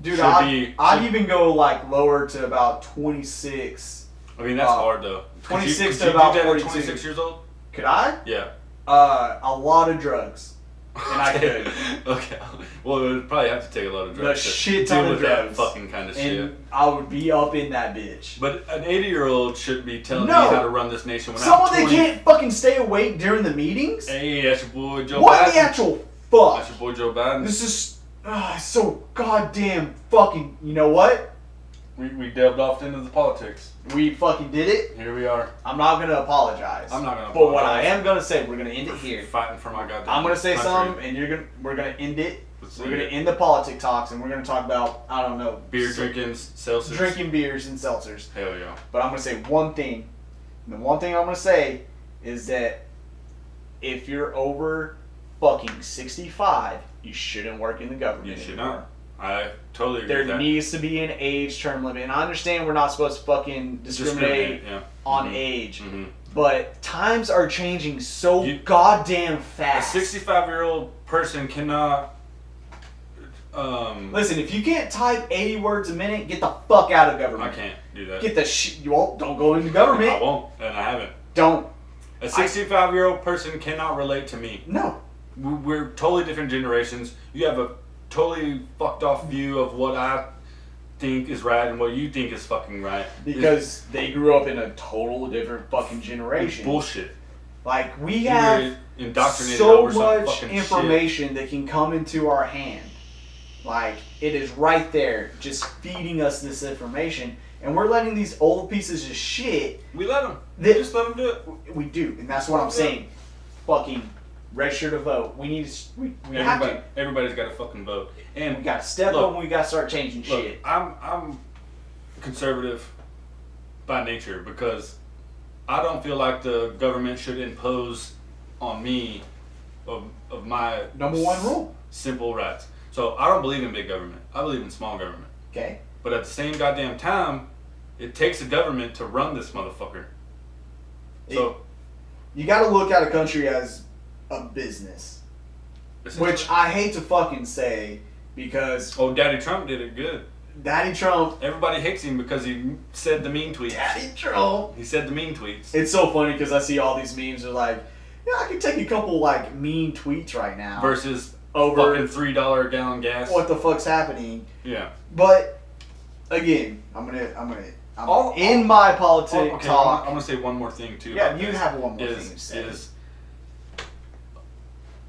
S2: Dude,
S1: should
S2: I'd,
S1: be-
S2: I'd
S1: should-
S2: even go like lower to about 26.
S1: I mean, that's
S2: Uh,
S1: hard though. Could you-
S2: 26
S1: could
S2: to
S1: you do
S2: about
S1: that at
S2: 42.
S1: 26 years old?
S2: Could I?
S1: Yeah.
S2: Uh, a lot of drugs. And I
S1: okay.
S2: could.
S1: okay. Well, it would probably have to take a lot of drugs. to
S2: shit
S1: deal
S2: ton of
S1: with that
S2: drugs.
S1: fucking kind of
S2: And
S1: shit.
S2: I would be up in that bitch.
S1: But an 80 year old shouldn't be telling
S2: No.
S1: me how to run this nation when
S2: Someone
S1: I'm
S2: that
S1: 20.
S2: can't fucking stay awake during the meetings?
S1: Hey, that's your boy Joe
S2: What
S1: Biden.
S2: the actual fuck?
S1: That's your boy Joe Biden.
S2: This is ah, it's so goddamn fucking. You know what?
S1: we, we delved off into the politics.
S2: We fucking did it.
S1: Here we are.
S2: I'm not gonna apologize.
S1: I'm not gonna
S2: But what I
S1: apologize.
S2: am gonna say, we're gonna end it here.
S1: Fighting for my goddamn.
S2: I'm gonna say
S1: country.
S2: some, and you're gonna we're gonna end it.
S1: Let's
S2: We're
S1: see
S2: gonna
S1: it.
S2: end the politic talks, and we're gonna talk about I don't know
S1: beer
S2: s-
S1: drinking, Celsius.
S2: drinking beers and seltzers.
S1: Hell yeah.
S2: But I'm gonna say one thing. And the one thing I'm gonna say is that if you're over fucking 65, you shouldn't work in the government.
S1: You should
S2: anymore.
S1: not. I totally agree
S2: There
S1: with that.
S2: needs to be an age term limit, and I understand we're not supposed to fucking discriminate,
S1: Discriminate, Yeah.
S2: on
S1: Mhm.
S2: age,
S1: hmm
S2: but times are changing so
S1: You-
S2: goddamn
S1: A
S2: fast.
S1: 65 year old person cannot. Um,
S2: Listen, if you can't type 80 words a minute, get the fuck out of
S1: I
S2: government.
S1: can't do that.
S2: Get the shit. You won't. Don't go into
S1: I
S2: government.
S1: won't, and I haven't.
S2: Don't.
S1: A 65 year old person cannot relate to me.
S2: No.
S1: We- We're totally different generations. You have a totally fucked off view of what I think is right and what you think is fucking right. It's
S2: Because they grew up in a total different fucking generation.
S1: bullshit.
S2: Like we
S1: You
S2: have
S1: were indoctrinated
S2: so
S1: over some
S2: much
S1: fucking shit.
S2: information that can come into our hand. Like it is right there, just feeding us this information, and we're letting these old pieces of shit.
S1: We let them.
S2: Th-
S1: just let them do it.
S2: We do, and that's what I'm saying. Fucking register to vote. We need to. s- We, we have
S1: Everybody,
S2: to.
S1: everybody's got to fucking vote.
S2: We
S1: And
S2: got to step
S1: Look.
S2: up. and We got to start changing
S1: look,
S2: shit.
S1: I'm I'm conservative by nature because I don't feel like the government should impose on me of of my
S2: Number one
S1: s-
S2: rule.
S1: simple rights. So I don't believe in big government. I believe in small government.
S2: Okay.
S1: But at the same goddamn time, it takes a government to run this motherfucker. So
S4: You got to look at a country as a business, which I hate to fucking say because
S1: oh, Daddy Trump did it good.
S4: Daddy Trump,
S1: Everybody hates him because he said the mean tweets.
S4: Daddy Trump.
S1: He said the mean tweets.
S4: It's so funny because I see all these memes. They're like, yeah, I could take a couple like mean tweets right now
S1: versus
S4: over
S1: fucking three dollar a gallon gas.
S4: what the fuck's happening.
S1: Yeah.
S4: But again, I'm gonna, I'm gonna, I'm
S1: All-
S4: in my politics
S1: Oh, okay, I'm,
S4: talk.
S1: I'm gonna say one more thing too.
S4: yeah,
S1: about
S4: you
S1: this.
S4: have one more thing to
S1: is
S4: say.
S1: is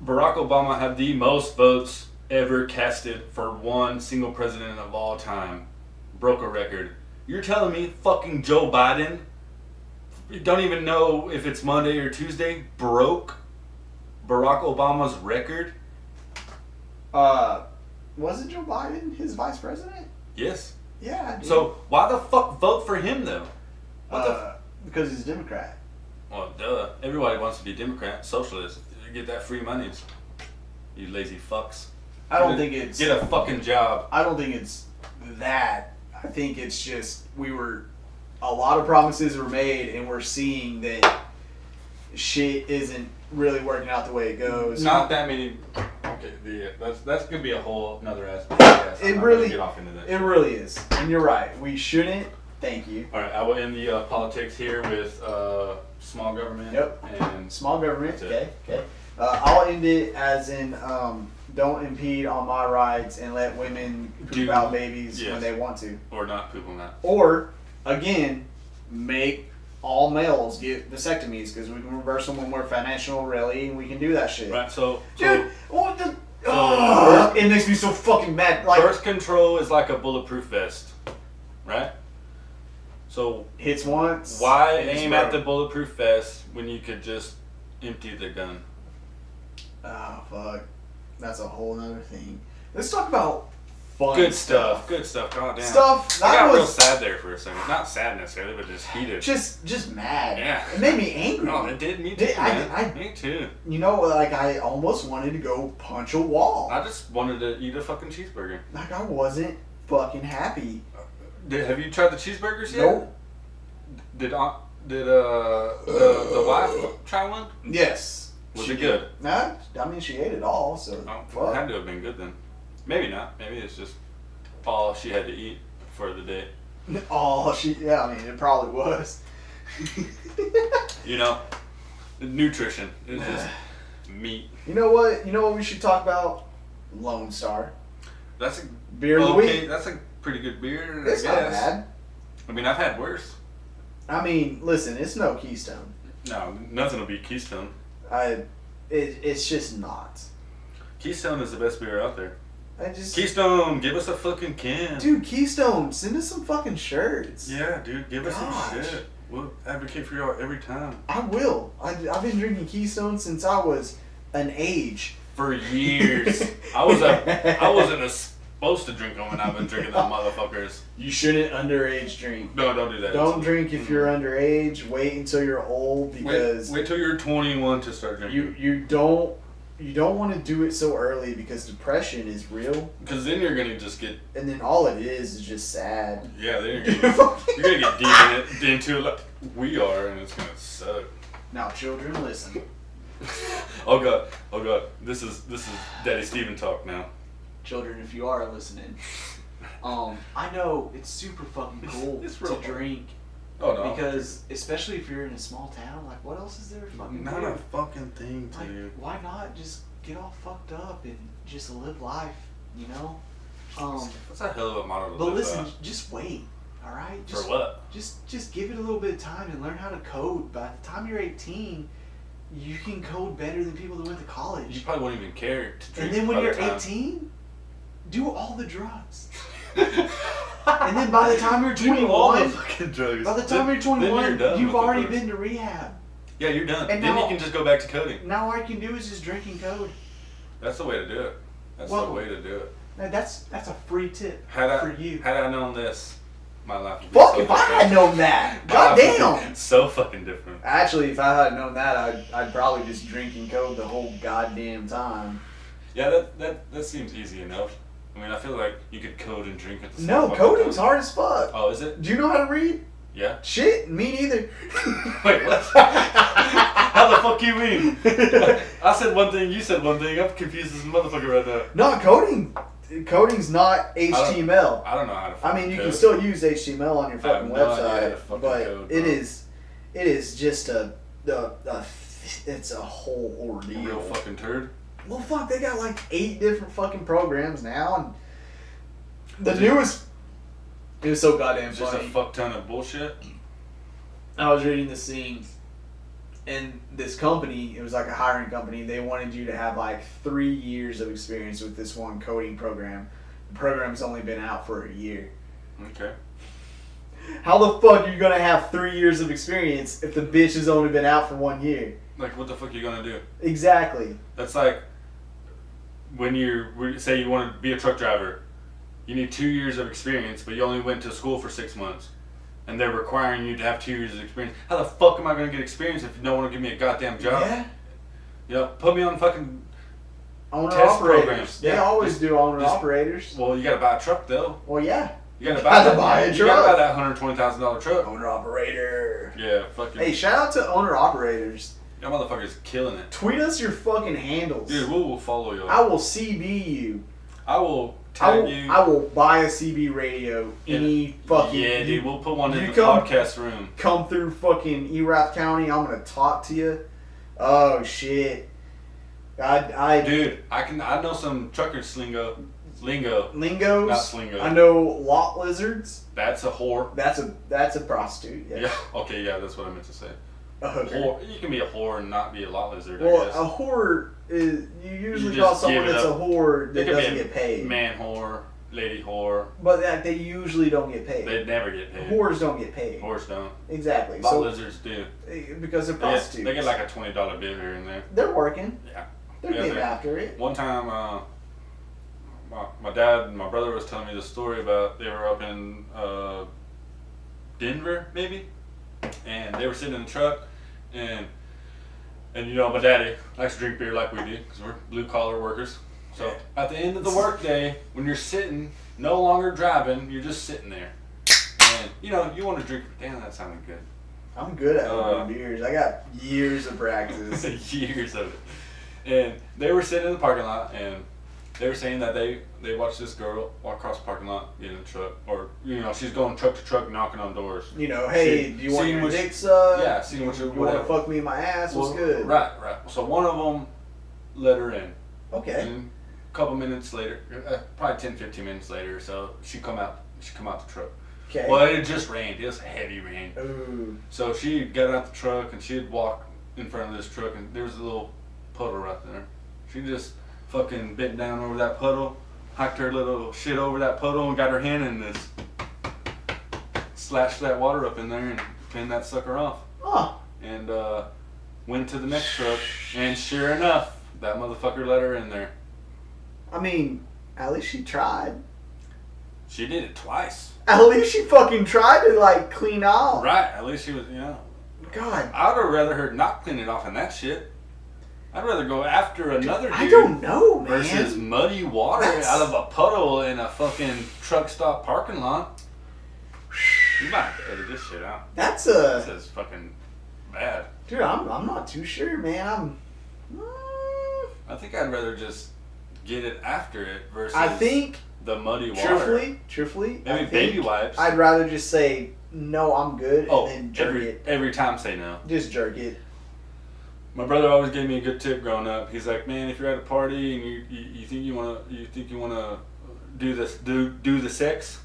S1: Barack Obama had the most votes ever casted for one single president of all time. Broke a record. You're telling me fucking Joe Biden, you don't even know if it's Monday or Tuesday, broke Barack Obama's record?
S2: Uh, wasn't Joe Biden his vice president?
S1: Yes.
S2: Yeah. dude.
S1: So why the fuck vote for him though? What the? F-
S2: Uh, because he's a Democrat.
S1: well, duh. Everybody wants to be Democrat, socialist. You get that free money. You lazy fucks.
S2: I don't
S1: Get a-
S2: think it's.
S1: Get a fucking job.
S2: I don't think it's that. I think it's just we were a lot of promises were made, and we're seeing that shit isn't really working out the way it goes.
S1: Not that many. Okay, the, that's that's gonna be a whole another aspect. Yes,
S2: It really-
S1: get off into that.
S2: It really is, and you're right. We shouldn't. Thank you.
S1: All right, I will end the uh, politics here with uh, small government.
S2: Yep.
S1: And
S2: Small government.
S1: That's
S2: Okay.
S1: it.
S2: Okay. Uh, I'll end it as in um, don't impede on my rights and let women poop
S1: Do-
S2: out babies
S1: yes.
S2: when they want to.
S1: or not pooping that.
S2: Or again, make all males get vasectomies because we can reverse them when we're financial ready and we can do that shit.
S1: Right. So, so
S2: Dude, what the? Ugh, it makes me so fucking mad. Like
S1: birth control is like a bulletproof vest, right? So
S2: hits once.
S1: Why
S2: and it's
S1: aim at the
S2: broke.
S1: bulletproof vest when you could just empty the gun?
S2: Oh fuck, that's a whole nother thing. Let's talk about fun
S1: Good stuff. Good stuff. God damn.
S2: Stuff
S1: I
S2: that
S1: got real
S2: was
S1: sad there for a second. Not sad necessarily, but just heated.
S2: just just mad.
S1: Yeah.
S2: It made me angry.
S1: No, it did me too.
S2: Did- I-
S1: man.
S2: I-
S1: me too.
S2: You know, like I almost wanted to go punch a wall.
S1: I just wanted to eat a fucking cheeseburger.
S2: like I wasn't fucking happy.
S1: Did, have you tried the cheeseburgers yet?
S2: Nope.
S1: Did uh, did uh the, the wife try one?
S2: Yes.
S1: Was
S2: She
S1: it good?
S2: Nah, I mean she ate it all, so
S1: Oh, it had
S2: fuck.
S1: to have been good then. Maybe not. Maybe it's just all she had to eat for the day.
S2: Oh, she yeah, I mean it probably was.
S1: You know, nutrition. It's just meat.
S2: you know what? You know what we should talk about? Lone Star
S1: That's a
S2: beer of
S1: okay,
S2: the week.
S1: That's a pretty good beer.
S2: It's
S1: I
S2: not
S1: guess.
S2: bad.
S1: I mean, I've had worse.
S2: I mean, listen, it's no Keystone.
S1: No, nothing will beat Keystone.
S2: I, it, it's just not.
S1: Keystone is the best beer out there.
S2: I just
S1: Keystone, give us a fucking can.
S2: dude Keystone, send us some fucking shirts.
S1: Yeah, dude, give us some
S2: Gosh.
S1: shit. We'll advocate for y'all every time.
S2: I will. I, I've been drinking Keystone since I was an age.
S1: For years, I was a, I wasn't a, supposed to drink them, and I've been drinking them motherfuckers.
S2: You shouldn't underage drink.
S1: No, don't do that.
S2: Don't drink if you're underage. Wait until you're old
S1: Mm-hmm. Wait,
S2: because
S1: wait till you're 21 to start
S2: you
S1: drinking.
S2: you don't you don't want to do it so early because depression is real,
S1: Because then you're gonna just get,
S2: and then all it is is just sad.
S1: yeah, then you're gonna, you're gonna get
S2: now,
S1: deep in it, into it like we are, and it's gonna suck.
S2: children, listen.
S1: Oh god, oh god, this is this is Daddy Steven talk now.
S2: Children, if you are listening, um, I know it's super fucking cool
S1: It's
S2: to
S1: real.
S2: drink
S1: Oh no,
S2: because, especially if you're in a small town, like what else is there to fucking
S1: not
S2: do?
S1: a fucking thing,
S2: Like,
S1: dude.
S2: why not just get all fucked up and just live life, you know? Um,
S1: That's a hell of a model. to
S2: but uh,
S1: live
S2: listen,
S1: by.
S2: just wait, all right?
S1: for
S2: Just,
S1: what?
S2: just just give it a little bit of time and learn how to code. By the time you're 18, you can code better than people that went to
S1: You
S2: college.
S1: probably won't even care to drink.
S2: And then when
S1: by
S2: you're
S1: the time.
S2: 18, do all the drugs.
S1: and
S2: And then by the time you're 21,
S1: fucking drugs.
S2: by the
S1: Then-
S2: time you're
S1: then
S2: 21,
S1: done with
S2: you've
S1: the
S2: already
S1: drugs.
S2: been to rehab.
S1: Yeah, you're done.
S2: and
S1: then
S2: now-
S1: you can just go back to coding.
S2: Now all I can do is just drink and code.
S1: That's the way to do it. That's the
S2: Whoa.
S1: way to do it.
S2: Now that's that's a free tip
S1: Had I
S2: for you.
S1: had I known this, my life. Would be
S2: Fuck
S1: so
S2: if I
S1: different.
S2: had known that.
S1: My life
S2: God
S1: would be
S2: damn.
S1: So fucking different.
S2: Actually, if I had known that, I'd, I'd probably just drink and code the whole goddamn time.
S1: Yeah, that that that seems easy enough. I mean, I feel like you could code and drink at the same
S2: No,
S1: fucking
S2: coding's
S1: time.
S2: hard as fuck.
S1: Oh, is it?
S2: Do you know how to read?
S1: Yeah.
S2: Shit, me neither.
S1: Wait, what? How the fuck you mean? I said one thing, you said one thing. I'm confused as a motherfucker right now.
S2: no, coding. Coding's not HTML.
S1: I don't know how to.
S2: I mean, you
S1: fucking
S2: can still use HTML on your
S1: I have
S2: fucking
S1: no idea how to
S2: website,
S1: fucking
S2: but
S1: code,
S2: it
S1: bro.
S2: is, it is just a, a, a it's a whole
S1: code.
S2: ordeal.
S1: You real fucking turd.
S2: Well, fuck, they got like eight different fucking programs now, and the
S1: Dude.
S2: newest. It was so goddamn
S1: It's just a
S2: funny.
S1: fuck ton of bullshit.
S2: I was reading this thing, and this company, it was like a hiring company, they wanted you to have like three years of experience with this one coding program. The program's only been out for a year.
S1: Okay.
S2: How the fuck are you gonna have three years of experience if the bitch has only been out for one year?
S1: Like, what the fuck are you gonna do?
S2: Exactly.
S1: That's like when you're when you say you want to be a truck driver, you need two years of experience, but you only went to school for six months, and they're requiring you to have two years of experience. How the fuck am I gonna get experience if you don't want to give me a goddamn job?
S2: Yeah.
S1: Yeah, put me on fucking.
S2: Owner
S1: Test
S2: operators.
S1: programs.
S2: They
S1: Yeah.
S2: always do owner
S1: Just-
S2: operators.
S1: Well, you gotta buy a truck though.
S2: Well, yeah.
S1: You gotta
S2: You
S1: buy.
S2: gotta
S1: that-
S2: buy a
S1: You gotta
S2: truck.
S1: buy that hundred twenty thousand dollar truck.
S2: Owner operator.
S1: Yeah, fucking.
S2: Hey, shout out to owner operators.
S1: Y'all motherfuckers killing it.
S2: Tweet us your fucking handles.
S1: Dude, we will follow you.
S2: I will CB you.
S1: I will
S2: I
S1: tag
S2: will,
S1: you.
S2: I will buy a CB radio any fucking.
S1: yeah, dude, we'll put one in
S2: you
S1: the
S2: come-
S1: podcast room.
S2: come through fucking Erath County. I'm gonna talk to you. Oh shit. I I
S1: Dude, I can. I know some trucker slingo. Lingo.
S2: lingos.
S1: Not slingo.
S2: I know lot lizards.
S1: That's a whore.
S2: That's a that's a prostitute. Yeah.
S1: Yeah. Okay. Yeah, that's what I meant to say.
S2: A hooker.
S1: Whore. You can be a whore and not be a lot lizard.
S2: well,
S1: I guess.
S2: a whore um, is you usually
S1: You
S2: call
S1: just
S2: someone
S1: give it
S2: that's a
S1: up.
S2: whore
S1: They
S2: that
S1: could be
S2: doesn't
S1: a
S2: get paid.
S1: Man whore, lady whore.
S2: But like, they usually don't get paid.
S1: They never get paid.
S2: Whores don't get paid.
S1: Whores don't.
S2: Exactly.
S1: Lot
S2: So eh,
S1: lizards do.
S2: because they're
S1: They get,
S2: prostitutes.
S1: they get like a twenty dollar bill here and there.
S2: they're working.
S1: Yeah.
S2: They're
S1: Yeah,
S2: getting
S1: they're-
S2: after it.
S1: One time, uh, my, my dad and my brother was telling me this story about they were up in uh, Denver, maybe, and they were sitting in the truck, and and you know my daddy likes to drink beer like we do because we're blue collar workers. So at the end of the workday, when you're sitting, no longer driving, you're just sitting there, and you know you want to drink. Damn, that sounded good.
S2: I'm good at
S1: Uh,
S2: opening beers. I got years of practice.
S1: years of it. And they were sitting in the parking lot, and they were saying that they they watched this girl walk across the parking lot, get in a truck, or you know, she's going truck to truck, knocking on doors.
S2: you know, hey,
S1: See-
S2: do you want
S1: see
S2: your
S1: what-
S2: dick sucked?
S1: yeah, see what you-
S2: you want to
S1: whatever.
S2: fuck me in my ass? What's
S1: Well,
S2: good?
S1: Right, right. So one of them let her in.
S2: Okay.
S1: And a couple minutes later, uh, probably 10, 15 minutes later, or so she come out. She come out the truck.
S2: Okay.
S1: Well, it had just rained. It was a heavy rain.
S2: Ooh.
S1: So she got out the truck and she'd walk in front of this truck and there was a little puddle right there. She just fucking bent down over that puddle, hiked her little shit over that puddle and got her hand in this. Slashed that water up in there and pinned that sucker off.
S2: Oh,
S1: And uh, went to the next truck and sure enough, that motherfucker let her in there.
S2: I mean, at least she tried.
S1: She did it twice.
S2: At least she fucking tried to like clean off.
S1: Right, at least she was, you know.
S2: God,
S1: I'd have rather her not clean it off in that shit. I'd rather go after another dude.
S2: I don't know, man.
S1: versus muddy water
S2: That's-
S1: out of a puddle in a fucking truck stop parking lot. You might have to edit this shit out.
S2: That's
S1: This
S2: a
S1: is fucking bad.
S2: dude. I'm I'm not too sure, man. I'm. Mm,
S1: I think I'd rather just get it after it versus
S2: I think
S1: the muddy water.
S2: truthfully, truthfully, I
S1: Maybe
S2: think
S1: baby wipes.
S2: I'd rather just say no. I'm good,
S1: oh,
S2: and then jerk
S1: every
S2: it.
S1: every time say no.
S2: Just jerk it.
S1: My brother always gave me a good tip growing up. He's like, man, if you're at a party and you, you, you think you wanna you think you wanna do this do do the sex,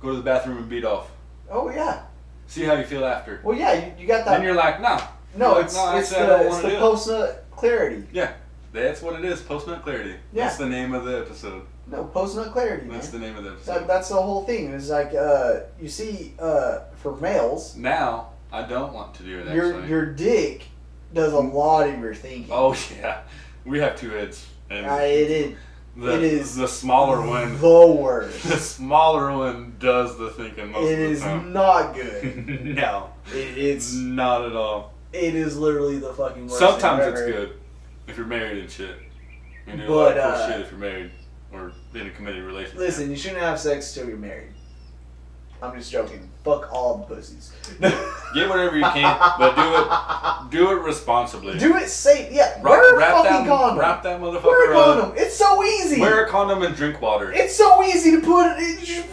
S1: go to the bathroom and beat off.
S2: Oh yeah.
S1: See how you feel after.
S2: Well, yeah. You, you got that.
S1: Then you're like, no.
S2: No,
S1: You're
S2: it's
S1: like,
S2: it's
S1: actually, I don't
S2: the, it's
S1: wanna
S2: the
S1: do it."
S2: post nut clarity.
S1: Yeah, that's what it is. Post nut clarity.
S2: Yeah.
S1: That's the name of the episode.
S2: No, post nut clarity, man.
S1: That's the name of the episode.
S2: That, that's the whole thing. It's like uh, you see, uh, for males,
S1: now I don't want to do it. Actually.
S2: your your dick does a lot of your thinking.
S1: oh yeah, we have two heads, and
S2: Uh, it is
S1: the,
S2: it is
S1: the smaller one.
S2: the worst.
S1: The smaller one does the thinking most
S2: It
S1: of the
S2: is
S1: time.
S2: not good.
S1: no,
S2: It,
S1: it's
S2: it's
S1: not at all.
S2: it is literally the fucking worst. thing
S1: Sometimes
S2: I've
S1: it's
S2: ever-
S1: good if you're married and shit. You do a lot
S2: But,
S1: of cool
S2: uh,
S1: shit if you're married or in a committed relationship.
S2: Listen, you shouldn't have sex till you're married. I'm just joking. Fuck all the pussies.
S1: Get whatever you can, but do it do it responsibly.
S2: Do it safe. Yeah,
S1: Wrap-
S2: wear a
S1: wrap
S2: fucking
S1: that,
S2: condom.
S1: Wrap that motherfucker
S2: Wear a
S1: up.
S2: condom. It's so easy.
S1: Wear a condom and drink water.
S2: It's so easy to put. It, you-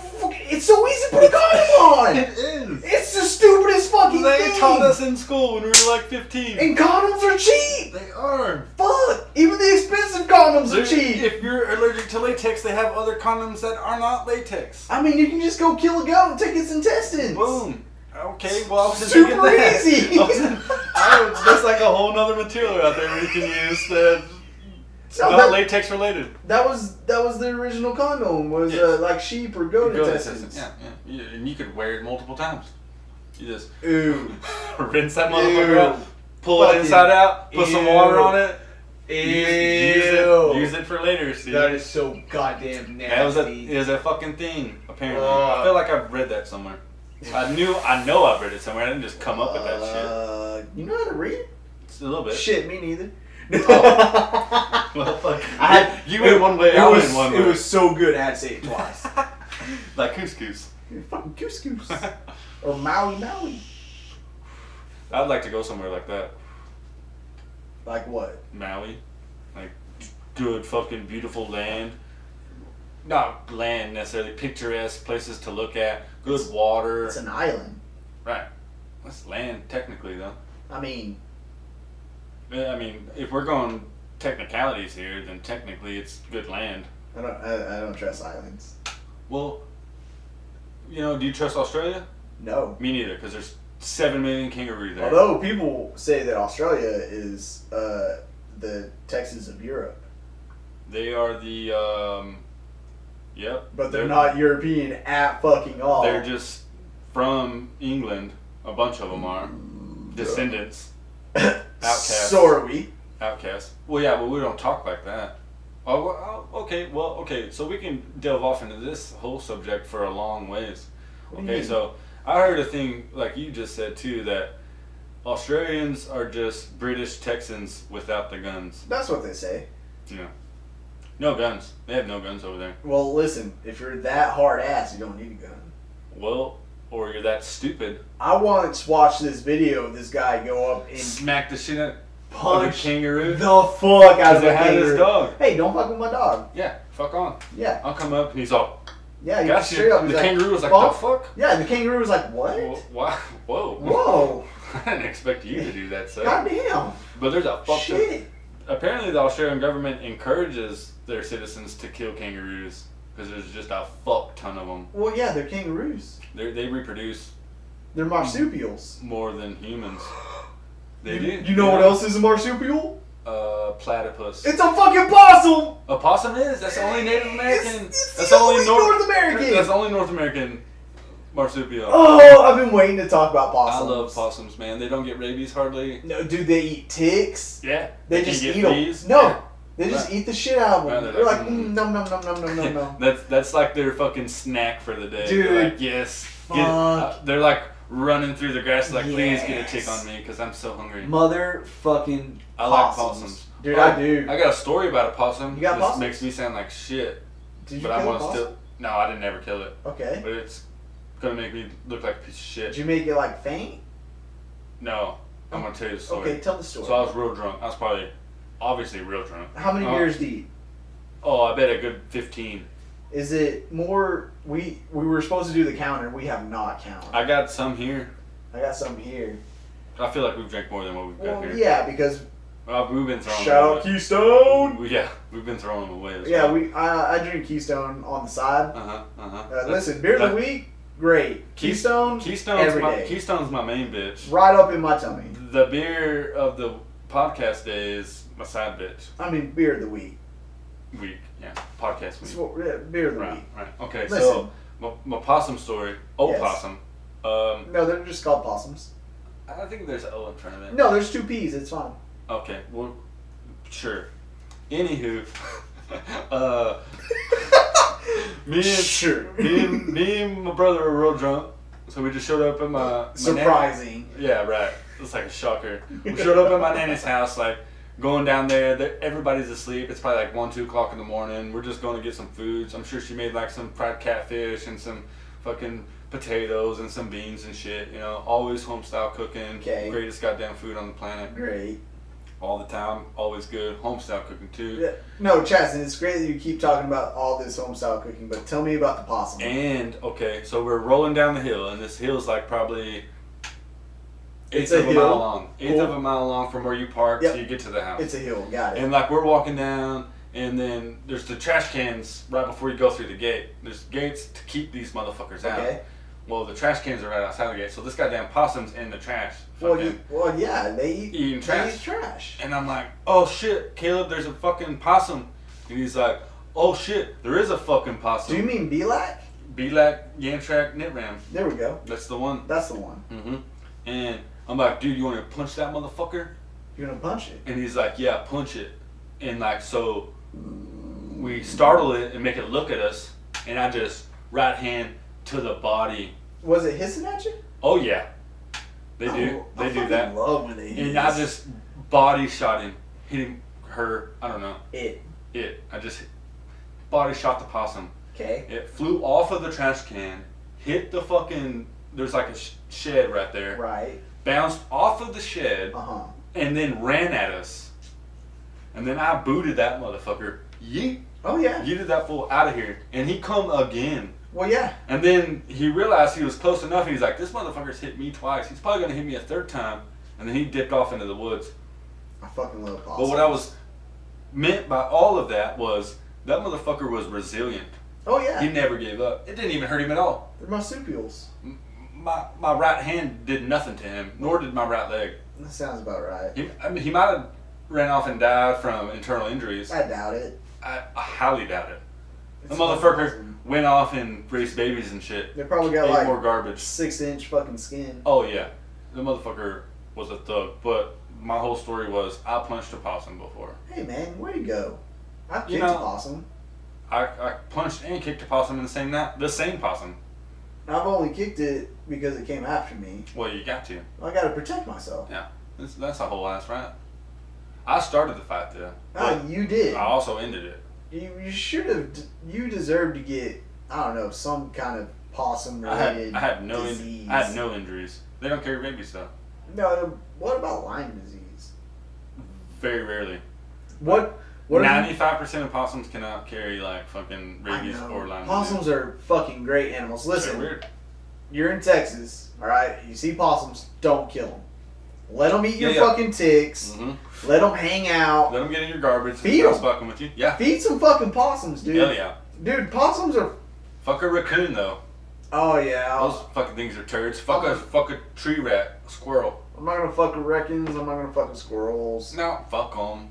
S2: it's so easy to put a condom on.
S1: is.
S2: It's the stupidest fucking
S1: They
S2: thing.
S1: taught us in school when we were like 15.
S2: And condoms are cheap.
S1: they are.
S2: Fuck. Even the expensive condoms are cheap.
S1: If you're allergic to latex, they have other condoms that are not latex.
S2: I mean, you can just go kill a goat and take its intestines.
S1: Boom.
S5: Okay, well, I was just
S2: Super
S5: thinking that.
S2: easy.
S5: I was- I was- That's like a whole nother material out there we can use that it's
S2: No,
S5: not
S2: that-
S5: latex related.
S2: That was that was the original condom. Was
S1: Yes.
S2: uh, like sheep or goat
S1: Go to
S2: intestines.
S1: Yeah, yeah. You- And you could wear it multiple times. You just
S2: Ooh.
S1: rinse that motherfucker
S2: Ew.
S1: out, pull it
S2: Fucking
S1: inside out, put some
S2: ew.
S1: water on it,
S2: Ew.
S1: use, use it, use it for later. See,
S2: That is so goddamn nasty.
S1: that was a is a fucking thing. Apparently,
S2: Ugh.
S1: I feel like I've read that somewhere. I knew, I know I've read it somewhere. I didn't just come up with that shit.
S2: Uh, You know how to read?
S1: Just a little bit.
S2: Shit, me neither.
S1: Well, fuck.
S2: I had-
S1: you went one way,
S2: it
S1: I
S2: was,
S1: went one
S2: It
S1: way.
S2: was so good, I had to say it twice.
S1: like couscous.
S2: Fucking goose goose. or Maui Maui.
S1: I'd like to go somewhere like that.
S2: Like what?
S1: Maui, like good fucking beautiful land. Not land necessarily, picturesque places to look at, good water.
S2: It's an island.
S1: right. That's land technically though.
S2: I mean,
S1: Yeah, Uh, I mean, if we're going technicalities here, then technically it's good land.
S2: I don't. I, I don't trust islands.
S1: Well, you know, do you trust Australia?
S2: No.
S1: Me neither, because there's seven million kangaroos there.
S2: Although people say that Australia is uh, the Texas of Europe,
S1: They are the, um, yep.
S2: but they're not European at fucking all.
S1: They're just from England. A bunch of them are descendants, outcasts.
S2: Sorry.
S1: outcasts. Well, yeah, but we don't talk like that. Oh, well, oh, okay. Well, okay. So we can delve off into this whole subject for a long ways.
S2: What do you
S1: Okay,
S2: mean?
S1: so I heard a thing like you just said too that Australians are just British Texans without the guns.
S2: That's what they say.
S1: Yeah. No guns. They have no guns over there.
S2: Well, listen, if you're that hard ass, you don't need a gun.
S1: Well, or you're that stupid.
S2: I once watched this video of this guy go up and
S1: Smack the shit out of a
S2: punch
S1: kangaroo.
S2: the fuck out
S1: Because
S2: of
S1: they
S2: a
S1: had his
S2: kangaroo.
S1: dog.
S2: Hey, don't fuck with my dog.
S1: Yeah, fuck on.
S2: Yeah,
S1: I'll come up and he's all,
S2: yeah. He
S1: gotcha.
S2: straight up.
S1: the
S2: he's like,
S1: kangaroo was like,
S2: "Fuck."
S1: the fuck?
S2: Yeah, the kangaroo was like, what?
S1: Wha- Why? Whoa.
S2: Whoa,
S1: I didn't expect you to do that, sir.
S2: goddamn,
S1: But there's a fuck ton-
S2: shit.
S1: Apparently, the Australian government encourages their citizens to kill kangaroos because there's just a fuck ton of them.
S2: Well, yeah, they're kangaroos.
S1: They're, they reproduce
S2: They're marsupials.
S1: more than humans. They
S2: you,
S1: do.
S2: you know what else is a marsupial?
S1: Uh, platypus.
S2: It's a fucking possum.
S1: a possum is. That's the only Native American.
S2: It's, it's
S1: that's
S2: the
S1: only
S2: only North, American.
S1: That's the only North American marsupial.
S2: oh, I've been waiting to talk about
S1: I
S2: possums.
S1: love possums, man. They don't get rabies hardly.
S2: No, dude, they eat ticks.
S1: Yeah.
S2: They,
S1: can
S2: just
S1: get
S2: eat them.
S1: fleas.
S2: No,
S1: Yeah.
S2: they just
S1: Right.
S2: eat the shit out of
S1: Right,
S2: them.
S1: they're
S2: They're
S1: like,
S2: like, mm, nom nom nom nom nom nom nom.
S1: That's that's like their fucking snack for the day.
S2: Dude.
S1: They're like, yes. Get,
S2: Fuck.
S1: uh, they're like running through the grass, like, please get a
S2: Yes.
S1: tick on me because I'm so hungry.
S2: Motherfucking.
S1: I like
S2: possums.
S1: possums.
S2: Dude,
S1: Oh,
S2: I do.
S1: I got a story about a possum.
S2: You got
S1: this
S2: possums?
S1: makes me sound like shit,
S2: Did you
S1: but I
S2: kill a
S1: want to
S2: possum?
S1: still. No, I didn't ever kill it,
S2: Okay.
S1: but it's gonna make me look like a piece of shit.
S2: Did you make it like faint?
S1: no, I'm gonna tell you the story.
S2: Okay, tell the story.
S1: So I was real drunk. I was probably, obviously, real drunk.
S2: How many
S1: Oh.
S2: beers do you eat?
S1: Oh, I bet a good fifteen.
S2: Is it more? We we were supposed to do the counter. We have not counted.
S1: I got some here.
S2: I got some here.
S1: I feel like we've drank more than what we've got
S2: Well,
S1: here. Uh,
S2: yeah, because
S1: Well, we've been throwing.
S2: shout
S1: them
S2: out Keystone.
S1: away. Yeah, we've been throwing them away. as
S2: Yeah,
S1: well.
S2: we I, I drink Keystone on the side.
S1: Uh huh. Uh huh.
S2: Uh, listen, beer of the
S1: that-
S2: week, great. Keystone,
S1: Keystone's
S2: every
S1: my
S2: day.
S1: Keystone's my main bitch.
S2: right up in my tummy.
S1: The beer of the podcast day is my side bitch
S2: I mean, beer of the week.
S1: week. Yeah, podcast
S2: It's
S1: week.
S2: what, yeah, beer of the
S1: Right.
S2: week.
S1: Right. Okay.
S2: Listen.
S1: So my, my possum story. Oh,
S2: Yes.
S1: possum. Um,
S2: No, they're just called possums.
S1: I think there's an O in front of it.
S2: No, there's two P's. It's fine.
S1: Okay. Well, sure. Anywho, uh, me and
S2: Sure.
S1: me and me and my brother were real drunk, so we just showed up at my, my nan-
S2: Surprising.
S1: Yeah, right. It's like a shocker. We showed up at my nanny's house, like going down there. there everybody's asleep. It's probably like one, two o'clock in the morning. We're just going to get some foods. I'm sure she made like some fried catfish and some fucking potatoes and some beans and shit. You know, always home style cooking.
S2: Okay.
S1: Greatest goddamn food on the planet.
S2: Great.
S1: All the time. Always good. Home style cooking too.
S2: Yeah. No, Chaston, it's great that you keep talking about all this homestyle cooking, but tell me about the possum.
S1: And okay, so we're rolling down the hill, and this hill's like probably eighth
S2: It's a
S1: of a
S2: hill.
S1: mile long. Eighth
S2: Cool.
S1: of a mile long from where you park
S2: Yep.
S1: till you get to the house.
S2: It's a hill. Got it.
S1: And like we're walking down, and then there's the trash cans right before you go through the gate. There's gates to keep these motherfuckers out.
S2: Okay.
S1: Well, the trash cans are right outside the gate, so this goddamn possum's in the trash.
S2: Well,
S1: fucking-
S2: you, well, yeah, and they eat,
S1: Eating
S2: They
S1: trash.
S2: eat trash.
S1: And I'm like, oh shit, Caleb, there's a fucking possum. And he's like, oh shit, there is a fucking
S2: Do you
S1: possum.
S2: mean Belak?
S1: Belak, Yamtrak, Nitram.
S2: There we go.
S1: That's the one.
S2: That's the one.
S1: Mm-hmm. And I'm like, dude, you want to punch that motherfucker?
S2: You're gonna punch it.
S1: And he's like, yeah, punch it. And like, so we startle it and make it look at us. And I just right hand to the body.
S2: Was it hissing at you?
S1: Oh yeah, they do.
S2: Oh, I,
S1: they
S2: I
S1: do that.
S2: fucking Love when they
S1: And
S2: hiss.
S1: I just body shot him, hit him, her. I don't know.
S2: it.
S1: It. I just body shot the possum.
S2: Okay.
S1: It flew off of the trash can, hit the fucking. There's like a sh- shed right there.
S2: Right.
S1: Bounced off of the shed
S2: Uh huh.
S1: and then ran at us. And then I booted that motherfucker. Yeet.
S2: Oh yeah.
S1: Yeeted that fool out of here. And he come again.
S2: Well yeah.
S1: And then he realized he was close enough. He's like, this motherfucker's hit me twice. He's probably gonna hit me a third time. And then he dipped off into the woods.
S2: I fucking love possum.
S1: But what I was meant by all of that was that motherfucker was resilient.
S2: oh yeah.
S1: He never gave up. It didn't even hurt him at all.
S2: They're marsupials.
S1: My my right hand did nothing to him, nor did my right leg.
S2: That sounds about right.
S1: He, I mean, he might have ran off and died from internal injuries.
S2: I doubt it.
S1: I, I highly doubt it. The
S2: It's
S1: motherfucker
S2: fucking-
S1: went off and raised babies and shit.
S2: They probably got
S1: Ate
S2: like
S1: more garbage.
S2: six inch fucking skin.
S1: Oh yeah, the motherfucker was a thug. But my whole story was I punched a possum before.
S2: Hey man, where you go? I've
S1: You
S2: kicked
S1: know-
S2: a possum.
S1: I, I punched and kicked a possum in the same night. The same possum.
S2: I've only kicked it because it came after me.
S1: Well, you got to.
S2: I gotta protect myself.
S1: That's, that's a whole ass rant. I started the fight though.
S2: Oh, you did.
S1: I also ended it.
S2: You, you should have. d- You deserve to get. I don't know some kind of possum
S1: I had,
S2: related
S1: I had no
S2: disease.
S1: in, I had no injuries. They don't carry baby stuff.
S2: No. What about Lyme disease?
S1: Very rarely.
S2: What? What? if you-
S1: Ninety-five percent of possums cannot carry like fucking
S2: I
S1: rabies
S2: know.
S1: or Lyme disease.
S2: Possums are fucking great animals.
S1: They're
S2: Listen,
S1: weird.
S2: you're in Texas, all right? You see possums, don't kill them. Let them eat your
S1: Yeah, yeah.
S2: fucking ticks.
S1: hmm
S2: Let them hang out.
S1: Let them get in your garbage. if
S2: Feed
S1: they're
S2: them.
S1: fucking with you. Yeah.
S2: Feed some fucking possums, dude.
S1: Hell yeah.
S2: Dude, possums are.
S1: Fuck a raccoon though.
S2: Oh yeah. I
S1: Those fucking things are turds. Fuck a fuck a tree rat, squirrel.
S2: am not gonna fuck with raccoons. I'm not gonna fuck with squirrels.
S1: No, fuck them,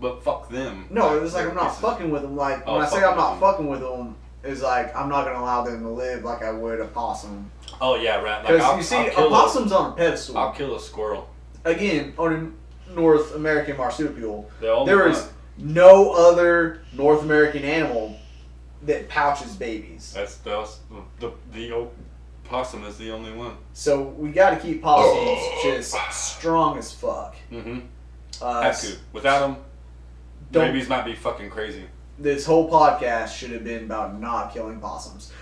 S1: but fuck them.
S2: No, it's like I'm not
S1: pieces.
S2: fucking with them. Like
S1: Oh,
S2: when I say
S1: fucking
S2: I'm
S1: with
S2: not
S1: 'em.
S2: fucking with them, it's like I'm not gonna allow them to live like I would a possum.
S1: Oh yeah, rat. Like,
S2: Because
S1: I'll,
S2: you
S1: I'll
S2: see,
S1: kill
S2: a possum's on a
S1: A, I'll
S2: pedestal.
S1: kill a squirrel.
S2: Again, on a North American marsupial,
S1: The only
S2: there
S1: one-
S2: is no other North American animal that pouches babies.
S1: That's that's the the, the old possum is the only one.
S2: So we got to keep possums
S1: Oh.
S2: just strong as fuck.
S1: Mm-hmm.
S2: Uh,
S1: Have to. Without them,
S2: Don't-
S1: babies might be fucking crazy.
S2: This whole podcast should have been about not killing possums.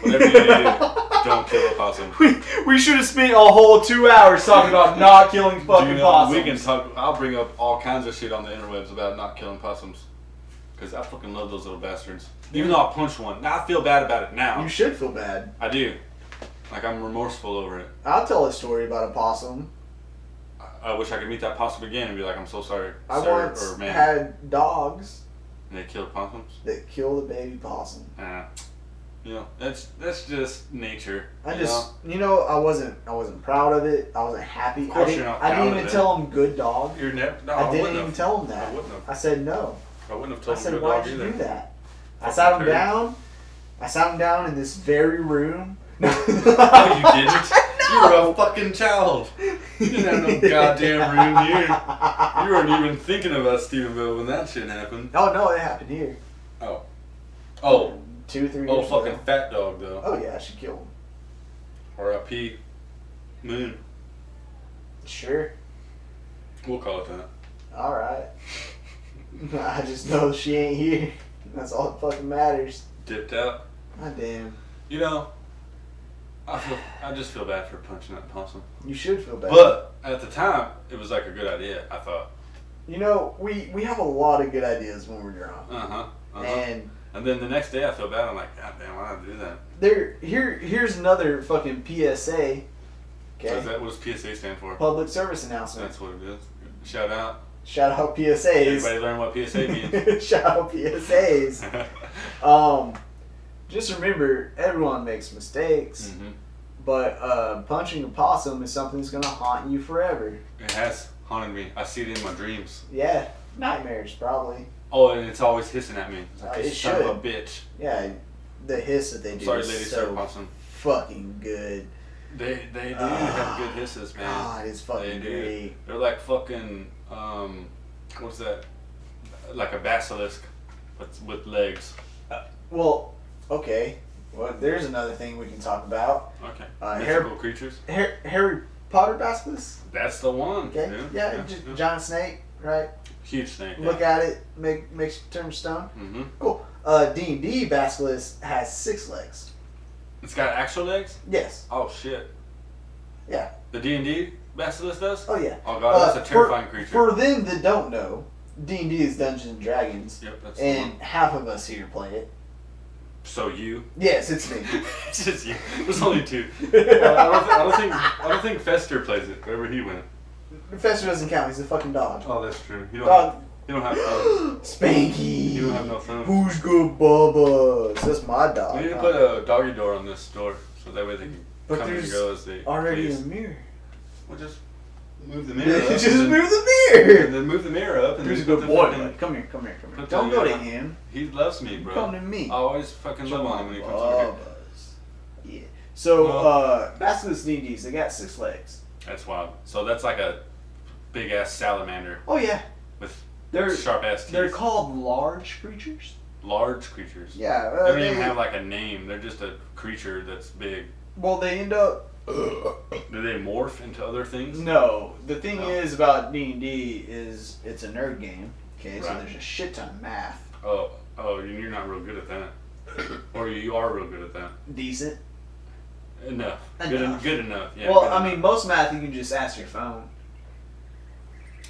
S1: Whatever you do, don't kill a possum.
S6: We, we should have spent a whole two hours talking about not killing fucking
S1: Dude,
S6: possums.
S1: We can talk. I'll bring up all kinds of shit on the interwebs about not killing possums. Cause I fucking love those little bastards. Even though I punched one, now I feel bad about it. Now
S2: You should feel bad.
S1: I do. Like I'm remorseful over it.
S2: I'll tell a story about a possum.
S1: I, I wish I could meet that possum again and be like, I'm so sorry,
S2: I
S1: sir
S2: once
S1: or man.
S2: had dogs
S1: and they killed possums.
S2: that killed a baby possum.
S1: Nah. You know, that's that's just nature.
S2: I
S1: you know?
S2: just, you know, I wasn't, I wasn't proud of it. I wasn't happy.
S1: Of course
S2: I didn't,
S1: you're not
S2: I didn't
S1: proud
S2: even
S1: of it.
S2: tell him good dog.
S1: You're never. No,
S2: I didn't
S1: wouldn't
S2: even
S1: have.
S2: tell him
S1: I
S2: that.
S1: wouldn't have.
S2: I said no.
S1: I wouldn't have
S2: I
S1: told him
S2: said,
S1: good
S2: why'd
S1: dog
S2: you
S1: either.
S2: do that? I
S1: Fucking
S2: sat him
S1: turd.
S2: down. I sat him down in this very room. no,
S1: No, you didn't. You're a fucking child. You didn't have no goddamn room here. You weren't even thinking about Stephenville when that shit happened.
S2: Oh no, it happened here.
S1: Oh,
S2: Two, three.
S1: oh,
S2: years
S1: fucking
S2: ago.
S1: fat dog though.
S2: Oh yeah, I should kill him.
S1: R.I.P. Moon.
S2: Sure.
S1: We'll call it that.
S2: All right. I just know she ain't here. That's all that fucking matters.
S1: Dipped out.
S2: God damn.
S1: You know, I feel. I just feel bad for punching that possum.
S2: You should feel bad.
S1: But at the time, it was like a good idea. I thought.
S2: you know, we we have a lot of good ideas when we're drunk.
S1: Uh huh. Uh-huh.
S2: And
S1: And then the next day, I feel bad. I'm like, God damn, why did I do that?
S2: there here here's another fucking PSA.
S1: So is
S2: Okay.
S1: that what does PSA stand for?
S2: Public service announcement.
S1: That's what it is. Shout out.
S2: Shout out PSAs.
S1: Everybody learn what PSA means.
S2: Shout out PSAs.
S1: mm-hmm. Hmm. Mm-hmm.
S2: Um, just remember, everyone makes mistakes, But uh, punching a possum is something that's gonna haunt you forever.
S1: It has haunted me. I see it in my dreams.
S2: Yeah, nightmares probably.
S1: Oh, and it's always hissing at me. It's
S2: Uh,
S1: like,
S2: it
S1: you son of a
S2: should.
S1: bitch.
S2: Yeah, the hiss that they do
S1: Sorry,
S2: is
S1: Lady
S2: so
S1: Sir Possum.
S2: fucking good.
S1: They, they do
S2: Ah,
S1: have good hisses, man.
S2: God, it's fucking
S1: They do.
S2: great.
S1: They're like fucking, um, what's that? Like a basilisk, but with legs.
S2: Well, okay. Well, there's another thing we can talk about.
S1: Okay.
S2: Uh, hair-
S1: Mythical creatures.
S2: Har- Harry Potter basilisk.
S1: That's the one.
S2: Okay.
S1: dude.
S2: Yeah, just
S1: yeah.
S2: giant snake, right?
S1: Huge snake.
S2: Look at it, make makes you turn to stone.
S1: Mm-hmm.
S2: Cool. Uh, D and D basilisk has six legs.
S1: It's got actual legs.
S2: Yes.
S1: Oh shit.
S2: Yeah.
S1: The D and D basilisk does.
S2: Oh yeah.
S1: Oh god,
S2: Uh,
S1: that's a
S2: for-
S1: terrifying creature.
S2: For them that don't know, D and D is Dungeons and Dragons,
S1: yep, that's the
S2: and
S1: one.
S2: half of us here play it.
S1: So you.
S2: Yes, it's me.
S1: it's just you. There's only two. I, don't thi- I
S2: Professor
S1: don't think I don't think Fester plays it. Wherever he went.
S2: doesn't count. He's a fucking dog.
S1: Oh, that's true. You don't.
S2: Dog.
S1: you don't have. thumbs.
S2: Spanky.
S1: You don't have no thumbs.
S2: Who's good, Bubba? That's my dog.
S1: We need to put a doggy door on this door so that way they can
S2: But
S1: come and
S2: there's
S1: go as they
S2: already
S1: please.
S2: a mirror.
S1: We'll just move the mirror. up
S2: Just
S1: and then-
S2: move the mirror.
S1: And then move the mirror up and
S2: He's a
S1: then put
S2: good
S1: the
S2: boy.
S1: fucking-
S2: buddy. Come here, come here, come here.
S1: Put
S2: Don't
S1: the,
S2: go to
S1: uh,
S2: him.
S1: He loves me, bro.
S2: Come to me.
S1: I always fucking love on him when he comes over here.
S2: Bubba's. Yeah. So,
S1: Well-
S2: uh, basilisk ninjas, they got six legs.
S1: That's wild. So that's like a big ass salamander
S2: Oh yeah,
S1: with
S7: They're
S1: sharp ass teeth.
S7: they're called large creatures.
S1: large creatures.
S2: yeah.
S1: They
S2: Uh,
S1: don't even
S2: they-
S1: have like a name. They're just a creature that's big.
S2: well, they end up.
S1: Do they morph into other things?
S2: No, the thing
S1: No.
S2: is about D and D is it's a nerd game. Okay, so
S1: Right.
S2: there's a shit ton of math.
S1: Oh, oh, you- you're not real good at that. or you are real good at that.
S2: Decent.
S1: Enough. Good,
S2: Enough.
S1: good enough. Yeah.
S2: well,
S1: good
S2: I
S1: enough.
S2: mean, most math you can just ask your phone.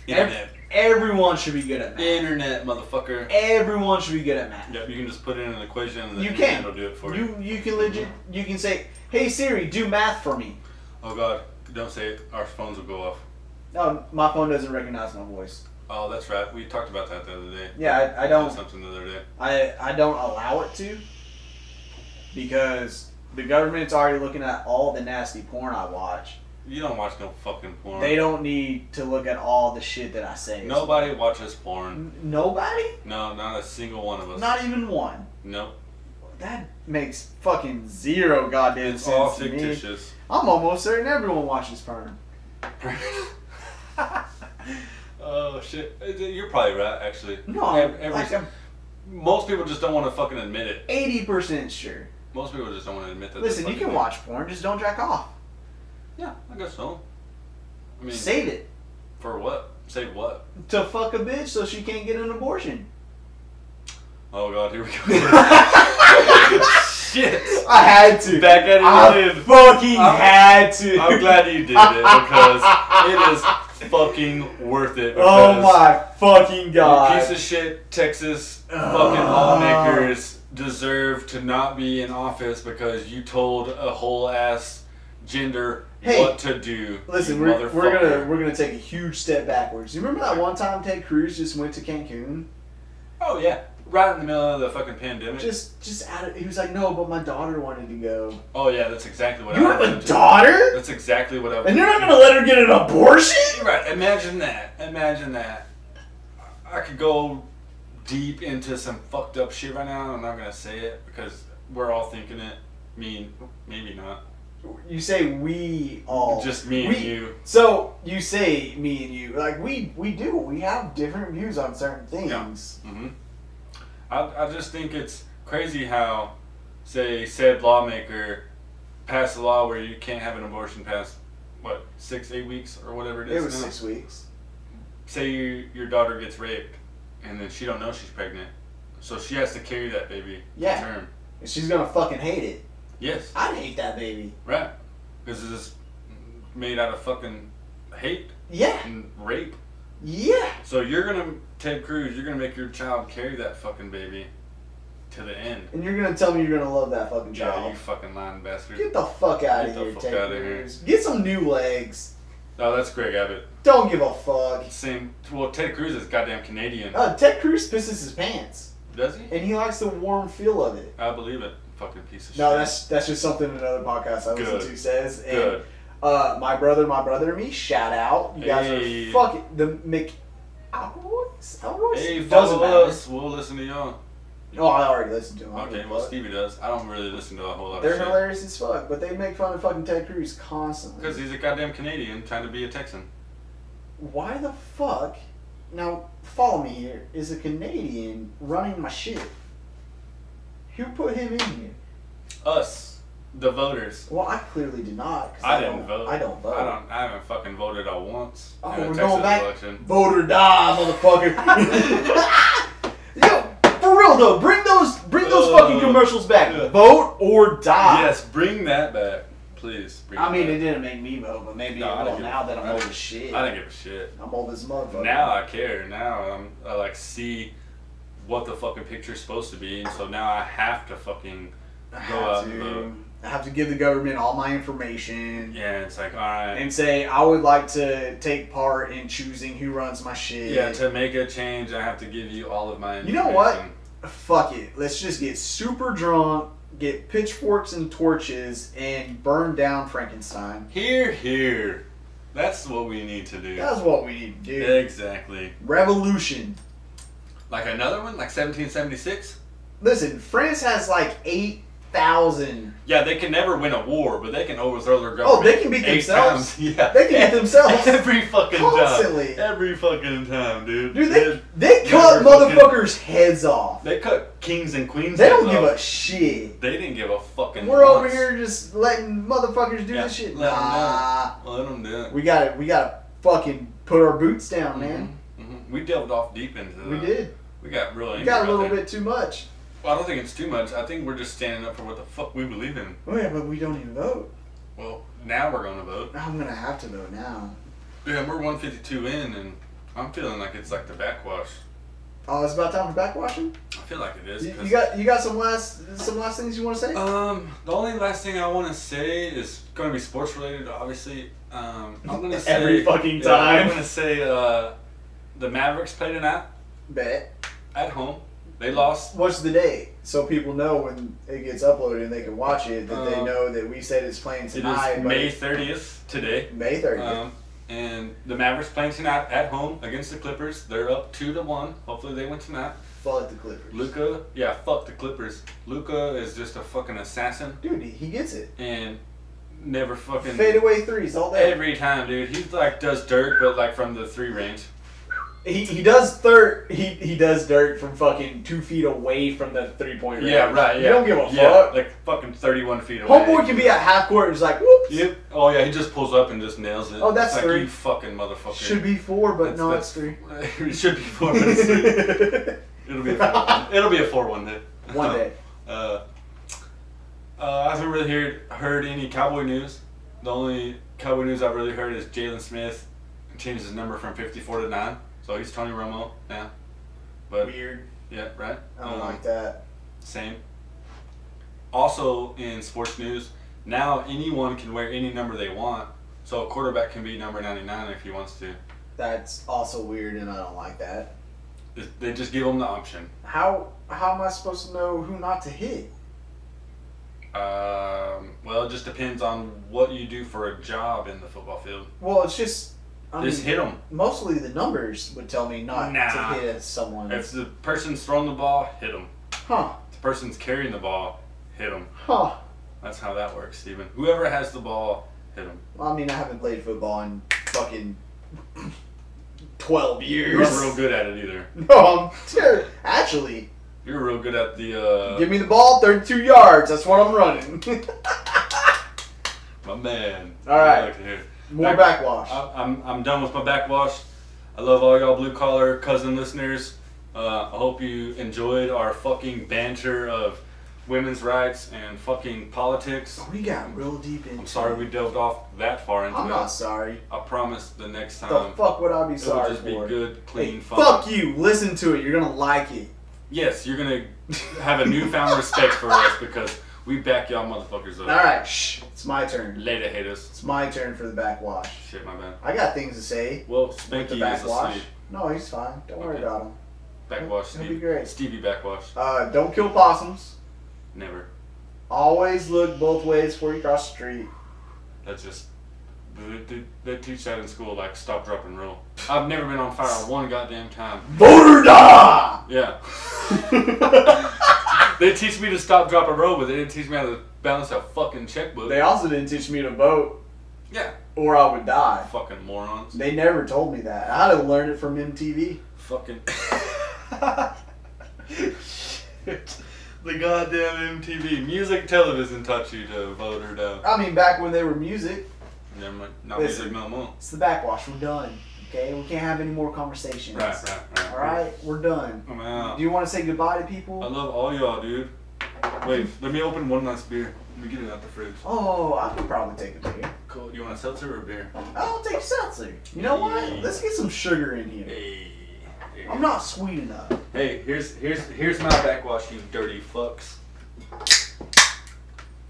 S1: internet,
S2: Everyone should be good at math.
S1: internet, motherfucker.
S2: Everyone should be good at math.
S1: Yep, you can just put in an equation and the
S2: You
S1: internet
S2: can.
S1: will do it for you.
S2: You you can legit you can say, "Hey Siri, do math for me."
S1: Oh god, don't say it. Our phones will go off.
S2: No, Um, my phone doesn't recognize my voice.
S1: Oh, that's right. We talked about that the other day.
S2: Yeah, I, I
S1: I did
S2: don't
S1: something the other day.
S2: I I don't allow it to because the government's already looking at all the nasty porn I watch.
S1: You don't watch no fucking porn.
S2: They don't need to look at all the shit that I say.
S1: Nobody watches porn.
S2: N- nobody?
S1: No, not a single one of us.
S2: Not even one.
S1: nope.
S2: That makes fucking zero goddamn
S1: It's
S2: sense
S1: all
S2: to me.
S1: fictitious.
S2: I'm almost certain everyone watches porn.
S1: oh shit. Uh, You're probably right, actually.
S2: No, I'm,
S1: Ev- every-
S2: like I'm
S1: most people just don't want to fucking admit it.
S2: 80% sure.
S1: Most people just don't want to admit that. they
S2: Listen, you
S1: fucking
S2: can
S1: do.
S2: watch porn, just don't jack off.
S1: Yeah, I guess so. I mean,
S2: Save it
S1: for what? Say what?
S2: to fuck a bitch so she can't get an abortion.
S1: Oh god, here we go. shit.
S2: I had to.
S1: Back at it
S2: I
S1: again.
S2: fucking
S1: I'm-
S2: had to.
S1: I'm glad you did it because it is fucking worth it.
S2: Oh
S1: because
S2: my fucking
S1: you
S2: god.
S1: Piece of shit, Texas fucking
S2: Ugh.
S1: lawmakers deserve to not be in office because you told a whole ass gender
S2: Hey,
S1: what to do.
S2: Listen,
S1: you
S2: we're, we're gonna
S1: motherfucker.
S2: we're gonna take a huge step backwards. You remember that one time Ted Cruz just went to Cancun?
S1: Oh yeah, right in the middle of the fucking pandemic.
S2: Just just out of he was like, no, but my daughter wanted to go.
S1: oh yeah, that's exactly what
S2: You
S1: I
S2: have a
S1: wanted to-
S2: daughter,
S1: That's exactly what I.
S2: and you're not gonna let her get an abortion?
S1: You're right. Imagine that. Imagine that. I could go deep into some fucked up shit right now. and I'm not gonna say it because we're all thinking it. Mean, maybe not.
S2: You say we all
S1: Just me and
S2: Oh, we-
S1: you.
S2: So you say me and you like we we do we have different views on certain things.
S1: hmm I, I just think it's crazy how, say, said lawmaker passed a law where you can't have an abortion past what six, eight weeks or whatever it
S2: It
S1: is.
S2: was
S1: now.
S2: six weeks.
S1: Say you, your daughter gets raped, and then she don't know she's pregnant, so she has to carry that baby
S2: Yeah.
S1: to term.
S2: And she's gonna fucking hate it.
S1: Yes.
S2: I'd hate that baby.
S1: Right. Because it's made out of fucking hate
S2: Yeah,
S1: and rape.
S2: yeah.
S1: So you're gonna, Ted Cruz, you're gonna make your child carry that fucking baby to the end.
S2: And you're gonna tell me you're gonna love that fucking
S1: Yeah, you
S2: child.
S1: fucking lying bastard.
S2: Get the fuck out
S1: Get
S2: of
S1: the
S2: here,
S1: fuck
S2: Ted
S1: outta here.
S2: Cruz. Get some new legs.
S1: Oh, that's Greg Abbott.
S2: Don't give a fuck.
S1: Same. Well, Ted Cruz is goddamn Canadian.
S2: Uh, Ted Cruz pisses his pants.
S1: Does he?
S2: and he likes the warm feel of it.
S1: I believe it. Fucking piece of shit.
S2: No, that's that's just something another podcast I listen
S1: Good.
S2: to says. And
S1: good.
S2: uh, my brother, my brother, and me. Shout out, you guys
S1: Hey.
S2: are fucking the Mc. Alroy's? Alroy's?
S1: Hey,
S2: doesn't
S1: follow
S2: matter.
S1: us. We'll listen to y'all.
S2: Oh, I already listened to them.
S1: Okay, well Stevie does. I don't really listen to a whole lot
S2: They're
S1: of shit.
S2: hilarious as fuck, but they make fun of fucking Ted Cruz constantly.
S1: Because he's a goddamn Canadian trying to be a Texan.
S2: Why the fuck? Now, follow me here. Is a Canadian running my shit? Who put him in here?
S1: Us, the voters.
S2: Well, I clearly did not. 'cause
S1: I, didn't
S2: don't,
S1: vote.
S2: I don't vote.
S1: I don't. I haven't fucking voted out once
S2: Oh,
S1: in a
S2: we're
S1: Texas
S2: going back.
S1: election.
S2: Vote or die, motherfucker. Yo, for real though, bring those bring those fucking
S1: Uh,
S2: commercials back.
S1: yeah.
S2: Vote or die.
S1: Yes, bring that back, please. Bring
S2: Ah. I mean, it
S1: it
S2: didn't make me vote, but maybe
S1: No, I
S2: it
S1: don't
S2: will
S1: give a-
S2: now that I'm
S1: I
S2: old
S1: don't-
S2: as shit.
S1: I didn't give a shit.
S2: I'm old as a motherfucker.
S1: Now I care. Now I'm. I like see what the fucking picture's supposed to be. So now I have to fucking
S2: I
S1: go
S2: have,
S1: out and
S2: to,
S1: vote.
S2: I have to give the government all my information
S1: Yeah, it's like all right.
S2: and say I would like to take part in choosing who runs my shit.
S1: Yeah, to make a change, I have to give you all of my.
S2: You know what?
S1: information.
S2: Fuck it. Let's just get super drunk, get pitchforks and torches, and burn down Frankenstein.
S1: Here, here. That's what we need to do.
S2: That's what we need to do.
S1: Exactly.
S2: Revolution.
S1: Like another one, like 1776.
S2: Listen, France has like eight thousand.
S1: Yeah, they can never win a war, but they can overthrow their government.
S2: Oh, they can beat
S1: eight
S2: themselves.
S1: times. Yeah,
S2: They can beat themselves.
S1: every fucking
S2: Constantly.
S1: time. Every fucking time, dude.
S2: Dude,
S1: they,
S2: they they
S1: Yeah,
S2: cut
S1: they're fucking-
S2: motherfuckers' heads off.
S1: they cut kings and queens.
S2: They don't
S1: heads
S2: give
S1: off.
S2: a shit.
S1: They didn't give a fucking.
S2: We're over
S1: once.
S2: here just letting motherfuckers do
S1: Yeah,
S2: this shit.
S1: let 'em
S2: Nah,
S1: Let them do it.
S2: we gotta we gotta fucking put our boots down, man.
S1: Mhm. We delved off deep into that.
S2: We did.
S1: We got really.
S2: We got a
S1: angry, I
S2: little
S1: think.
S2: bit too much.
S1: Well, I don't think it's too much. I think we're just standing up for what the fuck we believe in.
S2: Oh yeah, but we don't even vote.
S1: Well, now we're gonna vote.
S2: I'm gonna have to vote now.
S1: Yeah, we're 152 in, and I'm feeling like it's like the backwash.
S2: Oh, it's about time for backwashing.
S1: I feel like it is.
S2: You,
S1: 'cause-
S2: you got you got some last some last things you want to say?
S1: Um, the only last thing I want to say is going to be sports related, obviously. Um, I'm gonna say
S8: Every fucking
S1: Yeah, I'm
S8: time.
S1: gonna say uh, the Mavericks play tonight
S2: Bet.
S1: at home. They lost.
S2: What's the date? So people know when it gets uploaded and they can watch it that they
S1: Um,
S2: know that we said it's playing
S1: It is
S2: tonight. but
S1: May 30th today.
S2: May 30th.
S1: Um, and the Mavericks playing tonight at home against the Clippers. They're up two to one. Hopefully they win tonight.
S2: Fuck the Clippers.
S1: Luca, yeah, fuck the Clippers. Luca is just a fucking assassin
S2: Dude, he gets it.
S1: and never fucking
S2: Fadeaway threes all day.
S1: every time, dude. He's like does dirt, but like from the three range.
S8: He, he does dirt. He, he does dirt from fucking two feet away from the three point range.
S1: Yeah, right. Yeah.
S8: You don't give a
S1: yeah,
S8: fuck.
S1: Like fucking thirty-one feet away.
S2: Homeboy can be at half court and just like, whoops.
S1: Yep. Oh yeah, he just pulls up and just nails it.
S2: Oh, that's
S1: It's like,
S2: three.
S1: You fucking motherfucker.
S2: Should be four, but
S1: That's-
S2: no,
S1: that's-
S2: it's three.
S1: it should be four minutes. It'll be a four. one. It'll be a four one day.
S2: One day.
S1: Uh, uh, I haven't really heard heard any cowboy news. The only cowboy news I've really heard is Jalen Smith changed his number from fifty four to nine, so he's Tony Romo now. But
S2: Weird.
S1: yeah, right.
S2: I don't
S1: Um,
S2: like that.
S1: Same. Also in sports news, now anyone can wear any number they want. So a quarterback can be number 99 if he wants to.
S2: That's also weird, and I don't like that.
S1: It- They just give him the option.
S2: How how am I supposed to know who not to hit?
S1: Um, well, it just depends on what you do for a job in the football field.
S2: Well, it's just. I mean,
S1: just hit him.
S2: mostly the numbers would tell me not
S1: Nah.
S2: to hit someone.
S1: If the person's throwing the ball, hit him.
S2: huh?
S1: If the person's carrying the ball, hit him.
S2: Huh?
S1: That's how that works, Steven. Whoever has the ball, hit him.
S2: Well, I mean, I haven't played football in fucking twelve
S1: You're
S2: years.
S1: not real good at it either.
S2: No, I'm ter- actually.
S1: You're real good at the uh,
S2: Give me the ball, 32 yards. That's what I'm running.
S1: my man.
S2: All right.
S1: I like to hear.
S2: More backwash.
S1: I- I'm, I'm done with my backwash. I love all y'all blue collar cousin listeners. Uh, I hope you enjoyed our fucking banter of women's rights and fucking politics.
S2: we got real deep in.
S1: I'm sorry we delved off that far into
S2: I'm
S1: it.
S2: not sorry.
S1: I promise the next time
S2: The fuck would I be
S1: it will
S2: sorry
S1: just be
S2: for?
S1: good, clean
S2: Hey,
S1: fun.
S2: fuck you. Listen to it. You're gonna like it.
S1: Yes, you're gonna have a newfound respect for us because we back y'all motherfuckers up.
S2: All right. Shh. It's my turn.
S1: Later, haters.
S2: It's my turn for the backwash.
S1: Shit, my bad.
S2: I got things to say.
S1: Well,
S2: With
S1: Spanky
S2: the
S1: is
S2: backwash.
S1: asleep.
S2: No, he's fine. Don't worry
S1: Okay.
S2: about him.
S1: Backwash
S4: It'll be
S1: Stevie.
S4: great.
S1: Stevie backwash.
S4: Uh, don't kill possums.
S1: Never.
S4: Always look both ways before you cross the street.
S1: That's just. They, they- they teach that in school, like stop, drop, and roll. I've never been on fire one goddamn time.
S4: Borda!
S1: Yeah. They teach me to stop, drop, and roll, but they didn't teach me how to balance a fucking checkbook.
S4: they also didn't teach me to vote,
S1: yeah.
S4: or I would die.
S1: Fucking morons.
S4: They never told me that. I'd have learned it from MTV.
S1: Fucking. The goddamn MTV. Music television taught you to vote her down.
S4: I mean, back when they were music,
S1: Never mind. Not
S4: Listen.
S1: music no more.
S4: it's the backwash. We're done. Okay, we can't have any more conversations.
S1: Right, right, Um, right.
S4: All right, we're done.
S1: I'm out.
S4: Do you want to say goodbye to
S1: I
S4: people?
S1: love all y'all, dude. Wait, let me open one last beer. Let me get it out the fridge.
S4: Oh, I could probably take a beer.
S1: Cool. You want a seltzer or a beer?
S4: I'll take seltzer. You know what?
S1: Yeah.
S4: Let's get some sugar in here.
S1: Hey.
S4: I'm not sweet enough.
S1: Hey, here's here's here's my backwash, you dirty fucks.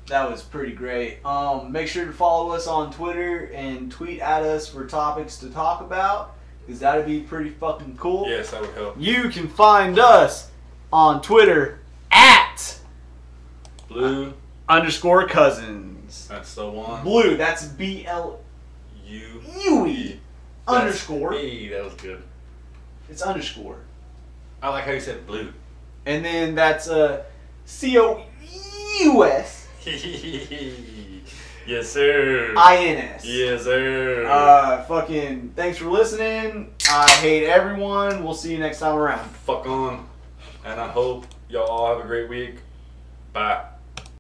S2: That was pretty great. Um, make sure to follow us on Twitter and tweet at us for topics to talk about, because that'd be pretty fucking cool.
S1: Yes, that would help.
S2: You can find us on Twitter at
S1: Blue.
S2: underscore cousins.
S1: That's the one.
S2: Blue, that's B L
S1: You.
S2: U E
S1: That's
S2: underscore.
S1: me. that was good.
S2: It's underscore.
S1: I like how you said blue.
S2: And then that's uh, C O U S
S1: yes, sir.
S2: I N S.
S1: yes, sir.
S2: Uh, fucking, thanks for listening. I hate everyone. We'll see you next time around.
S1: Fuck on. And I hope y'all all have a great week. Bye.